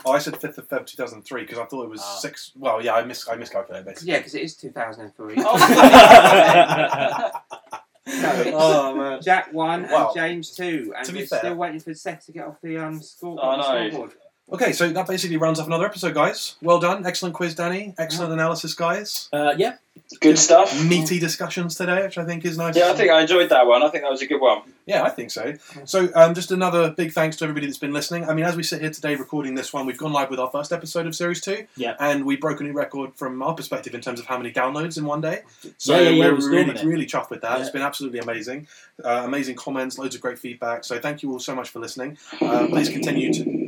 Speaker 3: Oh, I said 5th of Feb 2003 because I thought it was
Speaker 4: Ah.
Speaker 3: six. Well, yeah, I, mis- I
Speaker 1: [LAUGHS]
Speaker 3: miscalculated basically.
Speaker 1: Yeah, because it is two thousand and three. [LAUGHS]
Speaker 2: Oh, [LAUGHS]
Speaker 3: [LAUGHS]
Speaker 4: [LAUGHS]
Speaker 3: oh, man.
Speaker 1: Jack one
Speaker 3: Wow.
Speaker 1: and James two, and
Speaker 3: To be
Speaker 1: we're
Speaker 3: fair-
Speaker 1: still waiting for Seth to get off the um score.
Speaker 2: I know.
Speaker 1: scoreboard.
Speaker 3: Okay, so that basically rounds off another episode, guys. Well done. Excellent quiz, Danny. Excellent analysis, guys.
Speaker 4: Uh, yeah.
Speaker 2: Good stuff.
Speaker 3: Meaty discussions today, which I think is nice.
Speaker 2: Yeah, I think I enjoyed that one. I think that was a good one.
Speaker 3: Yeah, I think so. So, um, just another big thanks to everybody that's been listening. I mean, as we sit here today recording this one, we've gone live with our first episode of Series 2.
Speaker 4: Yeah.
Speaker 3: And we broke a new record from our perspective in terms of how many downloads in one day. So,
Speaker 4: Yeah, yeah, yeah,
Speaker 3: we're
Speaker 4: it was
Speaker 3: really,
Speaker 4: dominant.
Speaker 3: really chuffed with that.
Speaker 4: Yeah.
Speaker 3: It's been absolutely amazing. Uh, amazing comments, loads of great feedback. So, thank you all so much for listening. Uh, please
Speaker 2: [LAUGHS]
Speaker 3: continue to.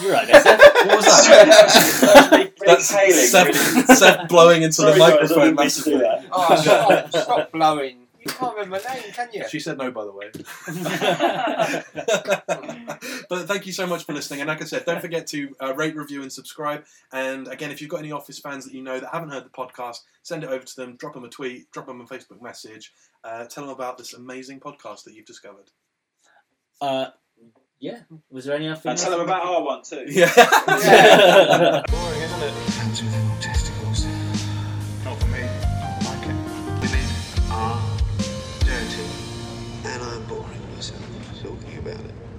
Speaker 4: You're right, that's it.
Speaker 3: What was
Speaker 2: [LAUGHS] That's
Speaker 3: that?
Speaker 2: big- big hailing,
Speaker 3: Seth,
Speaker 2: really.
Speaker 3: Seth blowing into
Speaker 2: Sorry,
Speaker 3: the
Speaker 2: guys, I
Speaker 3: microphone
Speaker 2: didn't mean to do
Speaker 3: massively.
Speaker 2: that.
Speaker 1: Oh, stop, stop blowing. You can't remember my name, can you?
Speaker 3: She said no, by the way.
Speaker 2: [LAUGHS] Bye.
Speaker 3: [LAUGHS] but thank you so much for listening. And like I said, don't forget to uh, rate, review, and subscribe. And again, if you've got any Office fans that you know that haven't heard the podcast, send it over to them, drop them a tweet, drop them a Facebook message, uh, tell them about this amazing podcast that you've discovered.
Speaker 4: Uh, yeah. Was there any other
Speaker 2: And tell them about
Speaker 4: [LAUGHS]
Speaker 2: our one too.
Speaker 3: Yeah.
Speaker 12: Boring, isn't it?
Speaker 6: Cancer within all testicles.
Speaker 12: Not for me. I don't like it. Women
Speaker 9: Ah,
Speaker 12: are dirty.
Speaker 6: And I'm boring myself talking about it.